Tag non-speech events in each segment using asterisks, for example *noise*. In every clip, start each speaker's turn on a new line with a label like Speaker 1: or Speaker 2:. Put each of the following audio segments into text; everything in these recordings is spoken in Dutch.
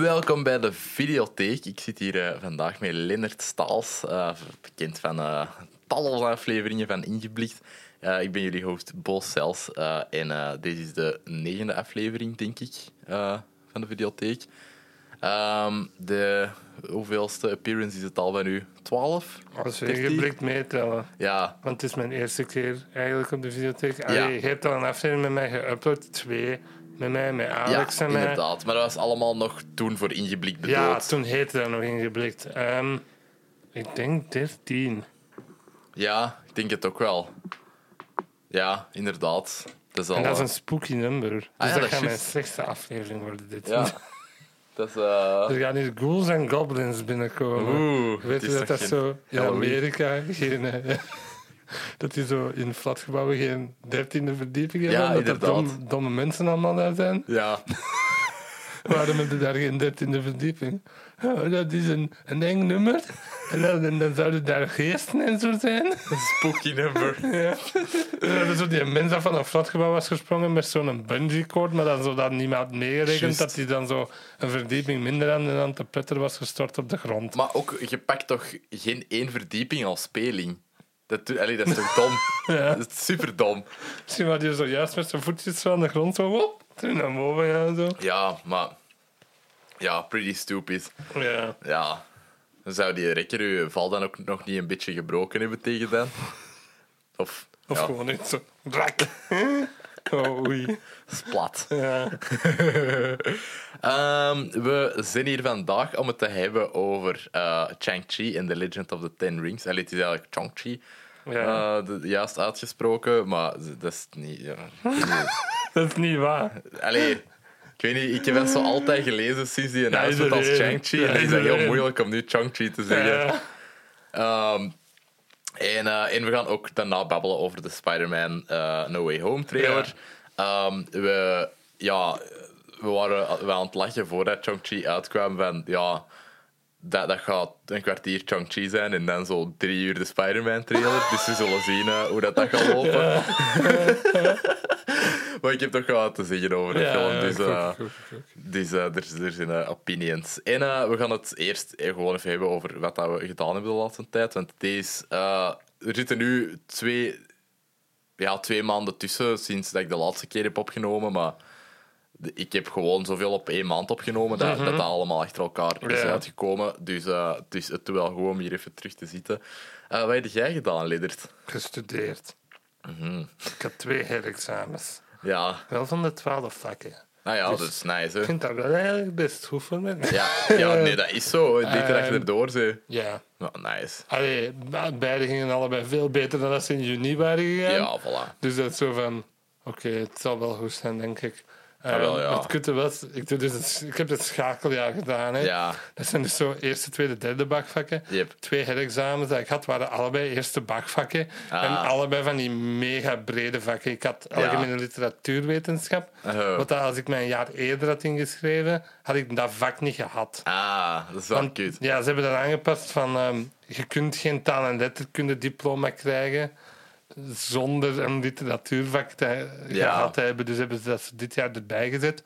Speaker 1: Welkom bij de videotheek. Ik zit hier eh, vandaag met Lennart Staals, eh, bekend van eh talloze afleveringen van Ingeblikt. Eh, ik ben jullie host Bo Sels eh, en eh, deze is de negende aflevering, denk ik, eh, van de videotheek. Ehm, de hoeveelste appearance is het al bij nu? 12?
Speaker 2: Als we
Speaker 1: 13?
Speaker 2: ingeblikt meetellen.
Speaker 1: Ja,
Speaker 2: Want het is mijn eerste keer eigenlijk op de videotheek. Allee,
Speaker 1: Ja.
Speaker 2: Je hebt al een aflevering met mij geüpload. Twee. Met mij, met
Speaker 1: ja
Speaker 2: Alex en mij.
Speaker 1: inderdaad. Maar dat was allemaal nog toen voor Ingeblikt bedoeld.
Speaker 2: Ja, toen heette dat nog ingeblikt. Ehm, ik denk 13.
Speaker 1: Ja, ik denk het ook wel. Ja, inderdaad. Dat is al,
Speaker 2: En dat is
Speaker 1: eh,
Speaker 2: een spooky number. Dus
Speaker 1: Ah ja,
Speaker 2: dat,
Speaker 1: dat is
Speaker 2: gaat mijn
Speaker 1: juist.
Speaker 2: slechtste aflevering worden. Dit.
Speaker 1: Ja. *laughs* Dat is... eh,
Speaker 2: Er gaan hier ghouls en goblins binnenkomen.
Speaker 1: Oeh,
Speaker 2: Weet
Speaker 1: het is
Speaker 2: je dat
Speaker 1: toch
Speaker 2: dat
Speaker 1: geen
Speaker 2: zo in
Speaker 1: Halloween?
Speaker 2: Amerika geen, eh, *laughs* dat die zo in flatgebouwen geen dertiende verdieping
Speaker 1: Ja,
Speaker 2: hebben, omdat er
Speaker 1: inderdaad.
Speaker 2: domme, domme mensen allemaal daar zijn.
Speaker 1: ja.
Speaker 2: Waarom hebben daar geen dertiende verdieping? Ja, dat is een, een eng nummer. En dan, en dan zouden daar geesten en zo zijn.
Speaker 1: Spooky number.
Speaker 2: Ja. Er hebben zo die mens dat van een flatgebouw was gesprongen met zo'n bungee cord, maar dan zo dat niemand meegerekend
Speaker 1: Juist.
Speaker 2: dat hij dan zo een verdieping minder aan en dan te pletter was gestort op de
Speaker 1: *laughs*
Speaker 2: grond.
Speaker 1: Maar ook, je pakt toch geen één verdieping als speling? Dat, doe- allee, dat is toch *laughs* dom? Dat is super dom.
Speaker 2: Misschien had hij zojuist met zijn voetjes zo aan de grond zo wop, toen naar boven gaan en zo.
Speaker 1: Ja, maar... Ja, pretty stupid.
Speaker 2: Ja.
Speaker 1: Ja. Dan zou die rekker je val dan ook nog niet een beetje gebroken hebben tegen dan? Of...
Speaker 2: Of
Speaker 1: ja,
Speaker 2: gewoon niet zo. Drak. Oh, oei.
Speaker 1: splat.
Speaker 2: Ja.
Speaker 1: Ehm, we zijn hier vandaag om het te hebben over eh Chang-Chi en The Legend of the Ten Rings. Allee, het is eigenlijk Chang-Chi.
Speaker 2: ja.
Speaker 1: Eh, de- juist uitgesproken, maar z- dat is niet. Ja.
Speaker 2: Dat is niet waar.
Speaker 1: Allee, ik weet niet, ik heb dat zo altijd gelezen sinds die announcement als
Speaker 2: iedereen.
Speaker 1: Chang-Chi.
Speaker 2: Ja,
Speaker 1: en het is dat heel
Speaker 2: iedereen.
Speaker 1: moeilijk om nu Chang-Chi te zeggen.
Speaker 2: Ja.
Speaker 1: Ehm, en, eh, en we gaan ook daarna babbelen over de Spider-Man eh, No Way Home trailer. Ehm, we, ja, we waren wel aan het lachen voordat Chang-Chi uitkwam van ja, dat, dat gaat een kwartier Chang-Chi zijn en dan zo drie uur de Spider-Man trailer. dus we zullen zien eh, hoe dat, dat gaat lopen. *laughs* maar ik heb toch wel wat te zeggen over de
Speaker 2: Ja,
Speaker 1: film.
Speaker 2: ja,
Speaker 1: dus,
Speaker 2: goed,
Speaker 1: eh,
Speaker 2: goed, goed, goed.
Speaker 1: dus eh, er, er zijn eh, opinions. En eh, we gaan het eerst eh, gewoon even hebben over wat dat we gedaan hebben de laatste tijd. Want deze, eh, er zitten nu twee, ja, twee maanden tussen sinds dat ik de laatste keer heb opgenomen. Maar de- ik heb gewoon zoveel op één maand opgenomen dat dat, dat allemaal achter elkaar is
Speaker 2: Mhm. Ja.
Speaker 1: uitgekomen. Dus, eh, het is het doet wel goed om hier even terug te zitten. Eh, wat heb jij gedaan, Liddert?
Speaker 2: Gestudeerd.
Speaker 1: Mhm.
Speaker 2: Ik had twee herexamens.
Speaker 1: Ja,
Speaker 2: Wel van de twaalf vakken.
Speaker 1: nou ja,
Speaker 2: Dus-
Speaker 1: dat is nice.
Speaker 2: Ik
Speaker 1: Hè?
Speaker 2: vind dat wel eigenlijk best goed voor mij.
Speaker 1: Ja, ja, nee, dat is zo. Dit dat je
Speaker 2: Ehm.
Speaker 1: erdoor bent.
Speaker 2: Ja.
Speaker 1: Nou, nice.
Speaker 2: Allee, be- beide gingen allebei veel beter dan als ze in juni waren gegaan.
Speaker 1: Ja, voilà.
Speaker 2: Dus dat is zo van, oké, het zal wel goed zijn, denk ik. Eh,
Speaker 1: Ah, wel, ja.
Speaker 2: maar Het kutte was, ik, doe dus het, sch- ik heb het schakeljaar gedaan. Hè.
Speaker 1: Ja.
Speaker 2: Dat zijn dus zo eerste, tweede, derde bakvakken.
Speaker 1: Yep.
Speaker 2: Twee herexamens die ik had, waren allebei eerste bakvakken.
Speaker 1: Ah.
Speaker 2: En allebei van die mega brede vakken. Ik had algemene literatuurwetenschap.
Speaker 1: Uh-huh.
Speaker 2: Want dat als ik mij een jaar eerder had ingeschreven, had ik dat vak niet gehad.
Speaker 1: Ah, dat is wel
Speaker 2: Want,
Speaker 1: kut.
Speaker 2: Ja, ze hebben dat aangepast van ehm, je kunt geen taal- en letterkunde diploma krijgen zonder een literatuurvak te
Speaker 1: Ja.
Speaker 2: gehad te hebben. Dus hebben ze dat dit jaar erbij gezet.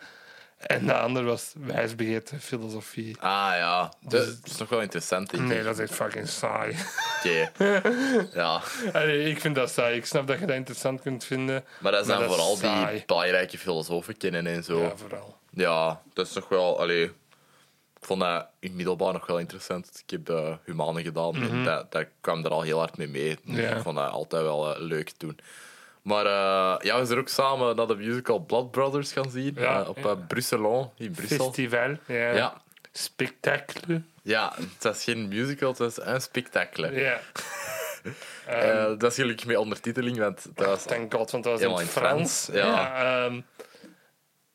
Speaker 2: En de ander was wijsbegeerte filosofie.
Speaker 1: Ah ja, dat
Speaker 2: Dus-
Speaker 1: is nog wel interessant, denk ik.
Speaker 2: Nee, dat is echt fucking saai.
Speaker 1: Oké. ja,
Speaker 2: *laughs* Allee, ik vind dat saai. Ik snap dat je dat interessant kunt vinden.
Speaker 1: maar dat zijn
Speaker 2: Maar dat is
Speaker 1: vooral die
Speaker 2: saai.
Speaker 1: belangrijke filosofen kennen en zo. Ja,
Speaker 2: Ja, vooral.
Speaker 1: dat is toch wel... Allee, ik vond dat in het middelbaar nog wel interessant. Ik heb de humane gedaan en dat, dat kwam er al heel hard mee mee. Dus
Speaker 2: Mhm. Ja.
Speaker 1: Ik vond dat altijd wel eh, leuk toen. Maar eh, ja, we zijn ook samen naar de musical Blood Brothers gaan zien.
Speaker 2: Ja,
Speaker 1: eh, op
Speaker 2: ja.
Speaker 1: eh, Brusselon, in Brussel.
Speaker 2: Festival. Ja.
Speaker 1: Ja.
Speaker 2: Spectacle.
Speaker 1: ja, het was geen musical, het was een spektakel.
Speaker 2: Ja.
Speaker 1: Eh, dat is gelukkig met ondertiteling, want dat was...
Speaker 2: *laughs* Thank God, want dat was in
Speaker 1: Helemaal
Speaker 2: het
Speaker 1: in
Speaker 2: Frans.
Speaker 1: Frans, ja.
Speaker 2: ehm,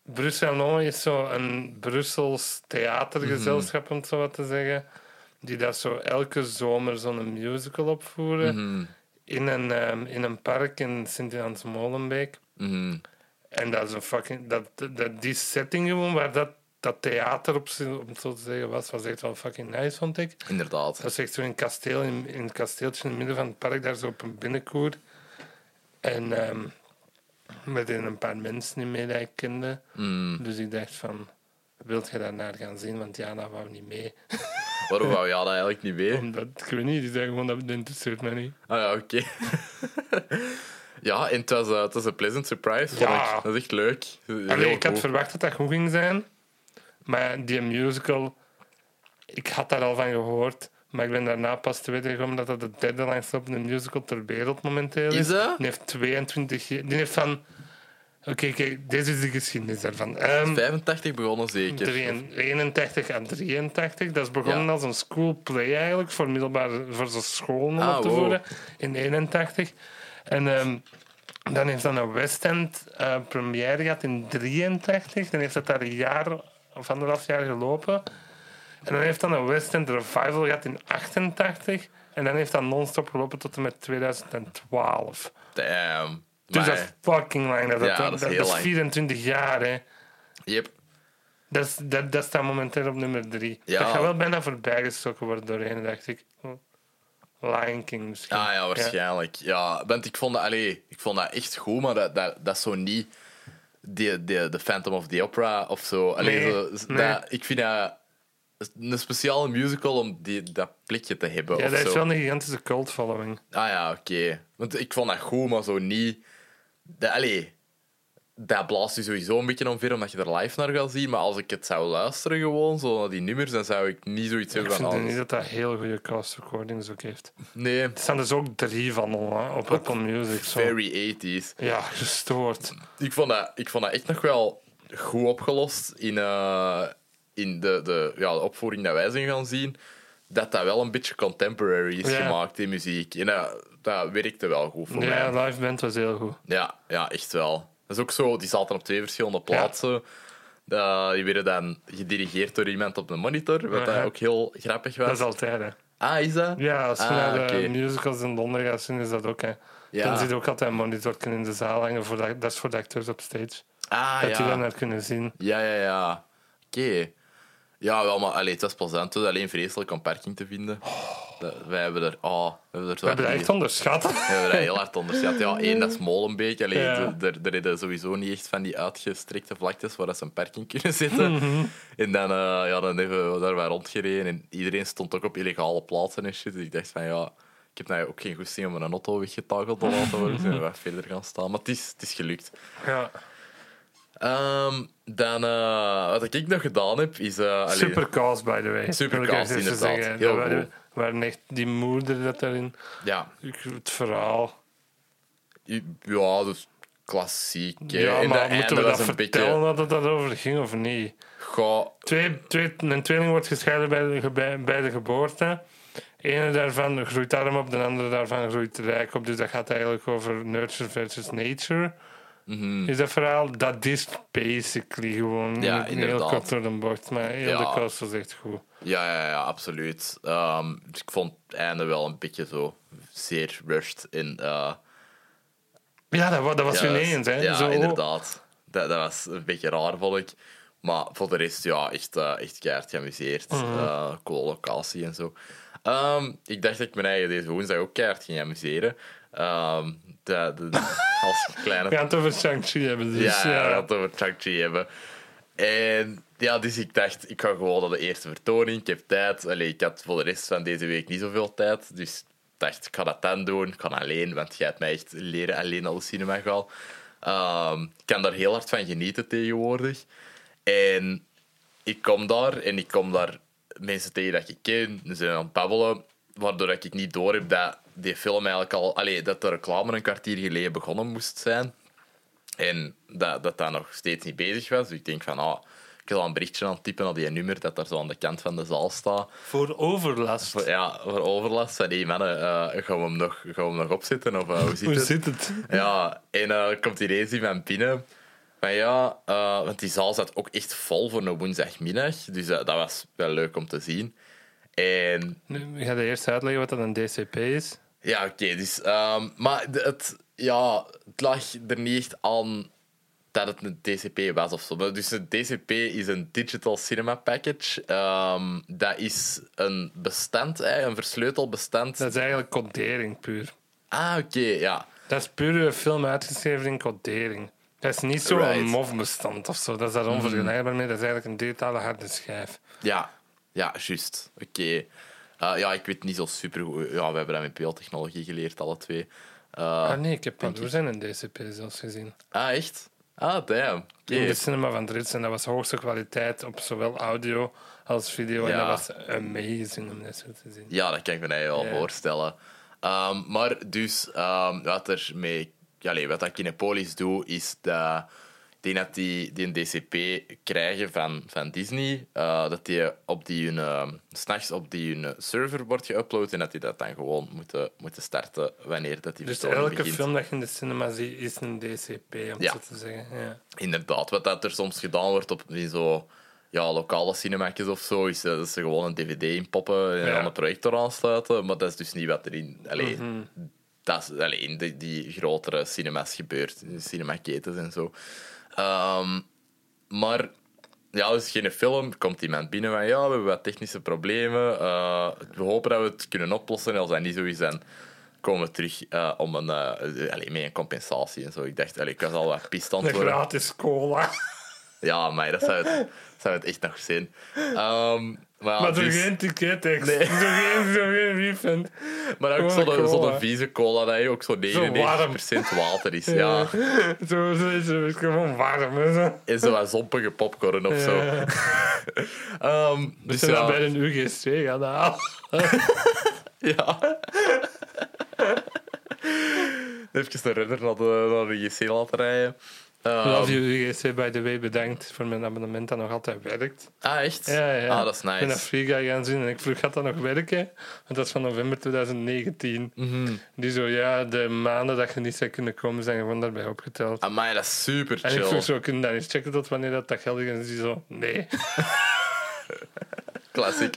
Speaker 2: Brussel Nooi is zo een Brussels theatergezelschap, om het zo wat te zeggen. Die dat zo elke zomer zo'n musical opvoeren.
Speaker 1: Mhm.
Speaker 2: in, een, ehm, in een park in Sint-Jans-Molenbeek.
Speaker 1: Mhm.
Speaker 2: En dat is een fucking... Dat, dat, die setting gewoon waar dat, dat theater op, z'n- om het zo te zeggen, was, was echt wel fucking nice, vond ik.
Speaker 1: Inderdaad.
Speaker 2: Dat is echt zo'n kasteel in, in een kasteeltje in het midden van het park, daar zo op een binnenkoer. En ehm met een paar mensen niet meer die ik kende. Dus ik dacht van, oké, Wilt je daarnaar gaan zien? Want Jana wou niet mee. *laughs*
Speaker 1: Waarom wou jij dat eigenlijk niet mee?
Speaker 2: Omdat, ik weet niet, die zei gewoon dat interesseert mij niet.
Speaker 1: Ah ja, oké. *laughs* ja, en het was, eh, het was een pleasant surprise, vond
Speaker 2: Ja.
Speaker 1: ik. Dat is echt leuk.
Speaker 2: Allee,
Speaker 1: Heel
Speaker 2: ik had
Speaker 1: goed.
Speaker 2: verwacht dat dat goed ging zijn. Maar die musical, ik had daar al van gehoord. Maar ik ben daarna pas te weten gekomen dat dat de derde langstlopende musical ter wereld momenteel is.
Speaker 1: Is dat?
Speaker 2: Die heeft 22 jaar... Die heeft van... Oké, kijk, deze is de geschiedenis daarvan. Ehm
Speaker 1: 85 begonnen zeker.
Speaker 2: 81 en 83. Dat is begonnen
Speaker 1: Ja.
Speaker 2: als een school play eigenlijk, voor middelbare voor zo'n scholen
Speaker 1: Ah,
Speaker 2: op te
Speaker 1: wow.
Speaker 2: voeren in 81. En ehm, dan heeft dat een West End eh, première gehad in 83. Dan heeft dat daar een jaar of anderhalf jaar gelopen. En dan heeft dat een West End revival gehad in 88. En dan heeft dat non-stop gelopen tot en met 2012.
Speaker 1: Damn.
Speaker 2: Dus
Speaker 1: Maar,
Speaker 2: dat is fucking lang. Dat,
Speaker 1: Ja,
Speaker 2: dat, dat,
Speaker 1: dat is heel
Speaker 2: is
Speaker 1: lang.
Speaker 2: 24 jaar, hè.
Speaker 1: yep.
Speaker 2: Dat, is- dat, dat staat momenteel op nummer 3.
Speaker 1: Ja.
Speaker 2: Dat gaat wel bijna voorbij gestoken worden doorheen, dacht ik. Hm. Lion King misschien.
Speaker 1: Ah ja, waarschijnlijk. Ja, want ik vond dat, allee, ik vond dat echt goed, maar dat, dat, dat is zo niet de, de, de Phantom of the Opera of zo. Allee,
Speaker 2: Nee,
Speaker 1: zo z-
Speaker 2: nee.
Speaker 1: Dat, ik vind dat een speciale musical om die, dat plekje te hebben.
Speaker 2: Ja,
Speaker 1: of
Speaker 2: dat
Speaker 1: zo.
Speaker 2: is wel een gigantische cult following.
Speaker 1: Ah ja, oké. Want ik vond dat goed, maar zo niet... Dat, allee, dat blaast je sowieso een beetje omver, omdat je er live naar gaat zien. Maar als ik het zou luisteren gewoon, zo naar die nummers, dan zou ik niet zoiets
Speaker 2: ik
Speaker 1: hebben van...
Speaker 2: vind
Speaker 1: ah,
Speaker 2: niet dat dat heel goede cast recordings ook heeft.
Speaker 1: Nee,
Speaker 2: Er staan dus ook drie van online op Apple Music. Zo.
Speaker 1: very 80s.
Speaker 2: Ja, gestoord.
Speaker 1: Ik vond, dat, ik vond dat echt nog wel goed opgelost in, eh, in de, de, ja, de opvoering dat wij zijn gaan zien. Dat dat wel een beetje contemporary is
Speaker 2: Ja.
Speaker 1: gemaakt in muziek. En dat, dat werkte wel goed voor mij.
Speaker 2: Ja, live band was heel goed.
Speaker 1: Ja, ja, echt wel. Dat is ook zo, die zaten op twee verschillende plaatsen. Eh, die werden dan gedirigeerd door iemand op de monitor, wat
Speaker 2: Ja.
Speaker 1: dat ook heel grappig was.
Speaker 2: Dat is altijd, hè.
Speaker 1: Ah, is dat?
Speaker 2: Ja, als je
Speaker 1: Ah,
Speaker 2: naar de
Speaker 1: oké.
Speaker 2: musicals in Londen gaat zien, is dat ook, hè.
Speaker 1: Ja.
Speaker 2: Dan zit ook altijd een monitor in de zaal hangen. Voor de- dat is voor de acteurs op stage.
Speaker 1: Ah,
Speaker 2: dat die
Speaker 1: ja.
Speaker 2: dan eh, naar kunnen zien.
Speaker 1: Ja, ja, ja. Oké. Ja, wel, maar allee, het was plezant. Het was alleen vreselijk om parking te vinden. Dat- wij hebben er... Oh, we hebben er zo
Speaker 2: We hebben dat
Speaker 1: hard
Speaker 2: echt
Speaker 1: in-
Speaker 2: onderschat. *laughs*
Speaker 1: we hebben dat heel hard onderschat. Ja, één, dat is Molenbeek. Allee,
Speaker 2: Ja.
Speaker 1: d- Er er reden sowieso niet echt van die uitgestrekte vlaktes waar dat ze een parking kunnen zetten.
Speaker 2: Mhm.
Speaker 1: En dan, eh, ja, dan hebben we daar wat rondgereden. En iedereen stond ook op illegale plaatsen en shit. Dus ik dacht van, ja... Ik heb nou ook geen goesting om een auto weggetakeld te laten worden. Dus
Speaker 2: Mhm.
Speaker 1: we zijn wat verder gaan staan. Maar het is, het is gelukt.
Speaker 2: Ja.
Speaker 1: Ehm, dan, eh, wat ik nog gedaan heb, is... eh, allee-
Speaker 2: Super cast, by the way.
Speaker 1: Super
Speaker 2: Wil ik echt
Speaker 1: cast,
Speaker 2: even
Speaker 1: inderdaad.
Speaker 2: zeggen.
Speaker 1: Heel
Speaker 2: Dat waren-
Speaker 1: goed.
Speaker 2: waren echt die moeder dat daarin.
Speaker 1: Ja,
Speaker 2: Ik- Het verhaal.
Speaker 1: i- ja dat is klassiek. hè.
Speaker 2: Ja,
Speaker 1: En
Speaker 2: maar
Speaker 1: dat
Speaker 2: moeten we
Speaker 1: einde was
Speaker 2: dat
Speaker 1: een
Speaker 2: vertellen dat het daarover ging of niet?
Speaker 1: Beetje, goh,
Speaker 2: Twee, twee, een tweeling wordt gescheiden bij de, ge- bij, bij de geboorte. Ene daarvan groeit arm op, de andere daarvan groeit rijk op. Dus dat gaat eigenlijk over nurture versus nature. Is dat verhaal? Dat is basically gewoon
Speaker 1: Mhm. Ja,
Speaker 2: heel
Speaker 1: inderdaad.
Speaker 2: kort door de bocht. Maar heel
Speaker 1: Ja.
Speaker 2: de cast was echt goed.
Speaker 1: ja, ja, ja, absoluut. Ehm, dus ik vond het einde wel een beetje zo zeer rushed. En, eh,
Speaker 2: Ja, dat, wa- dat was
Speaker 1: ja,
Speaker 2: ineens. Hè.
Speaker 1: Ja,
Speaker 2: Zo, oh,
Speaker 1: inderdaad. Dat, dat was een beetje raar, vond ik. Maar voor de rest, ja, echt, eh, echt keihard geamuseerd.
Speaker 2: Mhm.
Speaker 1: Eh, coole locatie en zo. Ehm, ik dacht dat ik mijn eigen deze woensdag ook keihard ging amuseren. Ehm, de,
Speaker 2: *laughs*
Speaker 1: de, als kleine
Speaker 2: We gaan het over Shang-Chi hebben. Dus,
Speaker 1: ja,
Speaker 2: ja,
Speaker 1: we hadden het over Shang-Chi hebben. En ja, dus ik dacht, ik ga gewoon naar de eerste vertoning. Ik heb tijd. Allee, ik had voor de rest van deze week niet zoveel tijd. Dus ik dacht, ik ga dat dan doen. Ik kan alleen, want jij hebt mij echt leren alleen naar de cinema gaan. Ehm, ik kan daar heel hard van genieten tegenwoordig. En ik kom daar en ik kom daar mensen tegen dat ik ken. Ze zijn aan het babbelen. Waardoor ik niet door heb dat die film eigenlijk al... Allee, dat de reclame een kwartier geleden begonnen moest zijn. En dat, dat dat nog steeds niet bezig was. Dus ik denk van, ah, ik zal een berichtje aan het typen op die nummer dat daar zo aan de kant van de zaal staat.
Speaker 2: Voor overlast.
Speaker 1: Voor- Ja, voor overlast. Van, hey mannen, eh, gaan, we hem nog, gaan we hem nog opzetten? Of eh, hoe zit
Speaker 2: *laughs* Hoe
Speaker 1: het?
Speaker 2: zit het?
Speaker 1: Ja, en eh, er komt ineens iemand binnen. Maar ja, eh, want die zaal zat ook echt vol voor een woensdagmiddag. Dus dat, dat was wel leuk om te zien. En
Speaker 2: Nu, ik ga eerst uitleggen wat dat een DCP is.
Speaker 1: ja, oké. dus, ehm, maar de- het, ja, het lag er niet echt aan dat het een DCP was of zo. Maar Dus een DCP is een Digital Cinema Package. Ehm, dat is een bestand, hè, een versleuteld bestand.
Speaker 2: Dat is eigenlijk codering puur.
Speaker 1: Ah, oké, ja.
Speaker 2: Dat is puur een film uitgeschreven in codering. Dat is niet zo'n
Speaker 1: Right.
Speaker 2: MOV-bestand of zo. Dat is daar onvergelijkbaar mee. Dat is eigenlijk een digitale harde schijf.
Speaker 1: Ja, ja juist. Oké. Eh, ja, ik weet niet zo super goed. Ja, we hebben dat met PL-technologie geleerd, alle twee. Eh,
Speaker 2: ah nee, ik heb Pardoes en een DCP zelfs gezien.
Speaker 1: ah, echt? Ah, damn. Oké.
Speaker 2: In de cinema van Dresden. Dat was hoogste kwaliteit op zowel audio als video. En
Speaker 1: Ja.
Speaker 2: dat was amazing om dat zo te zien.
Speaker 1: Ja, dat kan ik me eigenlijk wel
Speaker 2: Ja.
Speaker 1: voorstellen. Ehm, maar dus, ehm, wat er mee... Allee, wat dat Kinepolis doet, is dat... Ik denk dat die, die een DCP krijgen van, van Disney. eh, dat die op die hun... ehm, 's s'nachts op die hun server wordt geüpload. En dat die dat dan gewoon moeten, moeten starten wanneer dat die
Speaker 2: Dus
Speaker 1: vertoning
Speaker 2: elke
Speaker 1: begint.
Speaker 2: film dat je in de cinema ziet, is een DCP, om
Speaker 1: Ja.
Speaker 2: zo te zeggen. Ja.
Speaker 1: Inderdaad, wat dat er soms gedaan wordt op in zo ja, lokale cinemakjes of zo, is eh, dat ze gewoon een dvd inpoppen en
Speaker 2: Ja.
Speaker 1: aan de projector aansluiten. Maar dat is dus niet wat er in, allee, dat is, allee, in die, die grotere cinema's gebeurt, in de cinemaketens en zo. Ehm, maar ja, dus geen film. Komt iemand binnen van ja, we hebben wat technische problemen. eh, we hopen dat we het kunnen oplossen. En als dat niet zo is, dan komen we terug eh, om een, eh, eh, allee, met een compensatie en zo. Ik dacht, allee, ik was al wat pist aan
Speaker 2: Een
Speaker 1: het worden.
Speaker 2: gratis cola.
Speaker 1: Ja, maar dat zou het, zou het echt nog zijn. Ehm, maar ja,
Speaker 2: *laughs* maar zo
Speaker 1: dus-
Speaker 2: geen tickettekst.
Speaker 1: Nee.
Speaker 2: Nee. Zo geen, zo geen refund.
Speaker 1: maar ook
Speaker 2: gewoon
Speaker 1: zo'n
Speaker 2: Oh, cola.
Speaker 1: zo vieze cola dat je ook zo 99% water is. Ja.
Speaker 2: Eh, Zo, zo, zo is het gewoon warm. hè, Zo.
Speaker 1: En zo wat zompige popcorn of zo.
Speaker 2: Ja.
Speaker 1: Ehm, dus
Speaker 2: Dus zijn dat
Speaker 1: ja.
Speaker 2: bij een UGC gaan halen.
Speaker 1: *laughs* ja. Even de redder naar de, naar de JC laten rijden. Ehm,
Speaker 2: Love you UGC, by the way. Bedankt voor mijn abonnement dat nog altijd werkt.
Speaker 1: Ah, echt?
Speaker 2: Ja, ja.
Speaker 1: Ah, dat is
Speaker 2: Ik ben naar
Speaker 1: nice.
Speaker 2: Free Guy gaan zien en ik vroeg, gaat dat nog werken? Want dat is van november 2019.
Speaker 1: Mhm.
Speaker 2: Die zo, ja, de maanden dat je niet zou kunnen komen, zijn gewoon daarbij opgeteld.
Speaker 1: Amai, dat is super
Speaker 2: En ik vroeg
Speaker 1: chill.
Speaker 2: zo, kunnen we dat eens checken tot wanneer dat, dat geldig is? En die zo, nee. *laughs*
Speaker 1: Classic.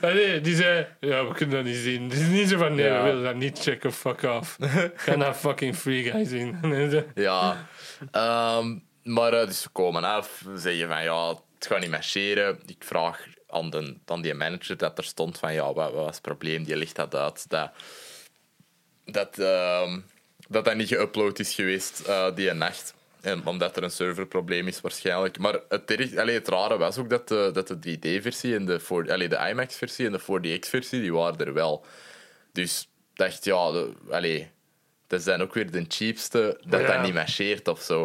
Speaker 2: Allee, Ah, die zei, ja, we kunnen dat niet zien. Het is niet zo van, nee,
Speaker 1: Ja.
Speaker 2: we willen dat niet checken, fuck
Speaker 1: *laughs*
Speaker 2: off. Ga naar fucking Free Guy zien. *laughs* En zo,
Speaker 1: Ja. Ehm, maar eh, dus ze komen af, zeggen van ja, het gaat niet marcheren. Ik vraag aan, de, aan die manager dat er stond van ja, wat, wat was het probleem? Die ligt dat uit. Dat dat, ehm, dat, dat niet geüpload is geweest eh, die nacht. En omdat er een serverprobleem is waarschijnlijk. Maar het, erg- allee, het rare was ook dat de, dat de 3D-versie en de, 4D allee, de IMAX-versie en de 4DX-versie, die waren er wel. Dus ik dacht, ja, de, allee, dat is dan ook weer de cheapste, dat
Speaker 2: Ja.
Speaker 1: dat niet marcheert of zo.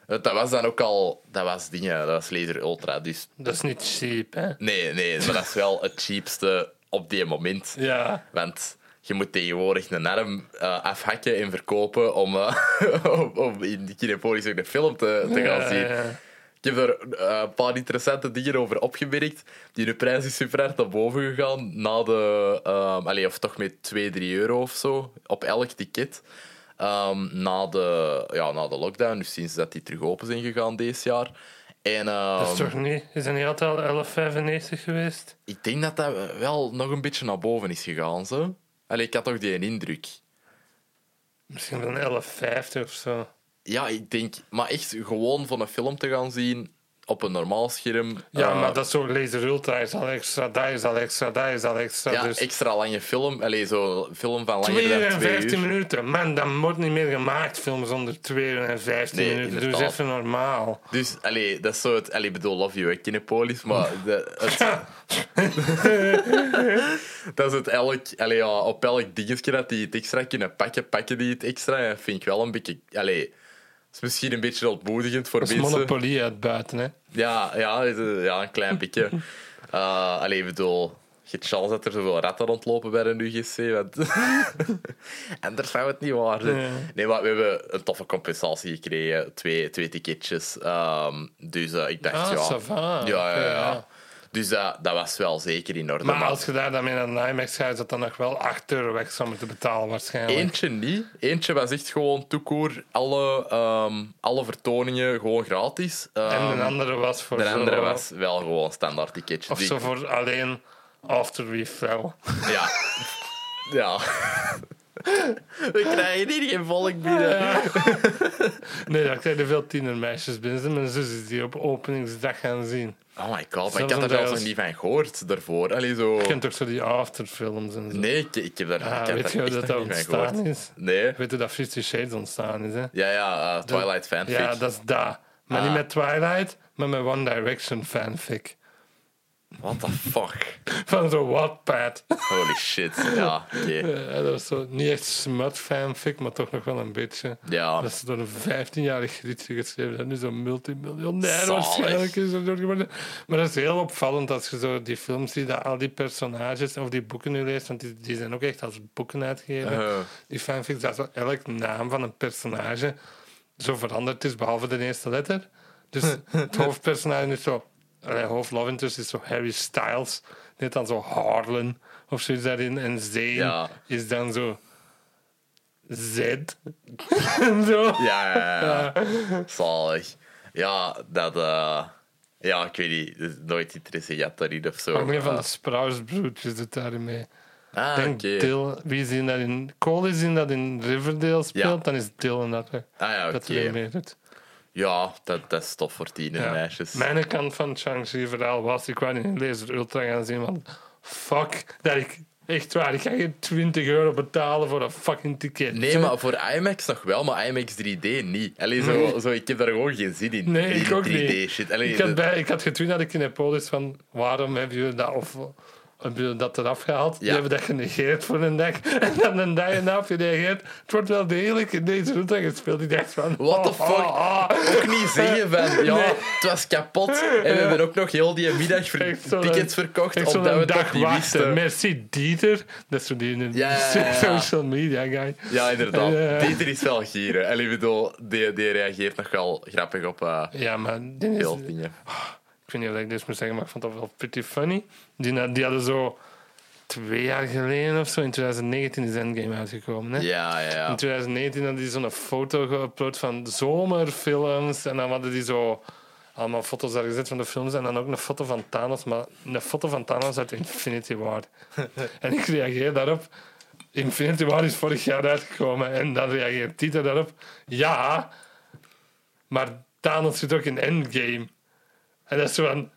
Speaker 1: Eh, Dat dat was dan ook al, dat was dingen, dat was Laser Ultra. Dus
Speaker 2: Dat is niet cheap, hè?
Speaker 1: nee, nee, maar dat is wel het cheapste op die moment.
Speaker 2: Ja.
Speaker 1: Want je moet tegenwoordig een arm eh, afhakken en verkopen om, eh, *laughs* om, om in die kinepolis ook de film te, te gaan zien.
Speaker 2: Ja, ja.
Speaker 1: Ik heb er eh, een paar interessante dingen over opgemerkt. Die de prijs is super hard naar boven gegaan. Na de, ehm, allee, of toch met 2, 3 euro of zo op elk ticket. Ehm, na, de, ja, na de lockdown, dus sinds dat die terug open zijn gegaan deze jaar. En, ehm,
Speaker 2: Dat is toch niet? Is dat niet altijd al 11,95 geweest?
Speaker 1: ik denk dat dat wel nog een beetje naar boven is gegaan. Zo. Allee, ik had toch die indruk.
Speaker 2: Misschien van 11,50 of zo.
Speaker 1: Ja, ik denk, maar echt gewoon van een film te gaan zien op een normaal scherm.
Speaker 2: Ja,
Speaker 1: eh,
Speaker 2: Ah, maar dat is zo Laser Ultra is al extra, daar is al extra, daar is al extra.
Speaker 1: ja,
Speaker 2: dus
Speaker 1: extra lange film. Allee, zo'n film van
Speaker 2: 2
Speaker 1: langer
Speaker 2: uur
Speaker 1: dan
Speaker 2: en
Speaker 1: twee
Speaker 2: 15
Speaker 1: uur.
Speaker 2: minuten. Man, dat wordt niet meer gemaakt, films onder 2 uur en 15
Speaker 1: Nee,
Speaker 2: minuten. Doe eens
Speaker 1: inderdaad.
Speaker 2: even normaal.
Speaker 1: Dus, allee, dat is zo het... Allee, ik bedoel, love you, hè, Kinepolis, maar
Speaker 2: *laughs*
Speaker 1: de, het, dat is het elk... Allee, ja, op elk dingetje dat die het extra kunnen pakken, pakken die het extra. En dat vind ik wel een beetje... Allee, dat is misschien een beetje ontmoedigend voor
Speaker 2: Dat is
Speaker 1: mensen.
Speaker 2: monopolie uit buiten, hè.
Speaker 1: Ja, ja, het is- ja een klein
Speaker 2: *laughs*
Speaker 1: beetje. Eh allee, ik bedoel, je hebt chance dat er zoveel ratten rondlopen bij een UGC. Want *laughs* anders zou het niet waar zijn.
Speaker 2: Nee.
Speaker 1: Nee, maar we hebben een toffe compensatie gekregen. Twee, twee ticketjes. Ehm, dus eh, ik dacht,
Speaker 2: Ah,
Speaker 1: ja.
Speaker 2: ça va.
Speaker 1: Ja, ja,
Speaker 2: Oké,
Speaker 1: ja.
Speaker 2: ja.
Speaker 1: Dus dat dat was wel zeker in orde.
Speaker 2: Maar
Speaker 1: maar-
Speaker 2: als je daar dan mee naar de IMAX gaat, is dat dan nog wel 8 euro weg zou moeten betalen, waarschijnlijk.
Speaker 1: Eentje niet. Eentje was echt gewoon toekoer. Alle, ehm, alle vertoningen gewoon gratis.
Speaker 2: en
Speaker 1: Ehm,
Speaker 2: de andere was voor
Speaker 1: de andere
Speaker 2: zo,
Speaker 1: was wel gewoon standaard Dus ticketje.
Speaker 2: Of zo voor alleen After
Speaker 1: *laughs*
Speaker 2: We Fell.
Speaker 1: Ja. Ja. We krijgen hier geen volk binnen.
Speaker 2: Nee, daar krijgen veel tienermeisjes binnen. Mijn zus is die op openingsdag gaan zien.
Speaker 1: Oh my god, maar ik had
Speaker 2: Zelfs
Speaker 1: er
Speaker 2: omdat
Speaker 1: zelfs
Speaker 2: als-
Speaker 1: nog niet van gehoord daarvoor. Allee, zo...
Speaker 2: Je kent ook zo die afterfilms en zo.
Speaker 1: Nee, Oh. ik, ik heb daar,
Speaker 2: Ah,
Speaker 1: ik heb
Speaker 2: weet
Speaker 1: daar
Speaker 2: je hoe
Speaker 1: echt
Speaker 2: dat
Speaker 1: nog
Speaker 2: dat
Speaker 1: niet van gehoord.
Speaker 2: ontstaan is?
Speaker 1: Nee.
Speaker 2: Weet je dat Fifty Shades ontstaan is, hè?
Speaker 1: Ja, ja, eh, Twilight fanfic.
Speaker 2: Ja, dat is daar. Maar
Speaker 1: Ah.
Speaker 2: niet met Twilight, maar met One Direction fanfic.
Speaker 1: What the fuck?
Speaker 2: Van zo'n Wattpad.
Speaker 1: Holy shit. Ja, oké.
Speaker 2: *laughs* Eh, dat was zo niet echt smut fanfic, maar toch nog wel een beetje.
Speaker 1: Ja.
Speaker 2: Dat is door een 15-jarig grietje geschreven dat nu zo'n multimiljonair
Speaker 1: Zalig.
Speaker 2: waarschijnlijk is erdoor geworden. Maar dat is heel opvallend als je zo die films ziet, dat al die personages of die boeken nu leest, want die, die zijn ook echt als boeken uitgegeven.
Speaker 1: Eh.
Speaker 2: Die fanfics, dat zo elk naam van een personage zo veranderd is, behalve de eerste letter. Dus
Speaker 1: *laughs*
Speaker 2: het hoofdpersonage is zo, allee, hoofd love interest is zo Harry Styles, net dan zo Harlan of zoiets daarin. En Zane
Speaker 1: Ja.
Speaker 2: is dan zo Z. en *laughs* zo.
Speaker 1: Ja, ja, ja, ja. Zalig. Ja, dat... eh, Ja, ik weet niet. dus Nooit interesse gehad daarin of zo.
Speaker 2: Een van de Sprouse-broertjes doet daarin mee.
Speaker 1: Ah, oké.
Speaker 2: Denk Dylan- wie zien dat in Cole is in dat in Riverdale speelt,
Speaker 1: Ja.
Speaker 2: dan is Dylan dat er.
Speaker 1: Ah ja,
Speaker 2: Dat
Speaker 1: oké.
Speaker 2: hij mee doet.
Speaker 1: Ja, dat, dat is tof voor tiener
Speaker 2: Ja.
Speaker 1: meisjes.
Speaker 2: Mijn kant van Shang-Chi verhaal was, ik wou niet in Laser Ultra gaan zien, want fuck, dat ik, echt waar, ik ga geen 20 euro betalen voor een fucking ticket.
Speaker 1: Nee, maar voor IMAX nog wel, maar IMAX 3D niet. Allee, zo, zo, ik heb daar gewoon geen zin in.
Speaker 2: Nee,
Speaker 1: in
Speaker 2: ik ook
Speaker 1: 3D
Speaker 2: niet.
Speaker 1: shit. Allee,
Speaker 2: ik, had
Speaker 1: dat-
Speaker 2: bij, ik had getweet naar de Kinepolis van, waarom hebben jullie dat, of, hebben jullie dat eraf gehaald? Die
Speaker 1: Ja.
Speaker 2: hebben dat genegeerd voor een dag. *laughs* En dan een dag en af genegeerd. Het wordt wel degelijk in deze route gespeeld. Ik dacht van...
Speaker 1: What the
Speaker 2: oh,
Speaker 1: fuck?
Speaker 2: oh, oh.
Speaker 1: Ook
Speaker 2: *laughs*
Speaker 1: niet zeggen van, ja,
Speaker 2: Nee.
Speaker 1: het was kapot. En we hebben ook nog heel die middag ver-
Speaker 2: Echt zo'n-
Speaker 1: tickets verkocht,
Speaker 2: Ik
Speaker 1: omdat
Speaker 2: zal
Speaker 1: we
Speaker 2: een
Speaker 1: het
Speaker 2: dag
Speaker 1: nog niet
Speaker 2: wachten.
Speaker 1: wisten.
Speaker 2: Merci Dieter. Dat is zo die in de
Speaker 1: Ja, ja, ja, ja.
Speaker 2: social media guy.
Speaker 1: Ja, inderdaad.
Speaker 2: Ja.
Speaker 1: Dieter is wel gieren. En ik bedoel, die, die reageert nog wel grappig op eh,
Speaker 2: Ja, maar dit is,
Speaker 1: veel dingen.
Speaker 2: ik weet niet of ik dit moet zeggen, maar ik vond dat wel pretty funny. Die, die hadden zo twee jaar geleden of zo, in 2019 is Endgame uitgekomen. Hè?
Speaker 1: Ja, ja,
Speaker 2: *laughs* In
Speaker 1: ja.
Speaker 2: 2019 hadden die zo'n foto geüpload van zomerfilms. En dan hadden die zo allemaal foto's daar gezet van de films. En dan ook een foto van Thanos, maar een foto van Thanos uit Infinity War. en ik reageer daarop. Infinity War is vorig jaar uitgekomen. En dan reageert Tita daarop. Ja, maar Thanos zit ook in Endgame. En dat is zo van...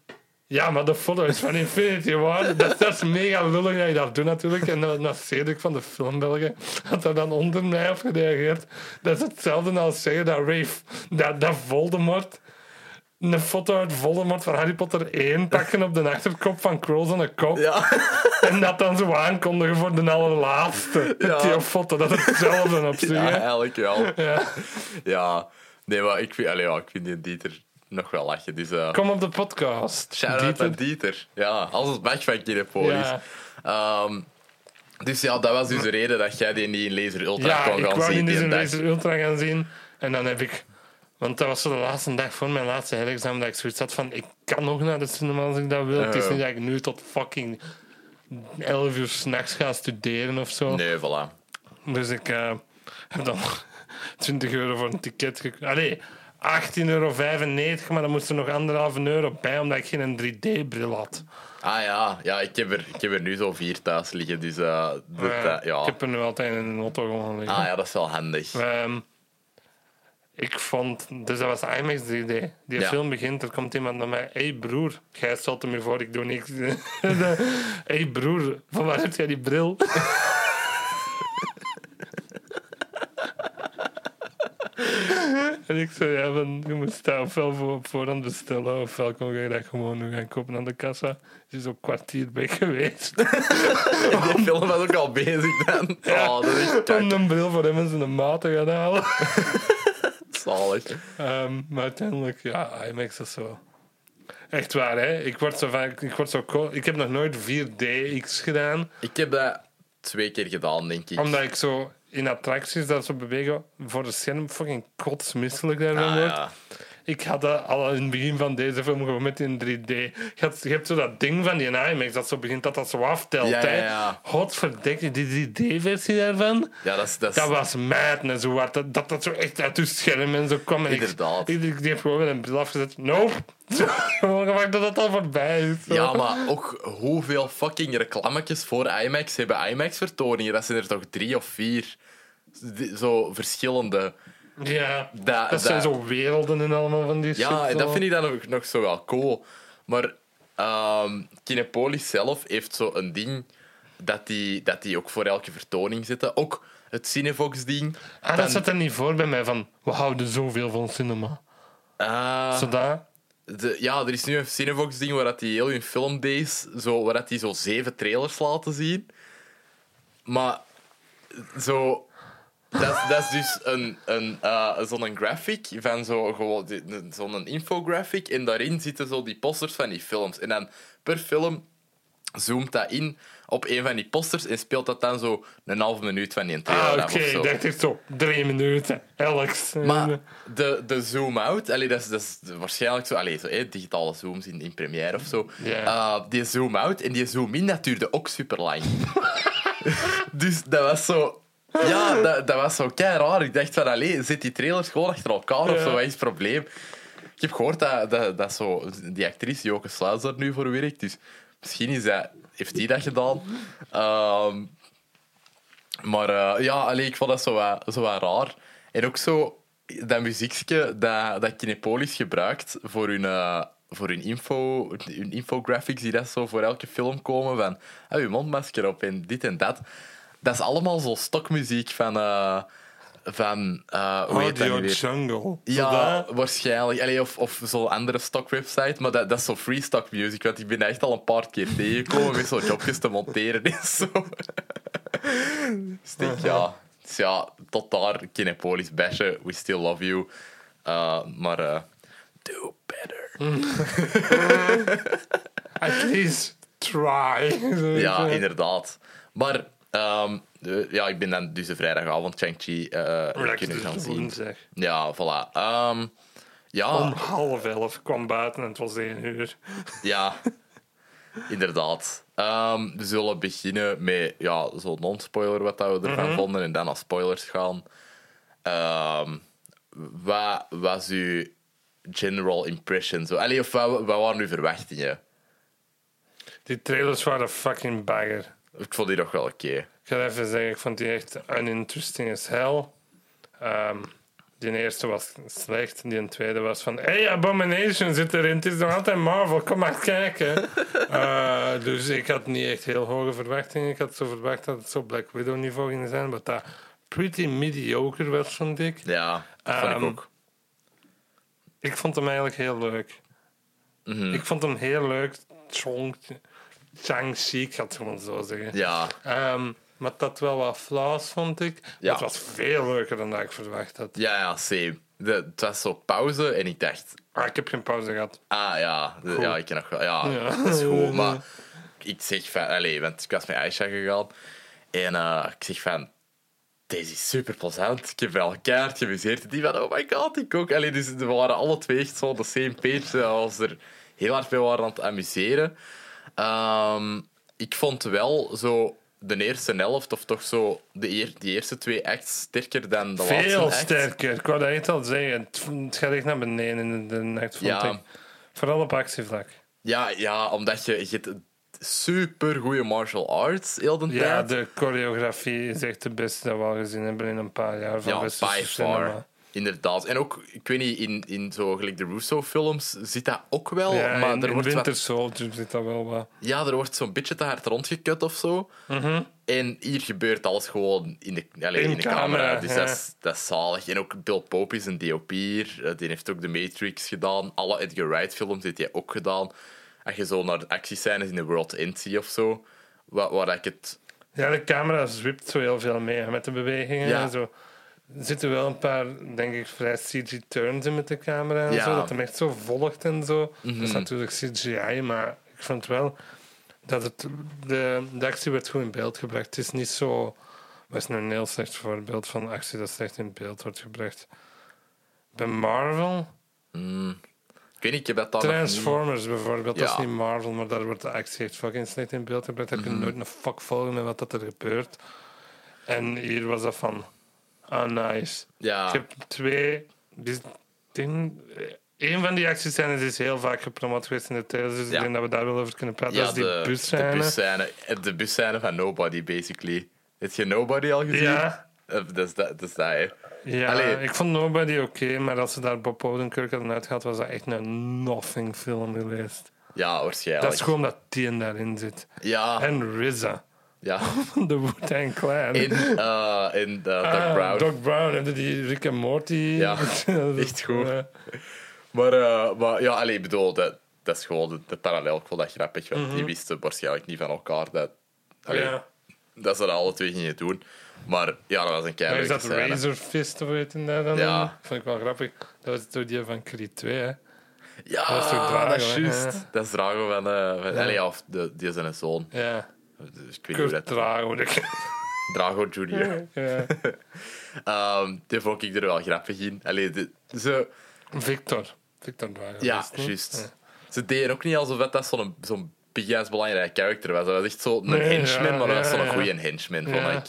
Speaker 2: Ja, maar de foto is van Infinity War. *laughs* Dat, dat is mega lullig dat je dat doet natuurlijk. En dan dat Cedric van de film België had daar dan onder mij op gereageerd. Dat is hetzelfde als zeggen dat Rafe, dat, dat Voldemort, een foto uit Voldemort van Harry Potter 1 pakken op de achterkop van Kroos aan de kop.
Speaker 1: Ja,
Speaker 2: En dat dan zo aankondigen voor de allerlaatste.
Speaker 1: Ja.
Speaker 2: Die foto, dat is hetzelfde op zich.
Speaker 1: ja
Speaker 2: hè.
Speaker 1: eigenlijk wel.
Speaker 2: Ja.
Speaker 1: Ja, nee, maar ik vind, allee, ja, ik vind die Dieter nog wel lachen. Dus, eh
Speaker 2: Kom op de podcast.
Speaker 1: Shout-out
Speaker 2: Dieter.
Speaker 1: aan Dieter. Ja, als het match van Kinepolis.
Speaker 2: Ja.
Speaker 1: Ehm, dus ja, dat was dus de reden dat jij die niet in Laser Ultra
Speaker 2: Ja,
Speaker 1: kon
Speaker 2: ik
Speaker 1: gaan
Speaker 2: wou
Speaker 1: zien
Speaker 2: niet eens
Speaker 1: die
Speaker 2: een
Speaker 1: dag.
Speaker 2: Laser Ultra gaan zien. En dan heb ik... Want dat was zo de laatste dag voor mijn laatste herexamen dat ik zoiets had van... Ik kan nog naar de cinema als ik dat wil. Het is
Speaker 1: Ja.
Speaker 2: niet dat ik nu tot fucking 11 uur s'nachts ga studeren of zo.
Speaker 1: Nee, voilà.
Speaker 2: Dus ik eh, heb dan *laughs* 20 euro voor een ticket gekregen. Allee, 18,95 euro, maar dan moest er nog anderhalve euro bij omdat ik geen 3D-bril had.
Speaker 1: Ah ja, ja ik, heb er, ik heb er nu zo vier thuis liggen, dus eh, dat,
Speaker 2: Maar
Speaker 1: eh, ja.
Speaker 2: Ik heb er nu altijd in de auto gewoon liggen.
Speaker 1: Ah ja, dat is wel handig.
Speaker 2: Ehm, ik vond, dus dat was IMAX 3D. Die
Speaker 1: Ja.
Speaker 2: film begint, er komt iemand naar mij. Hé hey broer, jij stelt hem hier voor, ik doe niks. *laughs* Hé hey broer, van waar heb jij die bril? *laughs* en ik zei, ja, van, je moet daar ofwel voor, op voorhand bestellen, ofwel kon je dat gewoon nu gaan kopen aan de kassa. Het is ook kwartier bij geweest.
Speaker 1: *laughs*
Speaker 2: *laughs*
Speaker 1: Die film was ook al bezig dan. Oh, dat is echt
Speaker 2: Om
Speaker 1: kak,
Speaker 2: een bril voor hem en zijn maat te gaan halen.
Speaker 1: zalig.
Speaker 2: Ehm, maar uiteindelijk, ja, IMAX is zo. Echt waar, hè? Ik word zo vaak, ik word zo ko- Ik heb nog nooit 4DX gedaan,
Speaker 1: Ik heb dat twee keer gedaan, denk ik.
Speaker 2: omdat ik zo in attracties dat zo bewegen voor de scherm fucking kotsmisselijk daarvan
Speaker 1: Ah,
Speaker 2: word.
Speaker 1: ja.
Speaker 2: Ik had dat al in het begin van deze film gewoon met in 3D. Je, had- je hebt zo dat ding van die IMAX dat zo begint dat dat zo aftelt.
Speaker 1: Ja,
Speaker 2: hè?
Speaker 1: ja, ja.
Speaker 2: Godverdikke, die 3D-versie daarvan.
Speaker 1: ja, dat is... Dat is
Speaker 2: Dat was madness, hoe hard dat, dat, dat zo echt uit uw scherm en zo kwam. En ik-
Speaker 1: Inderdaad.
Speaker 2: Ik, ik, die heeft gewoon met een bril afgezet. Nope. *laughs* gewoon gemaakt dat dat al voorbij is.
Speaker 1: Ja, maar ook hoeveel fucking reclametjes voor IMAX hebben IMAX-vertoningen? Dat zijn er toch drie of vier? Die- Zo verschillende.
Speaker 2: Ja,
Speaker 1: Dat,
Speaker 2: dat, zijn zo werelden en allemaal van die
Speaker 1: Ja,
Speaker 2: shit.
Speaker 1: dat vind ik dan nog, nog zo wel cool. Maar ehm Kinepolis zelf heeft zo een ding dat die, dat die ook voor elke vertoning zitten. Ook het Cinefox-ding.
Speaker 2: Ah,
Speaker 1: Dan-
Speaker 2: dat zat er niet voor bij mij van we houden zoveel van cinema.
Speaker 1: Ah.
Speaker 2: Zodat.
Speaker 1: De- ja, er is nu een Cinevox-ding waar dat die heel hun filmdays, zo, waar dat die zo zeven trailers laten zien. Maar zo. Dat, is- dat is dus een, een, eh, zo'n graphic van zo, gewoon die- een- zo'n infographic. En daarin zitten zo die posters van die films. En dan per film zoomt dat in op een van die posters en speelt dat dan zo een half minuut van die trailer
Speaker 2: Ah,
Speaker 1: af
Speaker 2: oké,
Speaker 1: of zo.
Speaker 2: ik dacht echt zo. Drie minuten, Alex.
Speaker 1: Maar de, de zoom-out, allee, dat, is, dat is waarschijnlijk zo, allee, zo hè, digitale zooms in, in Premiere of zo.
Speaker 2: Ja.
Speaker 1: Eh, die zoom-out en die zoom-in, dat duurde ook super lang. *laughs* dus dat was zo. Ja, dat, dat was zo kei raar. Ik dacht van, allee, zit die trailers gewoon achter elkaar of
Speaker 2: Ja.
Speaker 1: zo, wat is het probleem? Ik heb gehoord dat, dat, dat zo, die actrice Joke Sluis daar nu voor werkt, dus misschien is dat, heeft die dat gedaan. Ehm, maar eh, ja, allee, ik vond dat zo wat, zo wat raar. En ook zo dat muziekje dat, dat Kinepolis gebruikt voor hun, eh, voor hun, info, hun infographics die dat zo voor elke film komen. Van, ah, je mondmasker op en dit en dat. Dat is allemaal zo stokmuziek van... eh, van eh hoe heet dat nu
Speaker 2: Audio
Speaker 1: weer?
Speaker 2: Jungle.
Speaker 1: Ja,
Speaker 2: Zodat-
Speaker 1: waarschijnlijk. Allee, of of zo'n andere stockwebsite. Maar dat, dat is zo free stock music. Want ik ben daar echt al een paar keer tegengekomen met zo'n jobjes te monteren. En zo. Dus ik denk, ja. Dus ja, tot daar. Kinepolis bashen. We still love you. Eh, maar eh, do better.
Speaker 2: At least try.
Speaker 1: Ja, inderdaad. Maar ehm, de- ja, ik ben dan dus de vrijdagavond Chang-Chi eh,
Speaker 2: Relax,
Speaker 1: kunnen
Speaker 2: dus
Speaker 1: gaan zien.
Speaker 2: woensdag.
Speaker 1: Ja, voilà. Ehm, ja.
Speaker 2: Om half elf kwam buiten en het was één uur.
Speaker 1: Ja, inderdaad. Ehm, we zullen beginnen met ja, zo'n non-spoiler wat dat we ervan
Speaker 2: Mhm.
Speaker 1: vonden en dan naar spoilers gaan. Ehm, wat was uw general impression? Zo, allee, of wat, wat waren uw verwachtingen?
Speaker 2: Die trailers waren fucking bagger.
Speaker 1: Ik vond die nog wel oké.
Speaker 2: Ik ga even zeggen, ik vond die echt uninteresting as hell. Ehm, die eerste was slecht, die tweede was van... Hey, Abomination zit erin, het is nog altijd Marvel, kom maar kijken. Eh, dus ik had niet echt heel hoge verwachtingen. Ik had zo verwacht dat het zo Black Widow niveau ging zijn, wat dat pretty mediocre was, vond ik.
Speaker 1: Ja, dat vond ik
Speaker 2: Ehm,
Speaker 1: ook.
Speaker 2: Ik vond hem eigenlijk heel leuk. Ik vond hem heel leuk. Chong, Chang-Chi, ik ga het gewoon zo zeggen.
Speaker 1: Ja,
Speaker 2: Ehm, maar dat wel wat flaws, vond ik.
Speaker 1: Ja.
Speaker 2: Dat was veel leuker dan dat ik verwacht had.
Speaker 1: ja, ja, same. De, het was zo pauze en ik dacht,
Speaker 2: Ah, ik heb geen pauze gehad.
Speaker 1: Ah ja, de- ja ik ken nog wel. Ja,
Speaker 2: Ja.
Speaker 1: *laughs* dat is goed.
Speaker 2: Mm-hmm.
Speaker 1: Maar ik zeg van, allez, want ik was met Aisha gegaan en eh, ik zeg van, deze is super plezant. Ik heb wel kaart gemuseerd. Die van, oh my god, ik ook. Allee, dus we waren alle twee echt zo op de same page. eh, Als er heel hard mee waren aan het amuseren. Ehm, ik vond wel zo de eerste helft, of toch zo de eer- die eerste twee acts sterker dan de
Speaker 2: Veel
Speaker 1: laatste act.
Speaker 2: sterker. Ik wou dat echt al zeggen. Het, het gaat echt naar beneden in de, de nacht, vond
Speaker 1: Ja.
Speaker 2: ik. Vooral op actievlak.
Speaker 1: Ja, ja, omdat je, je hebt super goede martial arts heel de
Speaker 2: Ja,
Speaker 1: tijd.
Speaker 2: de choreografie is echt de beste dat we al gezien hebben in een paar jaar. Van
Speaker 1: Ja,
Speaker 2: westerse
Speaker 1: by
Speaker 2: cinema.
Speaker 1: far. Inderdaad. En ook, ik weet niet, in, in zo gelijk de Russo-films zit dat ook wel.
Speaker 2: Ja,
Speaker 1: maar
Speaker 2: in,
Speaker 1: er
Speaker 2: in
Speaker 1: wordt wat-
Speaker 2: Winter Soldier zit dat wel wat.
Speaker 1: ja, er wordt zo'n beetje te hard rondgekut of zo. En hier gebeurt alles gewoon in de, allee,
Speaker 2: Mhm. In
Speaker 1: in de camera.
Speaker 2: camera,
Speaker 1: Dus
Speaker 2: ja.
Speaker 1: dat, is, dat is zalig. En ook Bill Pope is een DOP hier. Eh, Die heeft ook The Matrix gedaan. Alle Edgar Wright-films heeft hij ook gedaan. Als je zo naar de actiescènes in The World End ziet of zo, waar, waar ik het
Speaker 2: Ja, de camera zwipt zo heel veel mee hè, met de bewegingen
Speaker 1: Ja.
Speaker 2: en zo. Er zitten wel een paar, denk ik, vrij CG-turns in met de camera en
Speaker 1: Ja. Mhm.
Speaker 2: zo. Dat hem echt zo volgt en zo. Dat is natuurlijk CGI, maar ik vond wel dat het, de, de actie werd goed in beeld gebracht. Het is niet zo... Dat is nu een heel slecht voorbeeld van actie dat slecht in beeld wordt gebracht. Bij Marvel...
Speaker 1: Ik weet niet, ik heb dat dan nog niet-
Speaker 2: Transformers bijvoorbeeld, dat
Speaker 1: Ja.
Speaker 2: is niet Marvel, maar daar wordt de actie echt fucking slecht in beeld gebracht. Daar kun
Speaker 1: Mhm.
Speaker 2: je nooit een fuck volgen met wat dat er gebeurt. En hier was dat van, ah nice.
Speaker 1: Ja.
Speaker 2: Ik heb twee, die, die- een van die actiescènes is heel vaak gepromoot geweest in de trailers, dus
Speaker 1: Ja.
Speaker 2: ik denk dat we daar wel over kunnen praten.
Speaker 1: ja,
Speaker 2: dat is die
Speaker 1: de,
Speaker 2: busscène.
Speaker 1: De busscène, Eh, de busscène van Nobody, basically. Heb je Nobody al gezien?
Speaker 2: Ja.
Speaker 1: Eh, Dat is dat, dat, is dat hè.
Speaker 2: Ja,
Speaker 1: Allee.
Speaker 2: ik vond Nobody oké, maar als ze daar Bob Odenkirk hadden uitgehaald, was dat echt een nothing film geweest.
Speaker 1: Ja, waarschijnlijk.
Speaker 2: Dat is gewoon dat Tien daarin zit.
Speaker 1: Ja,
Speaker 2: En RZA
Speaker 1: ja.
Speaker 2: van *laughs* de Wu-Tang Clan.
Speaker 1: In, eh in eh, Doc
Speaker 2: Ah,
Speaker 1: Brown.
Speaker 2: Doc Brown, hebben die Rick en Morty.
Speaker 1: Ja,
Speaker 2: *laughs* Dat is-
Speaker 1: echt goed.
Speaker 2: eh,
Speaker 1: Maar, eh, maar ja, allee, ik bedoel, dat, dat is gewoon de, de parallel. Ik vond dat grappig, want die wisten waarschijnlijk niet van elkaar dat, allee,
Speaker 2: Mhm. ja.
Speaker 1: dat ze dat alle twee gingen doen. Maar ja, dat was een
Speaker 2: Maar
Speaker 1: keihard
Speaker 2: is dat Razor Fist of weet je dat nou dan?
Speaker 1: Ja.
Speaker 2: Vond ik wel grappig. Dat was door die van Creed 2, hè.
Speaker 1: Ja,
Speaker 2: Dat is toch Drago,
Speaker 1: dat is
Speaker 2: hè?
Speaker 1: juist.
Speaker 2: Ja.
Speaker 1: Dat is Drago van... eh van
Speaker 2: Ja.
Speaker 1: Allee, ja, of de, die is een zoon.
Speaker 2: Ja.
Speaker 1: Dus ik weet niet hoe
Speaker 2: Kurt
Speaker 1: dat...
Speaker 2: Drago. dat-
Speaker 1: *laughs* Drago Jr.
Speaker 2: Ja.
Speaker 1: Ehm die vond ik er wel grappig in. Allee, de, ze...
Speaker 2: Victor. Victor Drago.
Speaker 1: Ja,
Speaker 2: is het niet?
Speaker 1: juist.
Speaker 2: Ja.
Speaker 1: Ze deden ook niet alsof dat zo'n zo'n big-ass belangrijk karakter was. Dat was echt zo'n
Speaker 2: Nee,
Speaker 1: henchman,
Speaker 2: ja,
Speaker 1: maar dat was
Speaker 2: ja,
Speaker 1: zo'n
Speaker 2: ja.
Speaker 1: goede henchman, vond
Speaker 2: Ja.
Speaker 1: ik.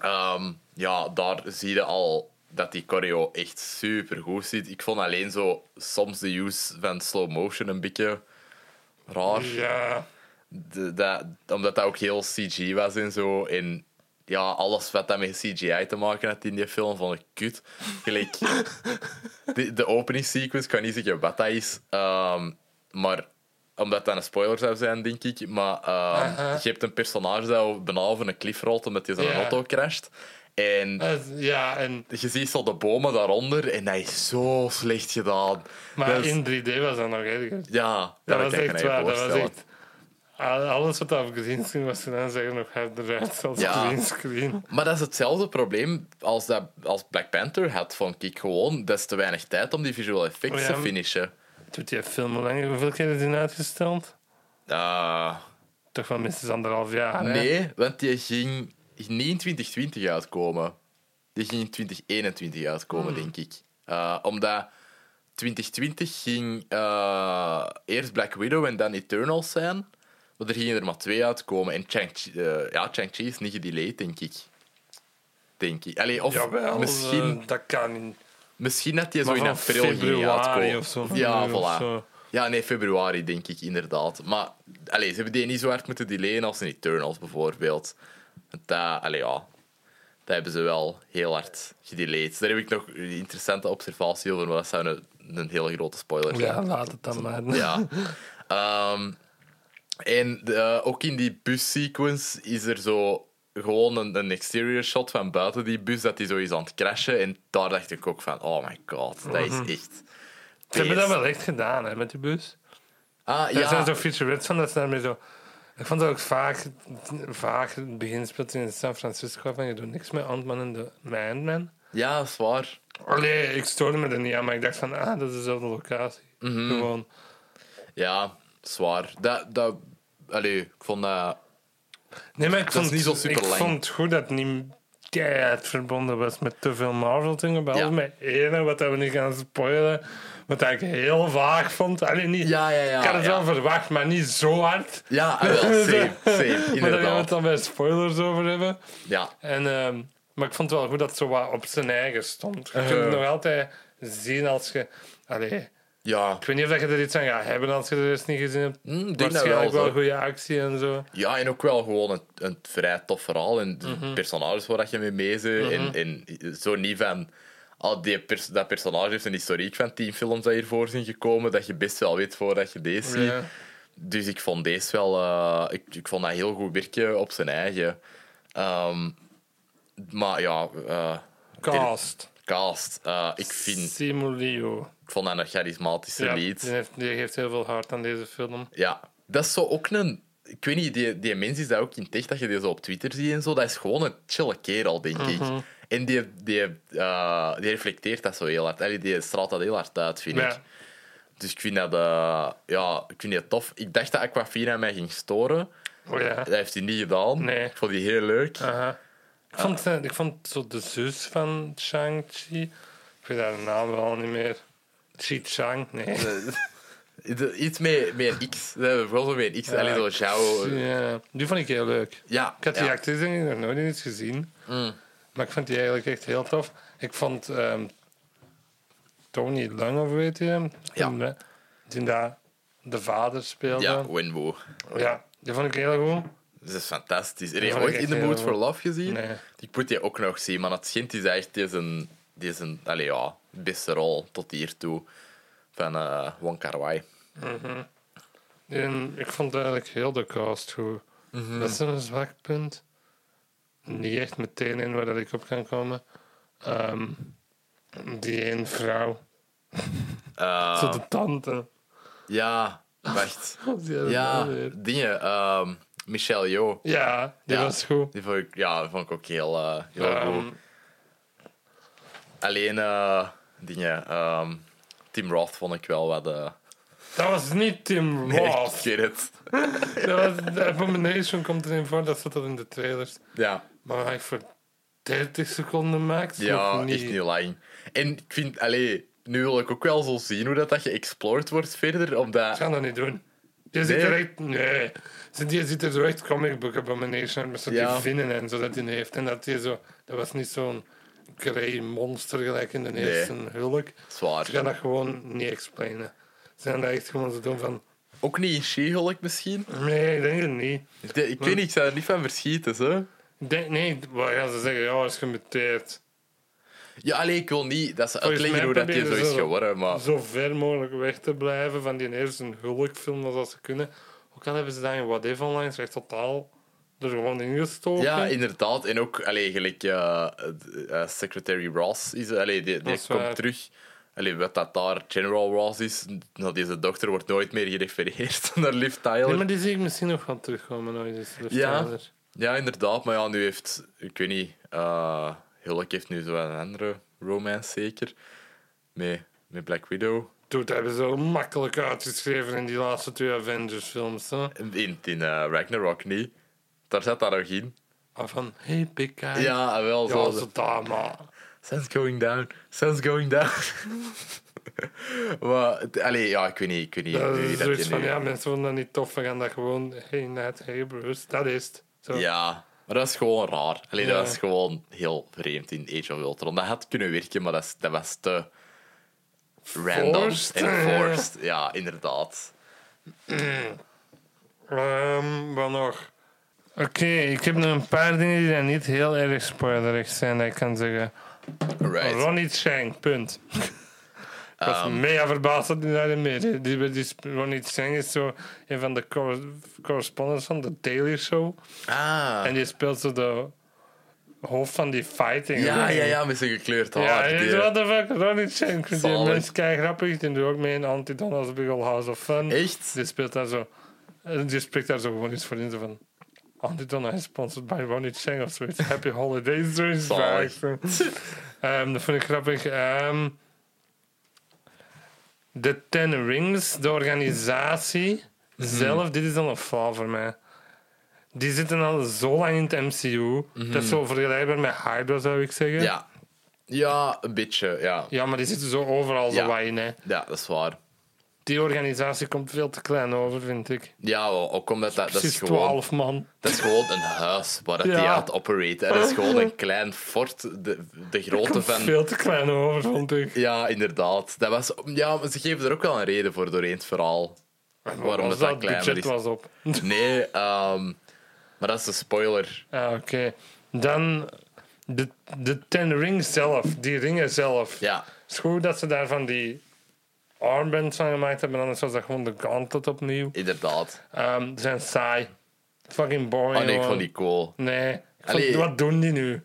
Speaker 1: Ehm, ja, daar zie je al dat die choreo echt super goed zit. Ik vond alleen zo soms de use van slow motion een beetje raar.
Speaker 2: Ja.
Speaker 1: De- dat, omdat dat ook heel CG was en zo. En ja, alles wat dat met CGI te maken had in die film, vond ik kut. Gelijk,
Speaker 2: *laughs*
Speaker 1: de, de opening sequence, ik kan niet zeggen wat dat is. ehm, maar omdat dat een spoiler zou zijn, denk ik. Maar ehm,
Speaker 2: Aha.
Speaker 1: je hebt een personage dat bijna over een klif rolt omdat hij zijn
Speaker 2: Uh-huh. Ja.
Speaker 1: auto crasht. En
Speaker 2: Eh, Ja, en...
Speaker 1: je ziet zo de bomen daaronder en dat is zo slecht gedaan.
Speaker 2: Maar
Speaker 1: Dat is-
Speaker 2: in 3D was dat nog erger.
Speaker 1: ja, ja,
Speaker 2: Dat,
Speaker 1: kan
Speaker 2: was
Speaker 1: ik me
Speaker 2: echt
Speaker 1: niet
Speaker 2: waar. Dat was
Speaker 1: voorstellen.
Speaker 2: echt... Al- Alles wat op green screen was gedaan, zeggen nog harder uit als
Speaker 1: Ja.
Speaker 2: green screen.
Speaker 1: Maar dat is hetzelfde probleem als, dat, als Black Panther had, vond ik gewoon. Dat is te weinig tijd om die visual effects
Speaker 2: Ja,
Speaker 1: te
Speaker 2: maar-
Speaker 1: finishen.
Speaker 2: Doet die film hoe lang? Hoeveel keer is die uitgesteld?
Speaker 1: Ah,
Speaker 2: Toch wel minstens anderhalf jaar, hè?
Speaker 1: nee, want die ging niet in 2020 uitkomen. Die ging in 2021 uitkomen,
Speaker 2: Hmm.
Speaker 1: denk ik. Eh, omdat 2020 ging eh, eerst Black Widow en dan Eternals zijn. Maar er gingen er maar twee uitkomen. En Shang-Chi eh, ja, Shang-Chi is niet gedelayed, denk ik. Denk ik. Allee, of
Speaker 2: Jawel,
Speaker 1: misschien...
Speaker 2: eh, dat kan in
Speaker 1: Misschien dat die zo
Speaker 2: Maar
Speaker 1: in
Speaker 2: van
Speaker 1: april ging
Speaker 2: februari
Speaker 1: uitkomen.
Speaker 2: of zo, van
Speaker 1: ja,
Speaker 2: nu of
Speaker 1: voilà.
Speaker 2: zo.
Speaker 1: Ja, nee, februari denk ik inderdaad. Maar allee, ze hebben die niet zo hard moeten delayen als in Eternals bijvoorbeeld. Want Dat, allee, ja, dat hebben ze wel heel hard gedelayed. Daar heb ik nog een interessante observatie over, maar dat zou een, een hele grote spoiler zijn.
Speaker 2: Ja, laat het dan maar.
Speaker 1: Ja. Ehm, en eh, ook in die bussequence is er zo gewoon een, een exterior shot van buiten die bus dat die zo is aan het crashen. En daar dacht ik ook van, oh my god, dat is echt...
Speaker 2: Mhm. Ze hebben dat wel echt gedaan, hè, met die bus.
Speaker 1: Ah,
Speaker 2: Daar zijn
Speaker 1: ja.
Speaker 2: zo featurettes van, dat ze daarmee zo... Ik vond dat ook vaak, vaak het begin speelt in San Francisco van je doet niks met Ant-Man en de Mindman.
Speaker 1: ja, dat is waar.
Speaker 2: Allee, ik stoorde me er niet aan, maar ik dacht van, ah, dat is dezelfde locatie. Gewoon.
Speaker 1: Ja, zwaar. Dat, dat, allee, ik vond dat...
Speaker 2: Nee, maar ik
Speaker 1: Dat is
Speaker 2: vond,
Speaker 1: niet zo super
Speaker 2: ik
Speaker 1: lang.
Speaker 2: vond het goed dat het niet keihard verbonden was met te veel Marvel-dingen. Behalve
Speaker 1: Ja.
Speaker 2: met ene, wat dat we niet gaan spoilen. Wat ik heel vaag vond. Allee, niet,
Speaker 1: Ja, ja, ja,
Speaker 2: ik had het
Speaker 1: ja.
Speaker 2: wel verwacht, maar niet zo hard.
Speaker 1: Ja, ah, wel, same, same,
Speaker 2: *laughs* maar daar gaan we het
Speaker 1: inderdaad.
Speaker 2: dan bij spoilers over hebben.
Speaker 1: Ja,
Speaker 2: En, ehm, maar ik vond het wel goed dat het zo wat op zijn eigen stond. Je kunt het
Speaker 1: Uh-huh.
Speaker 2: nog altijd zien als je... Allee,
Speaker 1: ja.
Speaker 2: ik weet niet of dat je er iets aan gaat hebben als je de rest niet gezien hebt.
Speaker 1: Hm, ik denk dat wel,
Speaker 2: Waarschijnlijk wel
Speaker 1: zo.
Speaker 2: goede actie en zo.
Speaker 1: Ja, en ook wel gewoon een, een vrij tof verhaal. En
Speaker 2: Mhm.
Speaker 1: personages waar dat je mee mee zit. en, en zo niet van... Al die pers- dat personage heeft een historiek van tien films dat hiervoor zijn gekomen. Dat je best wel weet voordat je deze ziet.
Speaker 2: Ja.
Speaker 1: Dus ik vond deze wel... eh, ik, ik vond dat heel goed werken op zijn eigen. Ehm, maar ja... eh,
Speaker 2: Cast.
Speaker 1: cast. eh, ik, vind,
Speaker 2: Simu Liu.
Speaker 1: ik vond dat een charismatische
Speaker 2: Ja,
Speaker 1: lead.
Speaker 2: Die, heeft, die geeft heel veel hart aan deze film.
Speaker 1: Ja, dat is zo ook een. Ik weet niet, die, die mens is dat ook in tech, dat je die zo op Twitter ziet en zo. Dat is gewoon een chille kerel, denk
Speaker 2: Mhm.
Speaker 1: ik. En die, die, eh, die reflecteert dat zo heel hard. Allee, die straalt dat heel hard uit, vind ik.
Speaker 2: Ja.
Speaker 1: Dus ik vind dat eh, ja, ik vind dat tof. Ik dacht dat Aquafina mij ging storen.
Speaker 2: Oh ja.
Speaker 1: Dat heeft hij niet gedaan.
Speaker 2: Nee.
Speaker 1: Ik vond die heel leuk.
Speaker 2: Aha. Ik,
Speaker 1: Ah.
Speaker 2: vond, eh, ik vond zo de zus van Shang-Chi. Ik weet haar naam wel niet meer. Chi-Chang? Nee.
Speaker 1: *laughs* De- Iets met, met een X. Dat hebben we Vooral zo met een X. Allee, zo Zhao.
Speaker 2: Ja, die vond ik heel leuk.
Speaker 1: Ja,
Speaker 2: Ik had die
Speaker 1: ja. Mm.
Speaker 2: actrice denk ik nog nooit in iets gezien. Maar ik vond die eigenlijk echt heel tof. Ik vond ehm, Tony Lang, of weet je hem?
Speaker 1: Ja.
Speaker 2: Die, die daar de vader speelde.
Speaker 1: Ja,
Speaker 2: Ja.
Speaker 1: Wenbo.
Speaker 2: die vond ik heel goed.
Speaker 1: Dat is fantastisch. Heb je
Speaker 2: vond ik
Speaker 1: ooit
Speaker 2: echt
Speaker 1: In the
Speaker 2: heel
Speaker 1: Mood
Speaker 2: goed.
Speaker 1: for Love gezien?
Speaker 2: Nee.
Speaker 1: Ik moet die ook nog zien, maar het schijnt is echt deze, deze allee, ja, beste rol tot hiertoe van eh Wong Kar Wai.
Speaker 2: En ik vond eigenlijk heel de cast goed.
Speaker 1: Mhm.
Speaker 2: Dat is een zwak punt. Niet echt meteen in waar dat ik op kan komen. Ehm, die één
Speaker 1: *laughs*
Speaker 2: vrouw.
Speaker 1: Eh,
Speaker 2: Zo de tante.
Speaker 1: ja,
Speaker 2: *laughs*
Speaker 1: wacht.
Speaker 2: Die had het
Speaker 1: Ja,
Speaker 2: wel weer.
Speaker 1: dingen. ehm, Michelle Jo.
Speaker 2: ja, die
Speaker 1: Ja.
Speaker 2: was goed.
Speaker 1: Die vond ik, ja, die vond ik ook heel, eh, heel
Speaker 2: Ehm,
Speaker 1: goed. Alleen eh, dingen. ehm, Tim Roth vond ik wel wat. eh,
Speaker 2: dat was niet
Speaker 1: *laughs*
Speaker 2: Tim
Speaker 1: nee,
Speaker 2: Roth.
Speaker 1: ik weet het.
Speaker 2: Dat was- de Abomination komt erin voor, dat zit al in de trailers.
Speaker 1: Ja,
Speaker 2: Maar hij voor 30 seconden maakt. is
Speaker 1: ja
Speaker 2: nog niet.
Speaker 1: echt niet lang. En ik vind, allee, nu wil ik ook wel zo zien hoe dat, dat geëxplored wordt verder.
Speaker 2: Ik
Speaker 1: Omdat,
Speaker 2: ga dat niet doen. Je ziet
Speaker 1: Nee?
Speaker 2: er echt. Nee. Ze- Die ziet er zo echt comic book abomination uit, met zo
Speaker 1: Ja.
Speaker 2: die vinnen en zo dat hij heeft. En dat hij zo. Dat was niet zo'n grey monster gelijk in de eerste hulk. Ze gaan
Speaker 1: zwaar.
Speaker 2: dat gewoon niet explainen. Ze gaan dat echt gewoon zo doen van.
Speaker 1: Ook niet in She-Hulk misschien?
Speaker 2: Nee, ik denk het niet.
Speaker 1: Ik, denk- ik weet niet, ik zou er niet van verschieten. Zo.
Speaker 2: Ik denk, nee, wat gaan ze zeggen? Ja, hij is gemuteerd.
Speaker 1: Ja, alleen ik wil niet dat ze
Speaker 2: Volgens
Speaker 1: uitleggen
Speaker 2: mij
Speaker 1: hoe dat die zo
Speaker 2: proberen
Speaker 1: is
Speaker 2: ze-
Speaker 1: geworden, maar
Speaker 2: zo ver mogelijk weg te blijven van die eerste hulkfilm als dat ze kunnen. Ook al hebben ze dat in What If Online echt totaal er gewoon ingestoken.
Speaker 1: ja, inderdaad. En ook, allee, gelijk, eh, d- eh, Secretary Ross is, allee, die, die
Speaker 2: is
Speaker 1: komt
Speaker 2: waar.
Speaker 1: terug. Allee, wat dat daar General Ross is, nou, deze dokter wordt nooit meer gerefereerd *laughs* naar Liv Tyler.
Speaker 2: Nee, maar die zie ik misschien nog wel terugkomen ooit eens. de
Speaker 1: Ja.
Speaker 2: verteller.
Speaker 1: Ja, inderdaad. Maar ja, nu heeft, ik weet niet, eh Hulk heeft nu zo wel een andere romance zeker. Met, met Black Widow.
Speaker 2: Dude, dat hebben ze wel makkelijk uitgeschreven in die laatste twee Avengers-films. hè.
Speaker 1: In, in eh, Ragnarok niet. Daar zat dat nog in.
Speaker 2: Ah, Van, hey, PK.
Speaker 1: Ja, wel
Speaker 2: Ah,
Speaker 1: zo.
Speaker 2: ja zo daar, maar.
Speaker 1: Sun's going down. Sun's going down. *laughs* maar, het- allee, ja, ik weet niet. Ik weet niet
Speaker 2: Dat
Speaker 1: hoe
Speaker 2: is
Speaker 1: dat
Speaker 2: zoiets
Speaker 1: je
Speaker 2: van,
Speaker 1: nu-
Speaker 2: ja, mensen vonden dat niet tof. We gaan dat gewoon, hey, Nat, hey, Bruce. Dat is het. Zo.
Speaker 1: Ja, maar dat is gewoon raar. Allee,
Speaker 2: Ja.
Speaker 1: dat is gewoon heel vreemd in Age of Ultron. Dat had kunnen werken, maar dat, is- dat was te random
Speaker 2: Forced,
Speaker 1: en
Speaker 2: eh.
Speaker 1: forced. Ja, inderdaad.
Speaker 2: Ehm, wat nog? Oké, ik heb nog een paar dingen die dan niet heel erg spoilerig zijn, dat ik kan zeggen.
Speaker 1: Right. Um,
Speaker 2: Ronnie Chang, punt. ik was mega verbaasd dat hij daarin mee Die, die, die sp- Ronnie Chang is zo een van de corre- correspondents van The Daily Show.
Speaker 1: Ah.
Speaker 2: En die speelt zo de hoofd van die fighting.
Speaker 1: ja,
Speaker 2: ring.
Speaker 1: ja, ja, met zijn gekleurd
Speaker 2: Ja,
Speaker 1: haar.
Speaker 2: en
Speaker 1: die- eh,
Speaker 2: die, what the fuck, Ronnie Chang. Ik vind Die
Speaker 1: Zalig.
Speaker 2: mens kei grappig. Die doet ook mee in Anti-Donald's Big Ol' House of Fun.
Speaker 1: Echt?
Speaker 2: Die speelt daar zo. eh, Die spreekt daar zo gewoon iets voor in. zo van. Antidonna is sponsored by Ronnie Chang of zoiets. Happy Holidays, zoiets.
Speaker 1: Zalig.
Speaker 2: Ehm, dat vond ik grappig. Ehm, de Ten Rings, de organisatie
Speaker 1: Mhm.
Speaker 2: zelf, dit is dan een flaw voor mij. Die zitten al zo lang in het MCU. Dat is zo vergelijkbaar met Hydra, zou ik zeggen.
Speaker 1: Mhm. Ja. Ja, een beetje, ja.
Speaker 2: Ja, maar die zitten zo overal
Speaker 1: Ja.
Speaker 2: zo wat in. Hè.
Speaker 1: Ja, dat is waar.
Speaker 2: Die organisatie komt veel te klein over, vind ik.
Speaker 1: Ja, wel, ook omdat dat, dat,
Speaker 2: Precies
Speaker 1: is gewoon,
Speaker 2: 12 man.
Speaker 1: dat is gewoon een huis waar dat
Speaker 2: Ja.
Speaker 1: die aan het opereren. Dat is gewoon een klein fort,
Speaker 2: *laughs*
Speaker 1: de, de grootte
Speaker 2: Komt
Speaker 1: van...
Speaker 2: veel te klein over, vond ik.
Speaker 1: Ja, inderdaad. Dat was, ja, maar ze geven er ook wel een reden voor doorheen het verhaal. Waarom dat,
Speaker 2: Als
Speaker 1: dat
Speaker 2: dat
Speaker 1: kleiner
Speaker 2: budget
Speaker 1: is.
Speaker 2: was op.
Speaker 1: Nee, ehm, maar dat is een spoiler.
Speaker 2: Ah, oké. Dan de, de ten ring zelf, die ringen zelf.
Speaker 1: Ja,
Speaker 2: Het is goed dat ze daar van die armbands van gemaakt hebben, anders was dat gewoon de gauntlet opnieuw.
Speaker 1: inderdaad.
Speaker 2: Ehm, ze zijn saai. Fucking boring.
Speaker 1: Oh nee, ik
Speaker 2: gewoon.
Speaker 1: vond die cool.
Speaker 2: Nee. Ik vond-
Speaker 1: Allee.
Speaker 2: wat doen die nu?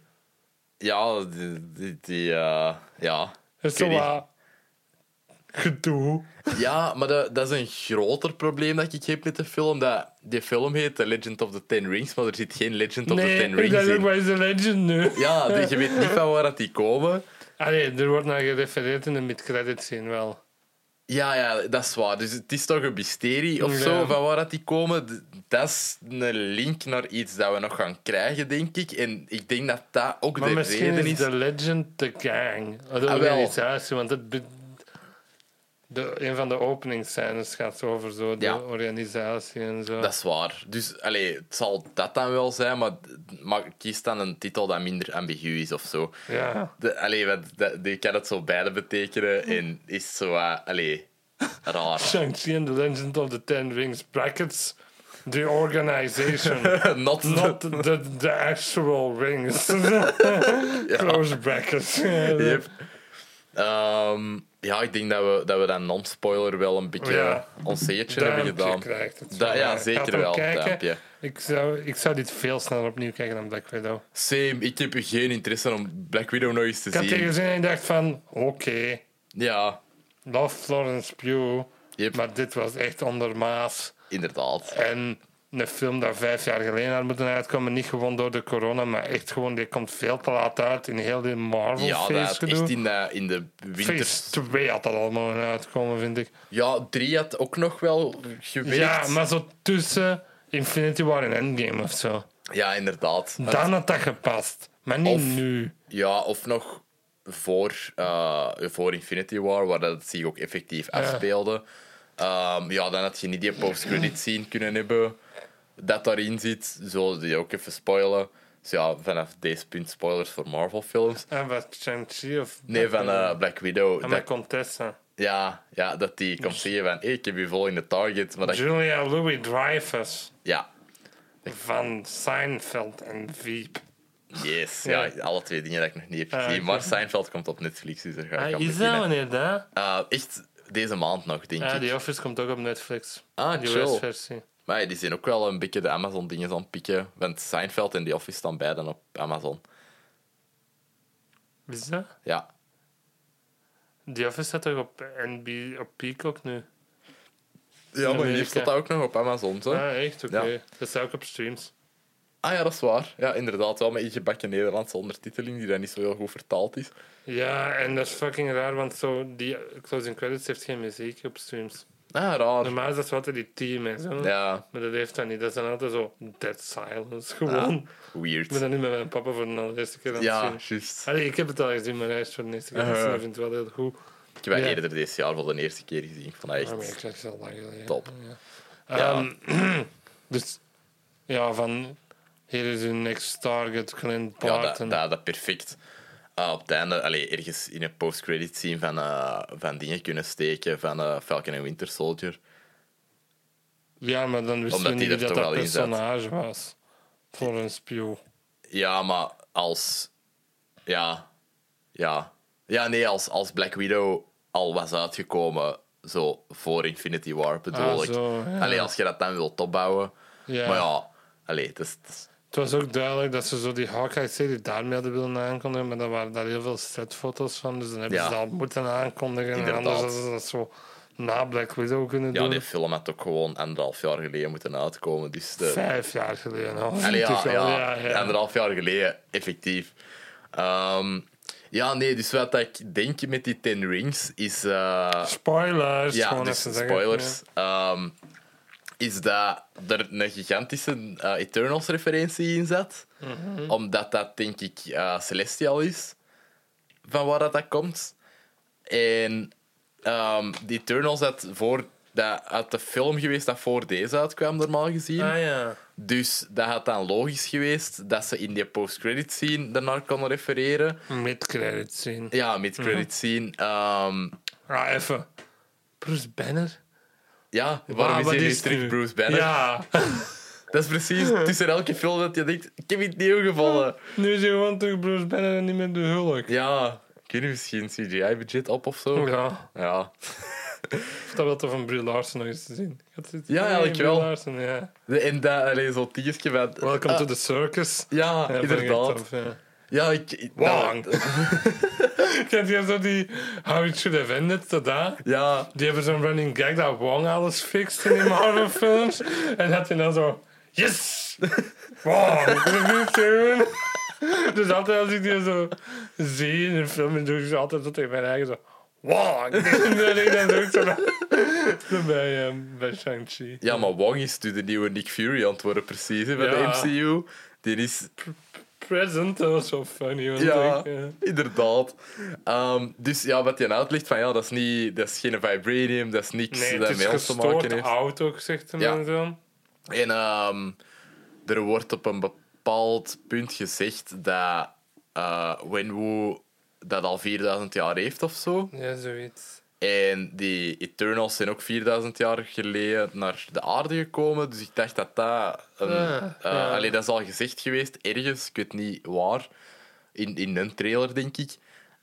Speaker 1: Ja, die... die, die, eh, ja.
Speaker 2: Het
Speaker 1: Ik
Speaker 2: is zo
Speaker 1: weet niet.
Speaker 2: wat gedoe.
Speaker 1: Ja, maar dat, dat is een groter probleem dat ik heb met de film. Dat, die film heet The Legend of the Ten Rings, maar er zit geen Legend of the
Speaker 2: nee,
Speaker 1: Ten
Speaker 2: *laughs* ik
Speaker 1: Rings
Speaker 2: dacht ook,
Speaker 1: in.
Speaker 2: wat is de legend nu?
Speaker 1: Ja, dus je weet niet van waar dat die komen.
Speaker 2: Allee, er wordt naar gerefereerd in de mid-credits scene wel.
Speaker 1: Ja, ja, dat is waar. Dus het is toch een mysterie of
Speaker 2: Ja.
Speaker 1: zo van waar dat die komen. D- Dat is een link naar iets dat we nog gaan krijgen, denk ik. En ik denk dat dat ook
Speaker 2: Maar
Speaker 1: de
Speaker 2: misschien
Speaker 1: reden
Speaker 2: is
Speaker 1: is.
Speaker 2: de legend de gang. Of De
Speaker 1: Ah, wel.
Speaker 2: organisatie, want het be- de, een van de openingsscènes gaat over zo de
Speaker 1: Ja.
Speaker 2: organisatie en zo.
Speaker 1: Dat is waar. Dus allee, het zal dat dan wel zijn, maar, maar kies dan een titel dat minder ambigu is of zo.
Speaker 2: ja.
Speaker 1: De, allee, want dat- die kan het zo beide
Speaker 2: *laughs*
Speaker 1: betekenen en is zo wat, allee, raar. *laughs*
Speaker 2: Shang-Chi and the Legend of the Ten Rings brackets. The
Speaker 1: *laughs*
Speaker 2: organization,
Speaker 1: Not,
Speaker 2: not the, the actual
Speaker 1: *laughs*
Speaker 2: rings. Close brackets. Ja, dat-
Speaker 1: Yep. Ehm, Ja, ik denk dat we, dat we dat non-spoiler wel een beetje
Speaker 2: Ja.
Speaker 1: ons zeetje hebben gedaan.
Speaker 2: krijgt het.
Speaker 1: Da- ja,
Speaker 2: Gaat
Speaker 1: zeker
Speaker 2: hem
Speaker 1: wel,
Speaker 2: kijken.
Speaker 1: duimpje.
Speaker 2: Ik zou, ik zou dit veel sneller opnieuw kijken dan Black Widow.
Speaker 1: Same, ik heb geen interesse om Black Widow nog eens te
Speaker 2: Ik had
Speaker 1: zien.
Speaker 2: tegen zin en ik dacht van, oké,
Speaker 1: Ja,
Speaker 2: love Florence Pugh,
Speaker 1: Yep.
Speaker 2: maar dit was echt ondermaas.
Speaker 1: inderdaad.
Speaker 2: En een film dat vijf jaar geleden had moeten uitkomen, niet gewoon door de corona, maar echt gewoon, die komt veel te laat uit in heel die marvel
Speaker 1: Ja, dat had
Speaker 2: feest
Speaker 1: echt in de, in de winter...
Speaker 2: Phase 2 had dat allemaal uitkomen, vind ik.
Speaker 1: Ja, 3 had ook nog wel gewerkt.
Speaker 2: Ja, maar zo tussen Infinity War en Endgame of zo.
Speaker 1: Ja, inderdaad.
Speaker 2: Dan had dat gepast, maar niet
Speaker 1: Of-
Speaker 2: nu.
Speaker 1: Ja, of nog voor, eh, voor Infinity War, waar dat zich ook effectief afspeelde. Ehm, ja, dan had je niet die post-credit scene kunnen hebben dat daarin zit. Zo, die ook even spoilen. Dus ja, vanaf deze punt spoilers voor Marvel-films.
Speaker 2: En wat Shang-Chi of...
Speaker 1: Nee, van eh, Black Widow.
Speaker 2: En
Speaker 1: Dat,
Speaker 2: mijn Contessa.
Speaker 1: ja, ja, dat die
Speaker 2: Dus-
Speaker 1: komt zeggen van, hey, ik heb je volgende target. Maar dat,
Speaker 2: Julia Louis-Dreyfus
Speaker 1: ja,
Speaker 2: van Seinfeld en Veep.
Speaker 1: yes. Ja,
Speaker 2: Ja.
Speaker 1: alle twee dingen dat ik nog niet heb
Speaker 2: Ah,
Speaker 1: gezien.
Speaker 2: oké.
Speaker 1: Maar Seinfeld komt op Netflix, dus daar ga ik aan
Speaker 2: Ah, is
Speaker 1: beginnen.
Speaker 2: dat wanneer dat?
Speaker 1: Eh, echt deze maand nog, denk
Speaker 2: Ja,
Speaker 1: ik.
Speaker 2: The Office komt ook op Netflix.
Speaker 1: Ah,
Speaker 2: De
Speaker 1: chill.
Speaker 2: US-versie.
Speaker 1: Maar ja, die zijn ook wel een beetje de Amazon-dingen aan het pikken. Want Seinfeld en The Office staan beiden op Amazon.
Speaker 2: Is dat?
Speaker 1: Ja.
Speaker 2: The Office staat toch op, NB, op Peacock nu?
Speaker 1: Ja,
Speaker 2: maar
Speaker 1: maar
Speaker 2: hier
Speaker 1: hier staat dat ook nog op Amazon, zo.
Speaker 2: Ah, echt? Oké.
Speaker 1: Ja.
Speaker 2: Dat staat ook op streams.
Speaker 1: Ah ja, dat is waar. Ja, inderdaad. Wel met ingebakken Nederlandse ondertiteling, die dan niet zo heel goed vertaald is.
Speaker 2: Ja, en dat is fucking raar, want zo die closing credits heeft geen muziek op streams.
Speaker 1: Ah, raar.
Speaker 2: Normaal is dat zo altijd die team en zo.
Speaker 1: Ja,
Speaker 2: Maar dat heeft dat niet. Dat is dan altijd zo dead silence. *laughs* Gewoon. Ik ben
Speaker 1: weird.
Speaker 2: dat nu met mijn papa voor de allereerste keer aan het
Speaker 1: Ja,
Speaker 2: zien.
Speaker 1: juist.
Speaker 2: Allee, ik heb het al gezien, maar hij is voor de eerste keer.
Speaker 1: Eh.
Speaker 2: Dus dat vind ik wel heel goed.
Speaker 1: Ik heb dat
Speaker 2: Ja.
Speaker 1: eerder dit jaar voor de eerste keer gezien. Ik vond dat
Speaker 2: Maar ik
Speaker 1: echt
Speaker 2: krijg het al lang geleden.
Speaker 1: top.
Speaker 2: Ja. dus ja, van hier is uw next target, Clint
Speaker 1: Ja,
Speaker 2: Barton.
Speaker 1: dat, dat, dat perfect. Ah, op het einde, allee, ergens in een post-credit scene van, eh, van dingen kunnen steken van eh, Falcon en Winter Soldier.
Speaker 2: Ja, maar dan wisten
Speaker 1: Omdat
Speaker 2: we
Speaker 1: die
Speaker 2: niet
Speaker 1: er
Speaker 2: dat
Speaker 1: toch
Speaker 2: dat
Speaker 1: wel in zat.
Speaker 2: personage was. Florence Pugh.
Speaker 1: Ja, maar als. Ja. Ja. Ja, nee, als, als Black Widow al was uitgekomen. Zo voor Infinity War bedoel
Speaker 2: Ah,
Speaker 1: ik.
Speaker 2: zo, ja.
Speaker 1: Allee, als je dat dan wilt opbouwen.
Speaker 2: Ja.
Speaker 1: Maar ja, allee, het is, het is-
Speaker 2: Het was ook duidelijk dat ze zo die Hawkeye-serie daarmee hadden willen aankondigen, maar dan waren daar heel veel setfoto's van, dus dan hebben
Speaker 1: Ja.
Speaker 2: ze dat al moeten aankondigen.
Speaker 1: Inderdaad.
Speaker 2: En anders hadden ze dat zo na Black Widow kunnen
Speaker 1: ja,
Speaker 2: doen.
Speaker 1: die film had ook gewoon anderhalf jaar geleden moeten uitkomen. Dus de,
Speaker 2: Vijf jaar geleden *laughs* al.
Speaker 1: Allee, ja,
Speaker 2: Dus al,
Speaker 1: ja, anderhalf jaar geleden, effectief. Ehm, ja, nee, dus wat ik denk met die Ten Rings is. eh,
Speaker 2: Spoilers,
Speaker 1: Ja,
Speaker 2: gewoon
Speaker 1: dus
Speaker 2: even zeggen.
Speaker 1: spoilers. Ehm, is dat er een gigantische eh, Eternals-referentie in zat.
Speaker 2: Mhm.
Speaker 1: Omdat dat, denk ik, eh, Celestial is. Van waar dat, dat komt. En ehm die Eternals had, voor, dat, had de film geweest dat voor deze uitkwam, normaal gezien.
Speaker 2: Ah ja.
Speaker 1: Dus dat had dan logisch geweest dat ze in die post-credit scene daarnaar konden refereren.
Speaker 2: Mid-credits scene.
Speaker 1: Ja,
Speaker 2: Mhm.
Speaker 1: mid-credit scene. Ehm,
Speaker 2: Ah, even. Bruce Banner?
Speaker 1: ja, waarom
Speaker 2: Ah,
Speaker 1: is
Speaker 2: wat
Speaker 1: hij nu
Speaker 2: het nu?
Speaker 1: terug Bruce Banner?
Speaker 2: Ja,
Speaker 1: Dat is precies tussen elke film dat je denkt, ik heb iets nieuw gevonden.
Speaker 2: *laughs* nu is hij gewoon terug Bruce Banner en niet meer de hulk.
Speaker 1: Ja, kun je misschien CGI-budget op of zo?
Speaker 2: Ja,
Speaker 1: Ja.
Speaker 2: of dat wel tof om Brie Larson nog eens te zien. Ik had zoiets-
Speaker 1: Ja,
Speaker 2: hey,
Speaker 1: eigenlijk
Speaker 2: Brie
Speaker 1: wel. Ah.
Speaker 2: Larson, ja.
Speaker 1: En dat, allee, zo'n tiertje van...
Speaker 2: Welcome
Speaker 1: Ah,
Speaker 2: to the circus.
Speaker 1: Ja,
Speaker 2: Ja,
Speaker 1: inderdaad.
Speaker 2: vond ik echt tof, ja. *laughs*
Speaker 1: Ja, ik... ik- nou,
Speaker 2: Wrong.
Speaker 1: dat-
Speaker 2: Kent je zo die How It Should Have Ended, dat daar?
Speaker 1: ja,
Speaker 2: Die hebben zo'n running gag dat Wong alles fixt in die
Speaker 1: *laughs*
Speaker 2: Marvel films. En dat hij dan zo... Yes! Wong! Dat is Dus altijd als ik die zo zie in een film, dan doe ik ze altijd zo tegen mijn eigen zo... Wong! *laughs* Dan ik dan ook zo zo bij, ehm, bij Shang-Chi.
Speaker 1: ja, maar Wong is nu de nieuwe Nick Fury aan het worden, precies, hè, bij
Speaker 2: Ja.
Speaker 1: de MCU. Die is...
Speaker 2: Present, dat was zo funny. want
Speaker 1: Ja,
Speaker 2: ik, eh,
Speaker 1: inderdaad. Ehm, dus ja, wat je uitlegt van, ja, dat is, niet, dat is geen vibranium, dat is niks
Speaker 2: Nee,
Speaker 1: dat
Speaker 2: het is
Speaker 1: met ons te maken
Speaker 2: gestoord
Speaker 1: heeft.
Speaker 2: oud ook, zegt de
Speaker 1: Ja.
Speaker 2: man zo.
Speaker 1: En ehm, er wordt op een bepaald punt gezegd dat eh Wenwu dat al 4000 jaar heeft of zo.
Speaker 2: Ja, zoiets.
Speaker 1: En die Eternals zijn ook 4000 jaar geleden naar de aarde gekomen. Dus ik dacht dat dat. Een,
Speaker 2: Ah,
Speaker 1: eh,
Speaker 2: ja.
Speaker 1: allee, dat is al gezegd geweest ergens, ik weet niet waar. In, in een trailer, denk ik.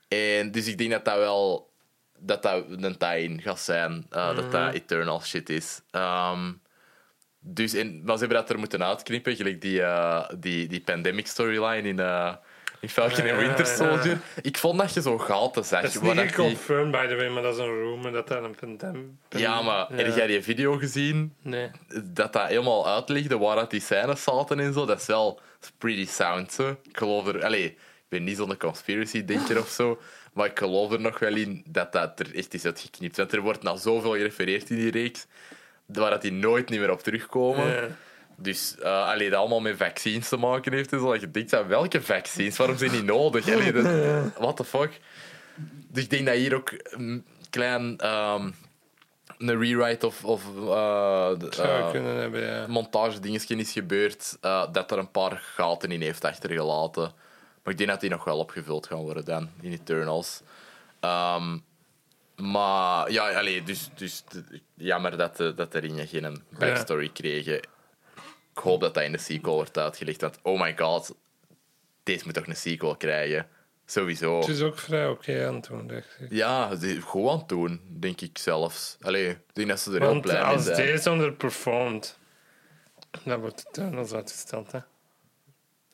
Speaker 1: En dus ik denk dat dat wel dat dat een tie-in gaat zijn. eh, Dat
Speaker 2: Mhm.
Speaker 1: dat Eternal shit is. Ehm, dus in, maar ze hebben dat er moeten uitknippen, gelijk die, eh, die, die pandemic storyline in, eh, in Falcon
Speaker 2: Ah, Ja,
Speaker 1: en Winter
Speaker 2: ja.
Speaker 1: Soldier. Ik vond dat je zo gaten zag.
Speaker 2: Dat is
Speaker 1: waar
Speaker 2: niet
Speaker 1: dat die-
Speaker 2: geconfirmed, by the way, maar dat is een rumor dat daar een pandemie...
Speaker 1: Ja, maar heb jij die video gezien?
Speaker 2: Nee.
Speaker 1: Dat dat helemaal uitlegde waar dat die scènes zaten en zo. Dat is wel dat is pretty sound, hè. Ik geloof er... Allee, ik ben niet zo'n conspiracy-denker of zo. Maar ik geloof er nog wel in dat dat er echt is uitgeknipt. Want er wordt nou zoveel gerefereerd in die reeks, waar dat die nooit niet meer op terugkomen.
Speaker 2: Ja.
Speaker 1: Dus eh allee, dat allemaal met vaccins te maken heeft, is dat je denkt, ja, welke vaccins? Waarom zijn die nodig? Allee, dat, what the fuck? Dus ik denk dat hier ook een klein ehm, een rewrite of, of eh, de-
Speaker 2: Zou
Speaker 1: eh,
Speaker 2: kunnen hebben, ja.
Speaker 1: montagedingetje is gebeurd, eh, dat er een paar gaten in heeft achtergelaten. Maar ik denk dat die nog wel opgevuld gaan worden dan, in Eternals. Ehm, maar ja, allee, dus, dus d- jammer dat de, dat de ringen geen backstory kregen. Ik hoop dat dat in de sequel wordt uitgelegd, want oh my god, deze moet toch een sequel krijgen? Sowieso.
Speaker 2: Het is ook vrij oké aan het doen, dacht ik.
Speaker 1: Ja, die- gewoon aan het doen, denk ik zelfs. Allee, ik denk dat ze er heel
Speaker 2: Want
Speaker 1: blij mee
Speaker 2: als
Speaker 1: zijn.
Speaker 2: deze onderperformt, dan wordt het tunnels uitgesteld, hè.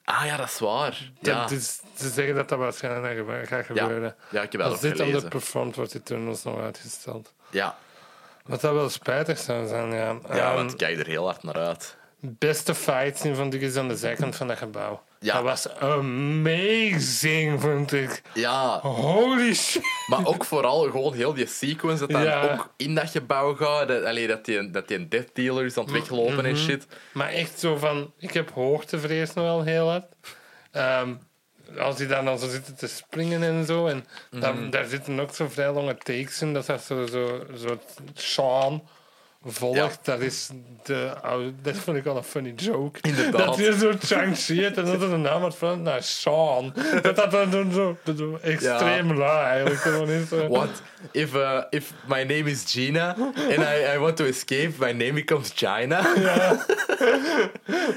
Speaker 1: Ah ja, dat is waar. Ja.
Speaker 2: Dat is, dus ze zeggen dat dat waarschijnlijk gebe- gaat gebeuren.
Speaker 1: Ja, ik heb dat
Speaker 2: Als
Speaker 1: ook
Speaker 2: dit
Speaker 1: gelezen.
Speaker 2: underperformed wordt, die tunnels nog uitgesteld.
Speaker 1: Ja,
Speaker 2: Wat dat wel spijtig zou zijn, ja.
Speaker 1: ja
Speaker 2: Ehm,
Speaker 1: want ik kijk er heel hard naar uit.
Speaker 2: Beste fight scene vond ik is aan de zijkant van dat gebouw.
Speaker 1: Ja.
Speaker 2: Dat was amazing, vond ik.
Speaker 1: Ja,
Speaker 2: Holy shit.
Speaker 1: maar
Speaker 2: *laughs*
Speaker 1: ook vooral gewoon heel die sequence dat dan
Speaker 2: Ja.
Speaker 1: ook in dat gebouw gaat. Dat, allee, dat, die, dat die een death dealer is aan
Speaker 2: Mm,
Speaker 1: het weglopen en
Speaker 2: mhm.
Speaker 1: shit.
Speaker 2: Maar echt zo van, ik heb hoogtevrees nog wel heel hard. Ehm, als die dan al zo zitten te springen en zo. En
Speaker 1: Mhm.
Speaker 2: dan, daar zitten ook zo vrij lange takes in. Dat dat zo, zo, zo Sean volgt.
Speaker 1: Ja.
Speaker 2: Dat is de oude, dat vond ik wel een funny joke.
Speaker 1: Inderdaad.
Speaker 2: Dat je zo Shang-Chi hebt en dat er een naam wordt veranderd naar Sean. Dat dat dan zo, zo- zo extreem laag eigenlijk gewoon is. Zo.
Speaker 1: What if, uh, if my name is Gina and I, I want to escape, my name becomes
Speaker 2: *laughs*
Speaker 1: China?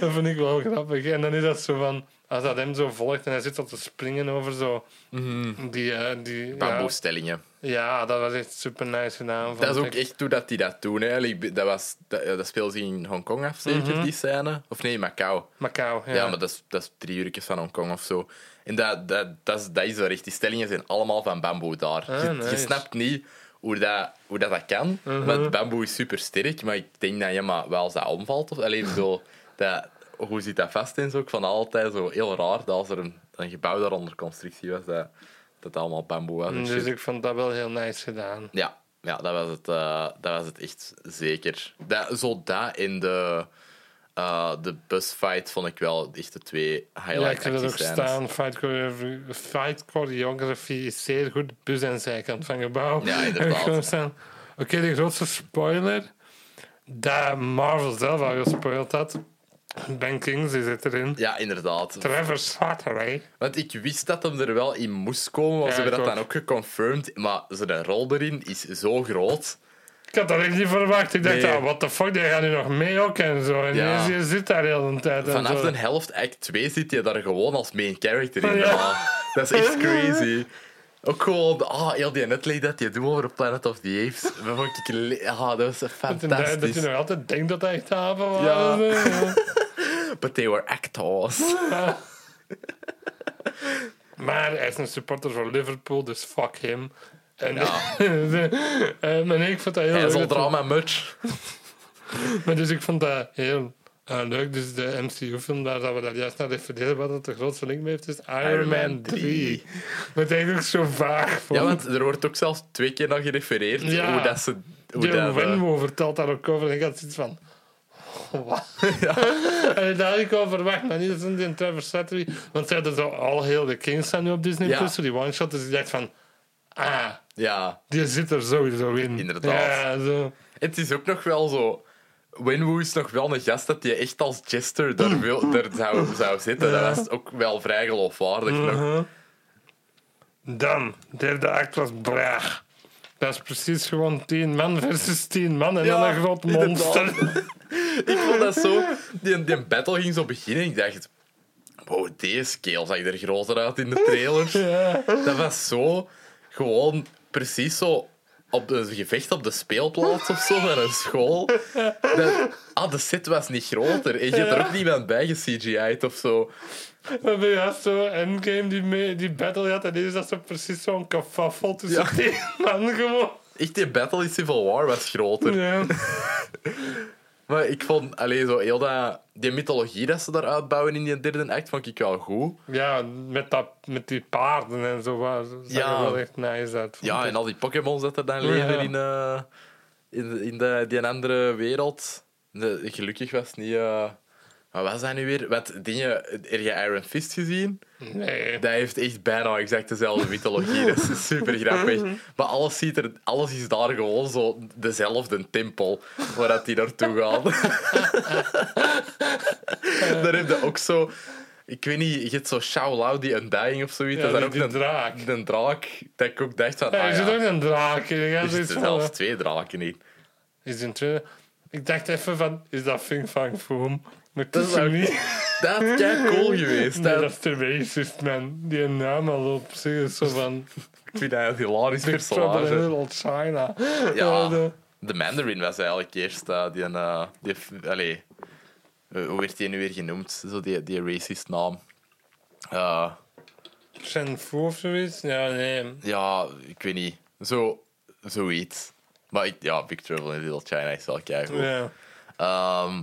Speaker 2: Dat vind ik wel grappig. En dan is dat zo van, als dat hem zo volgt en hij zit al te springen over zo.
Speaker 1: Mhm.
Speaker 2: Die, eh, die, ja,
Speaker 1: Bamboestellingen.
Speaker 2: ja, dat was echt super nice gedaan. vond
Speaker 1: Dat is ook
Speaker 2: ik.
Speaker 1: echt hoe dat die dat doen. Hè. Like, Dat, was, dat, ja, dat speelde zich in Hongkong af, zeker,
Speaker 2: Mhm.
Speaker 1: die scène? Of nee, in Macau.
Speaker 2: Macau. Ja,
Speaker 1: Ja, maar dat is, dat is drie uurtjes van Hongkong of zo. En dat, dat, dat, is, dat is wel echt. Die stellingen zijn allemaal van bamboe daar.
Speaker 2: Ah,
Speaker 1: je, je
Speaker 2: nice. Uh-huh.
Speaker 1: snapt niet hoe dat, hoe dat, dat kan. Want bamboe is super sterk, maar ik denk dat ja, maar wel als dat omvalt. Of, alleen zo, dat, hoe zit dat vast en zo? Ik vond het altijd zo heel raar dat als er een, een gebouw daar onder constructie was, dat dat allemaal bamboe was. en shit.
Speaker 2: Dus ik vond dat wel heel nice gedaan.
Speaker 1: Ja, ja dat, was het, eh, dat was het echt zeker. Dat, zo dat in de, eh, de busfight vond ik wel echt de twee
Speaker 2: Ja,
Speaker 1: highlight
Speaker 2: ik heb dat ook
Speaker 1: actiescènes.
Speaker 2: staan. Fight choreo- Fight choreography is zeer goed. Bus en zijkant van gebouw.
Speaker 1: Ja,
Speaker 2: En ik
Speaker 1: inderdaad.
Speaker 2: gewoon staan. Oké, de grootste spoiler. Dat Marvel zelf al gespoild had. Ben Kingsley zit erin.
Speaker 1: Ja, inderdaad.
Speaker 2: Trevor Slattery.
Speaker 1: Want ik wist dat hem er wel in moest komen, want
Speaker 2: Ja,
Speaker 1: ze hebben
Speaker 2: ik
Speaker 1: dat
Speaker 2: ook.
Speaker 1: dan ook geconfirmed. Maar zijn rol erin is zo groot.
Speaker 2: Ik had dat echt niet verwacht. Ik dacht,
Speaker 1: Nee.
Speaker 2: ah, what the fuck, die gaan nu nog mee ook en zo. En
Speaker 1: Ja.
Speaker 2: ineens je zit daar heel een tijd. en
Speaker 1: Vanaf
Speaker 2: zo.
Speaker 1: de helft act 2 zit je daar gewoon als main character in.
Speaker 2: Ja.
Speaker 1: normaal. Dat is echt crazy. Ook gewoon, ah, heel die netlay dat je doet over Planet of the Apes. Dat vond ik le- ah, dat was
Speaker 2: En daar- Dat je
Speaker 1: fantastisch.
Speaker 2: nog altijd denkt dat hij echt haven was.
Speaker 1: Ja.
Speaker 2: *laughs* Ja.
Speaker 1: But they were actors.
Speaker 2: Maar hij is een supporter van Liverpool, dus fuck him. En, *laughs*
Speaker 1: Ja.
Speaker 2: Ehm, en ik vond dat heel
Speaker 1: Hij
Speaker 2: leuk.
Speaker 1: is al
Speaker 2: dat-
Speaker 1: drama much.
Speaker 2: maar dus ik vond dat heel eh, leuk. Dus de MCU-film waar dat we daar juist naar refereren, wat dat de grootste link mee heeft, is Iron, Man, 3. Wat eigenlijk zo vaag vond.
Speaker 1: Ja, want er wordt ook zelfs twee keer naar gerefereerd
Speaker 2: Ja.
Speaker 1: hoe dat ze... Hoe
Speaker 2: Jim
Speaker 1: dat, eh, *laughs*
Speaker 2: Wenwo vertelt daar ook over. En ik had zoiets van. Wat? en dat had ik al verwacht, maar niet dat ze in Trevor Slattery. Want ze hadden zo al heel de Kings staan nu op Disney
Speaker 1: Ja.
Speaker 2: Plus, zo die one-shot. Dus ik dacht van. Ah,
Speaker 1: ja,
Speaker 2: die zit er sowieso in.
Speaker 1: Inderdaad.
Speaker 2: Ja, zo.
Speaker 1: het is ook nog wel zo... Wenwu is nog wel een gast dat je echt als jester daar,
Speaker 2: Mm.
Speaker 1: wil, daar zou, zou zitten. Dat was ook wel vrij geloofwaardig.
Speaker 2: Mm-hmm.
Speaker 1: nog.
Speaker 2: Dan, derde act was braag. Dat is precies gewoon 10 man versus 10 man en
Speaker 1: Ja,
Speaker 2: dan een groot
Speaker 1: inderdaad.
Speaker 2: monster. *laughs*
Speaker 1: Ik vond dat zo... Die, die battle ging zo beginnen ik dacht... Wow, deze keel zag er groter uit in de trailer.
Speaker 2: Ja.
Speaker 1: Dat was zo... Gewoon precies zo op een gevecht op de speelplaats of zo van een school. Dat- ah, de set was niet groter. En je hebt er ook niemand bij gecgi'd of zo.
Speaker 2: We hebben juist zo Endgame die, mee, die battle had. En die is dat zo precies zo'n kafaffel tussen
Speaker 1: Ja.
Speaker 2: die man gewoon.
Speaker 1: Echt, die battle in Civil War was groter.
Speaker 2: Ja.
Speaker 1: Maar ik vond alleen zo heel dat... Die mythologie dat ze daar uitbouwen in die derde act, vond ik wel goed.
Speaker 2: Ja, met, dat, met die paarden en zo. was zag
Speaker 1: Ja.
Speaker 2: er wel echt nice uit.
Speaker 1: Ja, en al die Pokémons dat er dan leven in, eh, in, in de, die andere wereld. De- gelukkig was het niet... eh, wat was dat nu weer? Wat dingen... Heb je Iron Fist gezien?
Speaker 2: Nee.
Speaker 1: Dat heeft echt bijna exact dezelfde mythologie. Dat
Speaker 2: *laughs*
Speaker 1: is super grappig. Maar alles, ziet er, alles is daar gewoon zo dezelfde tempel waar dat die naartoe
Speaker 2: *laughs*
Speaker 1: gaan. Daar heb je ook zo... Ik weet niet, je hebt zo Shao Lao, die Undying of zoiets.
Speaker 2: Ja,
Speaker 1: dat is
Speaker 2: die-
Speaker 1: ook
Speaker 2: die
Speaker 1: een
Speaker 2: draak.
Speaker 1: Een draak. Dat ik ook dacht van...
Speaker 2: Ja,
Speaker 1: ah,
Speaker 2: er zit
Speaker 1: ja.
Speaker 2: ook een draak in. Ja,
Speaker 1: Er
Speaker 2: zoiets
Speaker 1: zitten
Speaker 2: van,
Speaker 1: zelfs
Speaker 2: eh,
Speaker 1: twee draken in.
Speaker 2: Is een tweede. Ik dacht even van, is dat Fing Fang Foom? Maar het
Speaker 1: Dat
Speaker 2: is
Speaker 1: is
Speaker 2: hem
Speaker 1: ook- *laughs*
Speaker 2: niet.
Speaker 1: Dat is kei cool geweest.
Speaker 2: Nee,
Speaker 1: Dat,
Speaker 2: dat is te racist, man. Die naam al op zich is zo
Speaker 1: *laughs*
Speaker 2: van...
Speaker 1: Ik vind dat een hilarisch
Speaker 2: Big Trouble in
Speaker 1: personage.
Speaker 2: Little China.
Speaker 1: Ja.
Speaker 2: de-
Speaker 1: De Mandarin was eigenlijk eerst eh, die... eh, die allee, eh, hoe werd die nu weer genoemd? Zo die, die racist naam. Eh,
Speaker 2: Shen Fu of zoiets? Ja, nee.
Speaker 1: ja, ik weet niet. Zo, zoiets. Maar ik, ja, Big Trouble in Little China is wel keigoed.
Speaker 2: Ja.
Speaker 1: Ehm,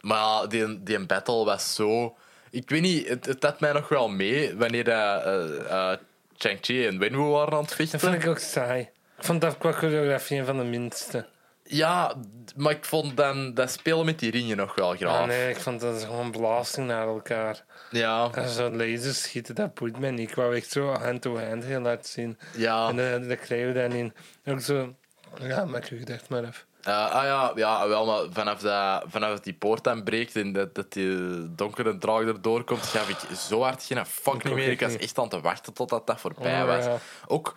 Speaker 1: maar ja, die, die battle was zo... Ik weet niet, het, het had mij nog wel mee wanneer dat, eh, eh, Chang-Chi en Wenwu waren aan het vechten.
Speaker 2: Dat vond ik ook saai. Ik vond dat qua choreografie een van de minste.
Speaker 1: Ja, d- maar ik vond dan dat spelen met die ringen nog wel graag.
Speaker 2: Ah, nee, ik vond dat is gewoon blasting naar elkaar.
Speaker 1: Ja,
Speaker 2: En zo lasers schieten, dat boeit mij niet. Ik wou echt zo hand-to-hand heel laten zien.
Speaker 1: ja.
Speaker 2: En dat, dat krijgen we dan in. En ook zo... Ja, maak je gedacht maar even.
Speaker 1: Eh, ah ja, ja, wel, maar vanaf dat, vanaf dat die poort aanbreekt en dat, dat die donkere draak erdoor komt, gaf ik zo hard geen fuck niet
Speaker 2: ook
Speaker 1: meer. Ik
Speaker 2: echt
Speaker 1: was
Speaker 2: niet.
Speaker 1: echt aan te wachten totdat dat voorbij
Speaker 2: Oh,
Speaker 1: was.
Speaker 2: ja.
Speaker 1: Ook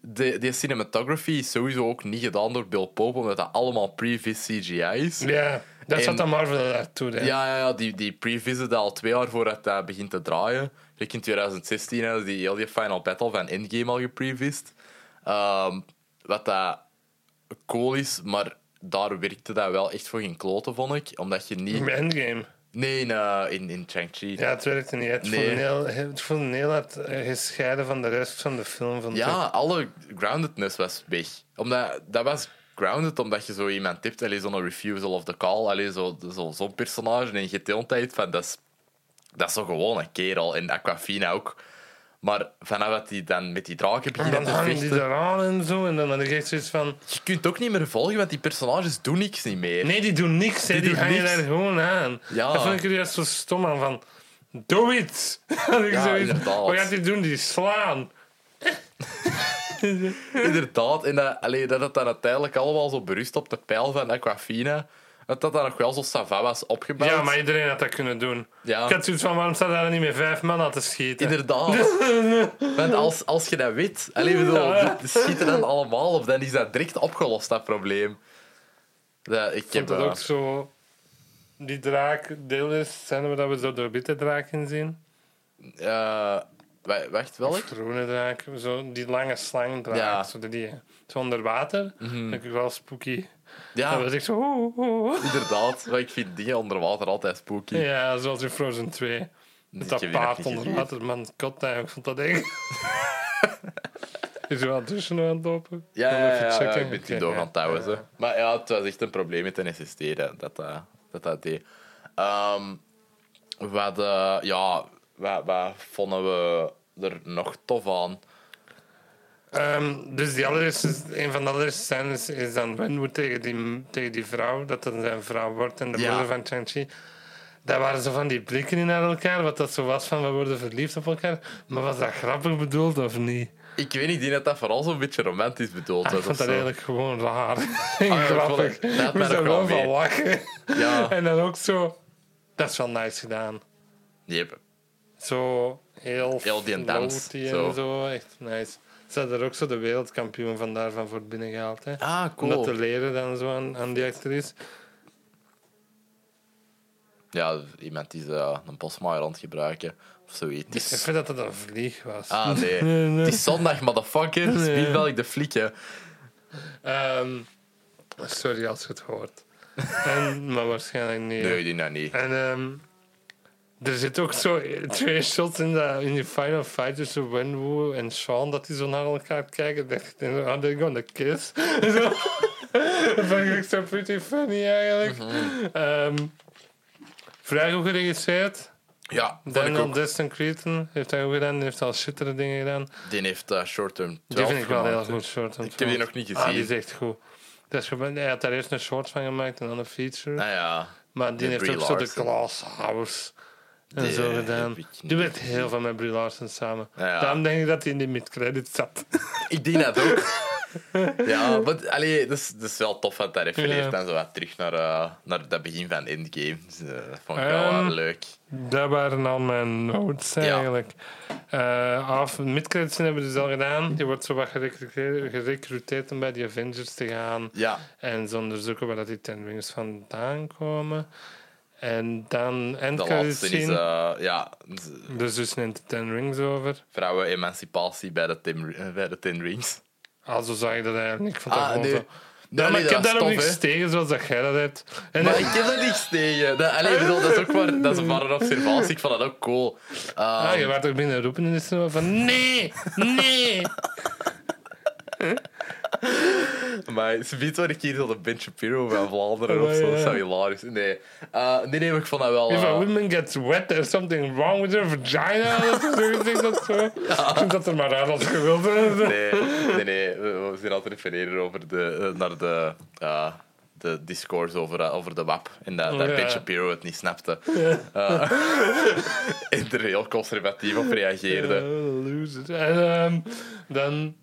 Speaker 1: de, die cinematography is sowieso ook niet gedaan door Bill Pope, omdat dat allemaal previous CGI is.
Speaker 2: Ja, dat
Speaker 1: En-
Speaker 2: zat dan Marvel naartoe. hè.
Speaker 1: Ja, ja, ja die, die previsen dat al twee jaar voordat dat begint te draaien. Kijk, in 2016 hadden ze die heel die Final Battle van Endgame al geprevised. Ehm, wat dat cool is, maar daar werkte dat wel echt voor geen kloten, vond ik. Omdat je niet...
Speaker 2: Met Endgame.
Speaker 1: Nee, in, eh, in, in Shang-Chi.
Speaker 2: Ja, het werkte niet. Het
Speaker 1: Nee.
Speaker 2: voelde heel, het voelde heel hard eh, gescheiden van de rest van de film. Vond ik.
Speaker 1: Ja, alle groundedness was weg. Omdat, dat was grounded omdat je zo iemand tipt, allee, zo'n refusal of the call, allee, zo, zo, zo'n personage. En je hebt de hele tijd van, dat is, dat is zo gewoon een kerel. En Aquafina ook. Maar vanaf dat die dan met die draken
Speaker 2: En
Speaker 1: beginnen
Speaker 2: dan
Speaker 1: te
Speaker 2: Ah, hangen die
Speaker 1: vechten...
Speaker 2: eraan en zo. En dan had ik echt zoiets van...
Speaker 1: Je kunt ook niet meer volgen, want die personages doen niks niet meer.
Speaker 2: Nee, die doen niks. hè.
Speaker 1: Die
Speaker 2: Die,
Speaker 1: doen
Speaker 2: hangen
Speaker 1: niks.
Speaker 2: daar gewoon aan.
Speaker 1: Ja.
Speaker 2: Dat vond ik er juist zo stom aan. Van, doe iets! *laughs* Had ik
Speaker 1: Ja,
Speaker 2: zoiets,
Speaker 1: inderdaad.
Speaker 2: Wat gaat die doen? Die slaan.
Speaker 1: *laughs* Inderdaad. En dat, allee, dat het dan uiteindelijk allemaal zo berust op de pijl van Aquafina... Dat dat dan nog wel zo savas was opgebouwd.
Speaker 2: Ja, maar iedereen had dat kunnen doen.
Speaker 1: Ja.
Speaker 2: Ik had zoiets van, waarom staat daar niet meer vijf man aan te schieten?
Speaker 1: Inderdaad.
Speaker 2: *laughs*
Speaker 1: Want als, als je dat weet, alleen bedoel,
Speaker 2: Ja.
Speaker 1: dat schieten dan allemaal op, dan is dat direct opgelost, dat probleem. Dat, ik
Speaker 2: Ik
Speaker 1: heb,
Speaker 2: vond
Speaker 1: eh,
Speaker 2: dat ook zo. Die draak, deel is, zijn we dat we zo de witte draak in zien.
Speaker 1: eh, wa- wacht, welk?
Speaker 2: Of groene draak, zo die lange slangdraak.
Speaker 1: Ja. Mhm.
Speaker 2: Zo die, zo onder water. Dat ik wel spooky. Dat
Speaker 1: Ja,
Speaker 2: was echt zo. oeh, oeh, oeh.
Speaker 1: inderdaad. Want Ik vind dingen onder water altijd spooky.
Speaker 2: Ja, zoals in Frozen 2. Met
Speaker 1: Ik
Speaker 2: dat
Speaker 1: heb die nog
Speaker 2: paard
Speaker 1: niet
Speaker 2: onder
Speaker 1: gezien.
Speaker 2: water, man. God, damn, ik vond dat echt.
Speaker 1: *laughs*
Speaker 2: is er wel tussen aan het lopen?
Speaker 1: Ja,
Speaker 2: Dan
Speaker 1: ja,
Speaker 2: even
Speaker 1: ja, ja,
Speaker 2: checken.
Speaker 1: ik ben die
Speaker 2: Oké,
Speaker 1: door
Speaker 2: ja.
Speaker 1: gaan touwen. zo. Maar ja, het was echt een probleem met een SSD dat dat, dat, dat, dat deed. Ehm, wat, eh, ja, wat, wat vonden we er nog tof aan?
Speaker 2: Ehm, dus die allereerste, een van de allereerste scènes is dan Wenwu tegen die, tegen die vrouw, dat dat zijn vrouw wordt en de
Speaker 1: Ja.
Speaker 2: moeder van Chang-Chi. Daar waren zo van die blikken in naar elkaar, wat dat zo was van we worden verliefd op elkaar. Maar was dat grappig bedoeld of niet?
Speaker 1: Ik weet niet, ik denk dat dat vooral zo'n beetje romantisch bedoeld
Speaker 2: Ah,
Speaker 1: was.
Speaker 2: ik vond
Speaker 1: of
Speaker 2: dat
Speaker 1: zo.
Speaker 2: eigenlijk gewoon raar. *laughs* en
Speaker 1: Ah, ja, dat vond
Speaker 2: grappig.
Speaker 1: ik- dat had
Speaker 2: Ik
Speaker 1: mij
Speaker 2: moest er
Speaker 1: nog wel
Speaker 2: wel van
Speaker 1: mee.
Speaker 2: lachen.
Speaker 1: Ja.
Speaker 2: En dan ook zo, dat is wel nice gedaan.
Speaker 1: Yep.
Speaker 2: Zo heel,
Speaker 1: Heel die dans,
Speaker 2: floaty en
Speaker 1: zo.
Speaker 2: zo. echt nice. Ze hadden er ook zo de wereldkampioen van daarvan voor binnengehaald. Hè.
Speaker 1: Ah,
Speaker 2: Om dat te leren dan zo aan, aan die actrice.
Speaker 1: Ja, iemand die eh, een bosmaaier aan het gebruiken of zoiets. Het
Speaker 2: Ik
Speaker 1: is-
Speaker 2: vind dat dat een vlieg was.
Speaker 1: Ah, nee. Het is zondag, motherfucker. Speel wel ik de flikken.
Speaker 2: Ehm, sorry als je het
Speaker 1: *laughs*
Speaker 2: hoort. En, maar waarschijnlijk niet.
Speaker 1: Nee, die nou niet.
Speaker 2: En ehm, er zit ook zo twee shots in, de, in die final fight tussen Wenwu en Sean dat die zo naar elkaar kijken. Dat ik ah, denk, are they gonna kiss? *laughs* zo. dat vond ik zo pretty funny eigenlijk.
Speaker 1: Mhm.
Speaker 2: Ehm, vrij goed geregisseerd.
Speaker 1: Ja, vond ik
Speaker 2: Daniel
Speaker 1: ook.
Speaker 2: Destin Creighton heeft hij goed gedaan. Die heeft al shittere dingen gedaan.
Speaker 1: Die heeft eh, Short Term 12
Speaker 2: Die vind ik wel
Speaker 1: gemaakt,
Speaker 2: heel
Speaker 1: hè.
Speaker 2: goed, short.
Speaker 1: Ik heb die nog niet
Speaker 2: Ah, die is
Speaker 1: gezien.
Speaker 2: echt goed. Dat is, gewoon- hij had daar eerst een short van gemaakt en dan een feature.
Speaker 1: Nou ja,
Speaker 2: Maar die
Speaker 1: De
Speaker 2: heeft
Speaker 1: Brie
Speaker 2: ook zo de
Speaker 1: Larson.
Speaker 2: Glass House en
Speaker 1: Die eh,
Speaker 2: zo
Speaker 1: heb
Speaker 2: gedaan.
Speaker 1: ik niet
Speaker 2: Die werkt heel veel met Brie Larson samen.
Speaker 1: Ja, ja.
Speaker 2: Daarom denk ik dat hij in die mid-credit zat.
Speaker 1: ik denk dat ook.
Speaker 2: *laughs*
Speaker 1: ja, maar allee, dat, is, dat is wel tof, want dat refereert
Speaker 2: Ja.
Speaker 1: dan zo wat terug naar, eh, naar dat begin van Endgame. Dus, eh, dat vond ik wel
Speaker 2: Ehm,
Speaker 1: eh, leuk.
Speaker 2: Dat waren al mijn notes eigenlijk. Eh, af, mid-credits scene hebben we dus al gedaan. Die wordt zo wat gerecruiteerd, gerecruiteerd om bij de Avengers te gaan.
Speaker 1: Ja,
Speaker 2: En ze onderzoeken waar dat die Ten Rings vandaan komen. En dan
Speaker 1: de
Speaker 2: endcredits
Speaker 1: laatste is
Speaker 2: scene.
Speaker 1: eh, ja, z-
Speaker 2: Dus dus neemt de Ten Rings over.
Speaker 1: vrouwen-emancipatie bij, de Tim- eh, bij de Tin Rings.
Speaker 2: Also Ah, zag ik dat eigenlijk niet. Ik vond dat
Speaker 1: Ah,
Speaker 2: gewoon
Speaker 1: nee.
Speaker 2: zo- Ja, maar
Speaker 1: nee,
Speaker 2: ik heb
Speaker 1: dat
Speaker 2: daar
Speaker 1: is
Speaker 2: ook
Speaker 1: tof,
Speaker 2: niks
Speaker 1: hè.
Speaker 2: tegen zoals dat jij dat hebt. En
Speaker 1: Maar ik heb dat niks tegen. Dat, allee, ik bedoel, dat is ook maar, dat is maar een observatie. Ik vond dat ook cool. Ehm,
Speaker 2: ah, je werd ook binnen roepen in de cinema van nee,
Speaker 1: *laughs*
Speaker 2: nee.
Speaker 1: Maar ze biedt wel een keer zo de Ben Shapiro van Vlaanderen
Speaker 2: Oh,
Speaker 1: of zo.
Speaker 2: ja.
Speaker 1: Dat zou hilarisch zijn. Nee. Eh, nee, nee, maar ik vond dat wel...
Speaker 2: If a
Speaker 1: eh,
Speaker 2: woman gets wet, there's something wrong with her vagina. Dat is zo gezegd dat
Speaker 1: *laughs*
Speaker 2: zo. Ik vind dat er maar aan als je wilt.
Speaker 1: nee, nee, nee. We, we zijn altijd refereren over de, eh, naar de, eh, de discourse over, eh, over de WAP. En dat, dat
Speaker 2: Oh, Ja.
Speaker 1: Ben Shapiro het niet snapte. Eh, *laughs* en er heel conservatief op reageerde.
Speaker 2: Eh, loser. En ehm, dan...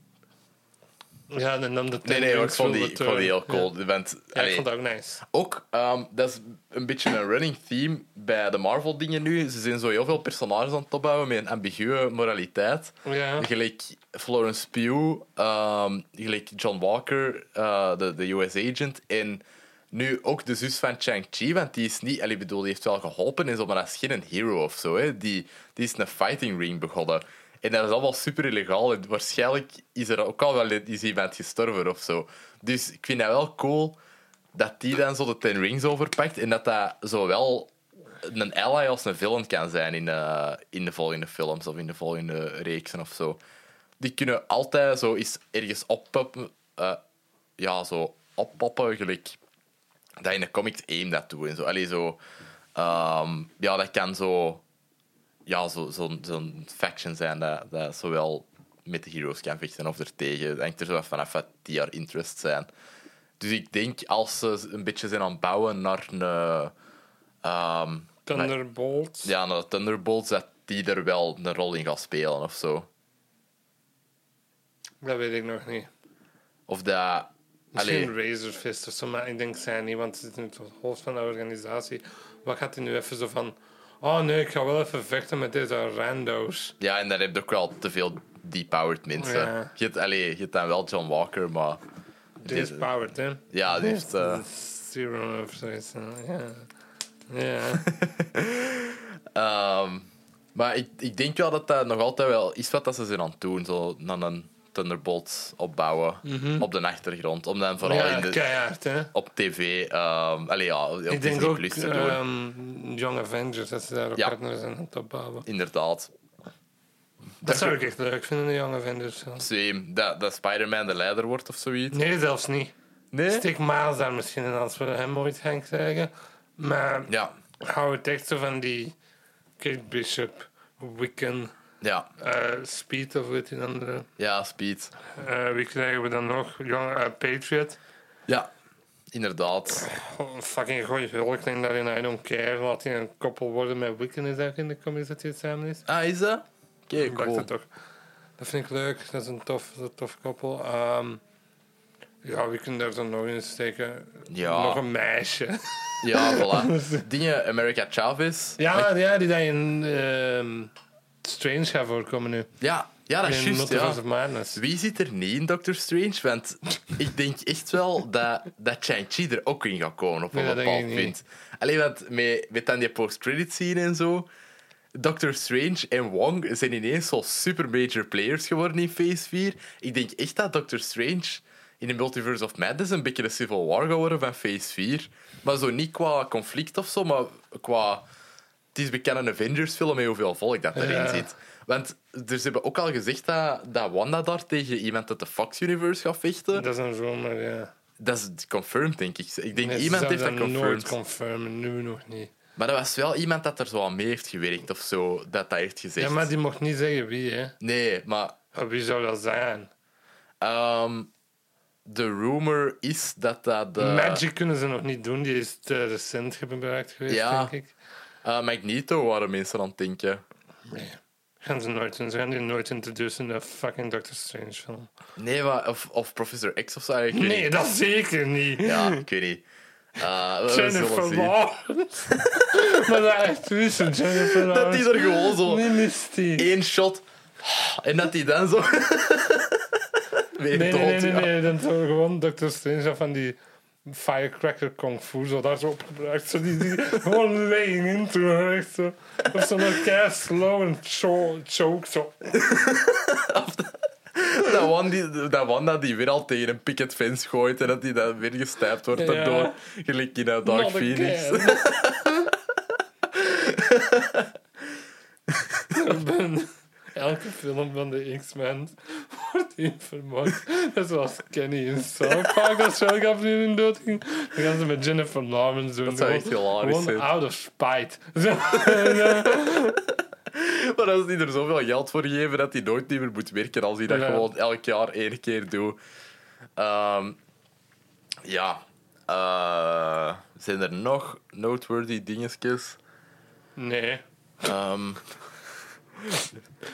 Speaker 2: Ja, en dan de
Speaker 1: Nee, nee, maar ik
Speaker 2: Tendrils
Speaker 1: vond die,
Speaker 2: will
Speaker 1: ik vond die heel
Speaker 2: return.
Speaker 1: cool. Want,
Speaker 2: eh, Ja, ik
Speaker 1: allee,
Speaker 2: vond dat ook nice.
Speaker 1: Ook, ehm, dat is een beetje een running theme bij de Marvel-dingen nu. Ze zijn zo heel veel personages aan het opbouwen met een ambiguë moraliteit.
Speaker 2: Ja.
Speaker 1: Gelijk Florence Pugh, ehm, gelijk John Walker, eh, de, de US-agent. En nu ook de zus van Shang-Chi, want die is niet... allee, Ik bedoel, die heeft wel geholpen en zo, maar dat is geen een hero of zo. Hè. Die, die is een fighting ring begonnen. En dat is allemaal super illegaal. En waarschijnlijk is er ook al wel is iemand gestorven of zo. Dus ik vind dat wel cool dat die dan zo de Ten Rings overpakt en dat dat zowel een ally als een villain kan zijn in, eh, in de volgende films of in de volgende reeksen of zo. Die kunnen altijd zo eens ergens oppoppen, eh, ja, zo oppoppen, gelijk dat in de comics AIM dat doet en zo. Allee, zo ehm, ja, dat kan zo ja, zo- zo'n zo'n faction zijn dat, dat zowel met de heroes kan vechten of er tegen. Het hangt er zo vanaf wat die haar interests zijn. Dus ik denk als ze een beetje zijn aan het bouwen naar een, ehm,
Speaker 2: Thunderbolts.
Speaker 1: ja, naar de Thunderbolts, dat die er wel een rol in gaat spelen of zo.
Speaker 2: Dat weet ik nog niet.
Speaker 1: Of dat. Allee,
Speaker 2: Misschien Razor Fist of zo, maar ik denk zij niet, want ze zit in het hoofd van de organisatie. Wat gaat hij nu even zo van... Oh nee, ik ga wel even vechten met deze rando's.
Speaker 1: ja, en dan heb je ook wel te veel depowered mensen.
Speaker 2: Oh, Ja.
Speaker 1: Je, hebt, allee, je hebt dan wel John Walker, maar.
Speaker 2: Deze powered, hè?
Speaker 1: ja, die heeft. eh,
Speaker 2: Zero of zoiets. eh, Ja. Ja.
Speaker 1: Ehm, maar ik, ik denk wel dat dat nog altijd wel is wat dat ze zijn aan het doen. Zo dan een Thunderbolt opbouwen op de achtergrond. Om dan *laughs* vooral
Speaker 2: Mhm. ja
Speaker 1: in de-
Speaker 2: keihard, hè?
Speaker 1: op tv... ehm allee, ja, op
Speaker 2: Ik denk
Speaker 1: Disney
Speaker 2: ook
Speaker 1: Plus te doen.
Speaker 2: ehm, Young Avengers, dat ze daar ook
Speaker 1: Ja.
Speaker 2: partners aan het opbouwen.
Speaker 1: Inderdaad.
Speaker 2: Dat zou ik echt leuk vinden, de Young Avengers. film.
Speaker 1: Same. Dat, dat Spider-Man de leider wordt of zoiets.
Speaker 2: Nee, zelfs niet.
Speaker 1: Nee?
Speaker 2: Stik Miles daar misschien in als we hem ooit gaan krijgen. Maar
Speaker 1: Ja.
Speaker 2: hou het echt zo van die Kate Bishop, Wiccan,
Speaker 1: Ja.
Speaker 2: eh, Speed of weet je die andere.
Speaker 1: Ja, Speed.
Speaker 2: Eh, wie krijgen we dan nog? Young, eh, Patriot.
Speaker 1: Ja. Inderdaad.
Speaker 2: Oh, fucking gooi hulkling daarin, I don't nou care. Laat hij een koppel worden met Wiccan is eigenlijk in de comics dat hij het samen is.
Speaker 1: Ah, is dat? Oké,
Speaker 2: Ik dacht
Speaker 1: cool.
Speaker 2: dat toch. Dat vind ik leuk, dat is een tof, dat is een tof koppel. Ehm, ja, wie kunnen daar dan nog in steken?
Speaker 1: Ja.
Speaker 2: Nog een
Speaker 1: *laughs*
Speaker 2: meisje.
Speaker 1: Ja,
Speaker 2: *laughs*
Speaker 1: voilà. Dingen, America Chavez.
Speaker 2: ja, ja, die daar in ehm, Strange gaat voorkomen nu.
Speaker 1: Ja, ja dat is
Speaker 2: in
Speaker 1: Ah, juist,
Speaker 2: Multiverse
Speaker 1: ja.
Speaker 2: of Madness.
Speaker 1: Wie zit er niet in Doctor Strange? Want ik denk echt wel dat, dat Shang-Chi er ook in gaat komen op een
Speaker 2: Nee, dat
Speaker 1: bepaald
Speaker 2: denk ik niet.
Speaker 1: punt. Alleen want met, met dan die post-credit scene en zo. Doctor Strange en Wong zijn ineens zo super major players geworden in Phase 4. Ik denk echt dat Doctor Strange in de Multiverse of Madness een beetje de Civil War geworden van Phase 4. Maar zo niet qua conflict of zo, maar qua... Het is bekend een Avengers-film en hoeveel volk dat erin
Speaker 2: Ja.
Speaker 1: zit. Want er ze hebben ook al gezegd dat, dat Wanda daar tegen iemand uit de Fox Universe gaat vechten.
Speaker 2: Dat is een zomer, ja.
Speaker 1: Dat is confirmed, denk ik. Ik denk
Speaker 2: Nee, ze
Speaker 1: iemand
Speaker 2: zouden
Speaker 1: heeft dat
Speaker 2: nooit
Speaker 1: confirmed.
Speaker 2: confirmen, nu nog niet.
Speaker 1: maar dat was wel iemand dat er zo aan mee heeft gewerkt of zo, dat dat heeft gezegd.
Speaker 2: Ja, maar die mocht niet zeggen wie, hè.
Speaker 1: Nee, maar
Speaker 2: Maar Wie zou dat zijn?
Speaker 1: ehm, de rumor is dat dat... eh,
Speaker 2: Magic kunnen ze nog niet doen, die is te recent gebruikt geweest,
Speaker 1: Ja.
Speaker 2: denk ik.
Speaker 1: eh, Magneto waren mensen aan het denken.
Speaker 2: Nee. Gaan ze nooit doen. Ze gaan die nooit introduceren in de fucking Doctor Strange film.
Speaker 1: Nee, maar, of, of Professor X of zo. Ik weet
Speaker 2: Nee,
Speaker 1: niet.
Speaker 2: dat zeker niet.
Speaker 1: Ja, ik weet niet. Eh, we- we zullen
Speaker 2: Jennifer
Speaker 1: zien.
Speaker 2: Lawrence. *laughs* maar dat echt wissen, Jennifer Lawrence.
Speaker 1: Dat die er gewoon zo
Speaker 2: Niet mystiek.
Speaker 1: één shot... En dat die dan zo... *laughs* Weer
Speaker 2: Nee,
Speaker 1: dood,
Speaker 2: nee, nee, nee,
Speaker 1: ja.
Speaker 2: nee. Dan zo gewoon Doctor Strange zo van die firecracker kung fu zo daar zo op gebruikt. Zo die, die gewoon laying into her. Echt zo. Of zo'n orkest slow en cho choke zo.
Speaker 1: Dat one die, dat Wanda die weer al tegen een picket fence gooit en dat die dan weer gestijpt wordt
Speaker 2: Ja.
Speaker 1: daardoor. Gelijk in eh, Dark
Speaker 2: Not
Speaker 1: Phoenix.
Speaker 2: again. *laughs* Ik ben- Elke film van de X-Men wordt in vermoord. Net zoals Kenny in South Park als Shelgaf nu in dood ging. Dan gaan ze met Jennifer Lawrence doen.
Speaker 1: Dat zou echt
Speaker 2: Gewoon-
Speaker 1: hilarisch
Speaker 2: Gewoon
Speaker 1: zijn.
Speaker 2: out of spite. *laughs* Zo, en, eh,
Speaker 1: Maar als die er zoveel geld voor geven dat die nooit niet meer moet werken als hij dat
Speaker 2: Ja.
Speaker 1: gewoon elk jaar één keer doet. Ehm, ja. Eh, zijn er nog noteworthy dingetjes?
Speaker 2: nee.
Speaker 1: Ehm,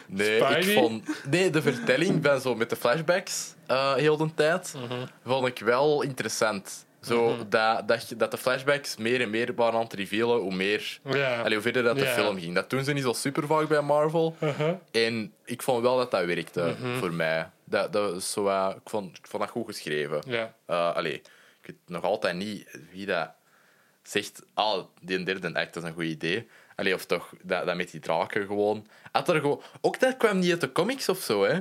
Speaker 1: nee,
Speaker 2: Spidey?
Speaker 1: ik vond... Nee, de vertelling ben zo met de flashbacks eh, heel de tijd.
Speaker 2: Mhm.
Speaker 1: Vond ik wel interessant. Zo dat, dat, je- dat de flashbacks meer en meer waren aan het revealen, hoe meer...
Speaker 2: Ja.
Speaker 1: Allee, hoe verder dat de
Speaker 2: Ja.
Speaker 1: film ging. Dat doen ze niet zo super vaak bij Marvel.
Speaker 2: Uh-huh.
Speaker 1: En ik vond wel dat dat werkte voor mij. Dat, dat is zo, wat- ik, vond, ik vond dat goed geschreven.
Speaker 2: Ja.
Speaker 1: Eh, allee, ik weet nog altijd niet wie dat zegt. Ah, die derde act dat is een goed idee. Allee, of toch, dat, dat met die draken gewoon. Had er gewoon. Ook dat kwam niet uit de comics of zo, hè?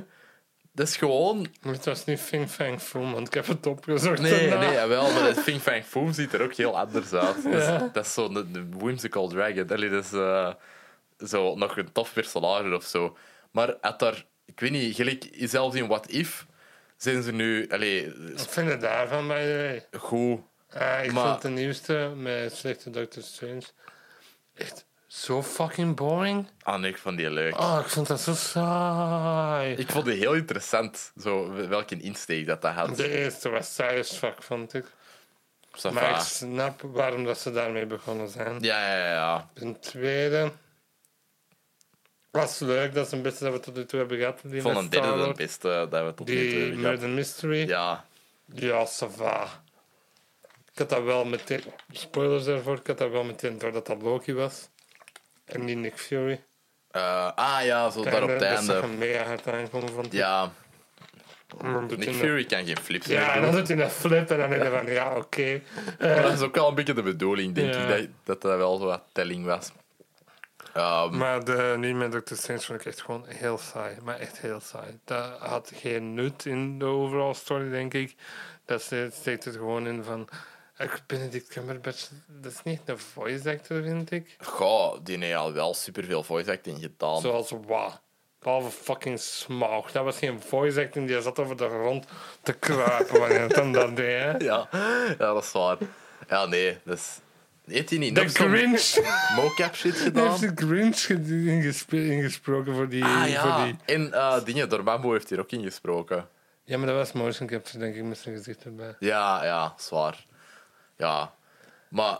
Speaker 1: Dat is gewoon.
Speaker 2: Het was niet Fing Fang Foom, want ik heb het opgezocht.
Speaker 1: *laughs* Nee,
Speaker 2: *laughs* daarna.
Speaker 1: nee, jawel, maar het Fing Fang Foom ziet er ook heel anders uit. Dat is, dat is zo'n een whimsical dragon. Allee, dat is eh, zo nog een tof personage of zo. Maar had daar, ik weet niet, gelijk, zelfs in What If zijn ze nu allee,
Speaker 2: Wat vind je daarvan, by the way?
Speaker 1: goed.
Speaker 2: Ah, ik
Speaker 1: Maar-
Speaker 2: vond de nieuwste met slechte Doctor Strange echt zo fucking boring.
Speaker 1: Ah, nee, ik vond die leuk.
Speaker 2: Oh, ik vond dat zo saai.
Speaker 1: Ik vond die heel interessant, zo, welke insteek dat dat had.
Speaker 2: De eerste was satisfak, vond ik.
Speaker 1: Ça
Speaker 2: Maar ik
Speaker 1: va.
Speaker 2: snap waarom dat ze daarmee begonnen zijn.
Speaker 1: Ja, ja, ja, ja.
Speaker 2: De tweede was leuk, dat is een beetje dat we tot nu toe hebben gehad. Die
Speaker 1: Ik vond
Speaker 2: met
Speaker 1: een derde de
Speaker 2: Star-Lord.
Speaker 1: beste dat we tot nu toe
Speaker 2: Die
Speaker 1: hebben gehad.
Speaker 2: Murder Mystery.
Speaker 1: Ja,
Speaker 2: Ja, ça va. Ik had dat wel meteen... Spoilers daarvoor, ik had dat wel meteen doordat dat Loki was. En niet Nick Fury.
Speaker 1: Eh, ah ja, zo daar op het
Speaker 2: dat zag
Speaker 1: einde.
Speaker 2: hem mega hard aankomen, vond ik.
Speaker 1: Ja,
Speaker 2: En dan doet
Speaker 1: Nick
Speaker 2: hij dat-
Speaker 1: Fury kan geen flips meer
Speaker 2: Ja,
Speaker 1: doen.
Speaker 2: en dan doet hij een flip en dan denk je van, ja, oké.
Speaker 1: Maar dat is ook wel een beetje de bedoeling, denk
Speaker 2: Ja.
Speaker 1: ik, dat, dat dat wel zo wat telling was. Ehm,
Speaker 2: Maar de niet met Dr. Strange vond ik echt gewoon heel saai. Maar echt heel saai. Dat had geen nut in de overall story, denk ik. Dat ze- steekt het gewoon in van... Ik Benedict Cumberbatch, dat is niet echt een voice actor, vind ik.
Speaker 1: goh, die heeft al wel superveel voice acting gedaan.
Speaker 2: Zoals wa. Behalve fucking Smaug. Dat was geen voice acting, die zat over de grond te kruipen wanneer het dan dat deed. Hè?
Speaker 1: Ja. ja, dat is waar. Ja, nee, dat is... Heeft hij niet
Speaker 2: De
Speaker 1: nog zo'n
Speaker 2: Grinch!
Speaker 1: mocap shit
Speaker 2: Die heeft
Speaker 1: gedaan?
Speaker 2: de Grinch ge- ingespro- ingesproken voor die,
Speaker 1: Ah
Speaker 2: voor
Speaker 1: ja,
Speaker 2: die...
Speaker 1: en eh dingen, Dormammu heeft hier ook ingesproken.
Speaker 2: Ja, maar dat was motion capture, denk ik, met zijn gezicht erbij.
Speaker 1: Ja, ja, zwaar. Ja. Maar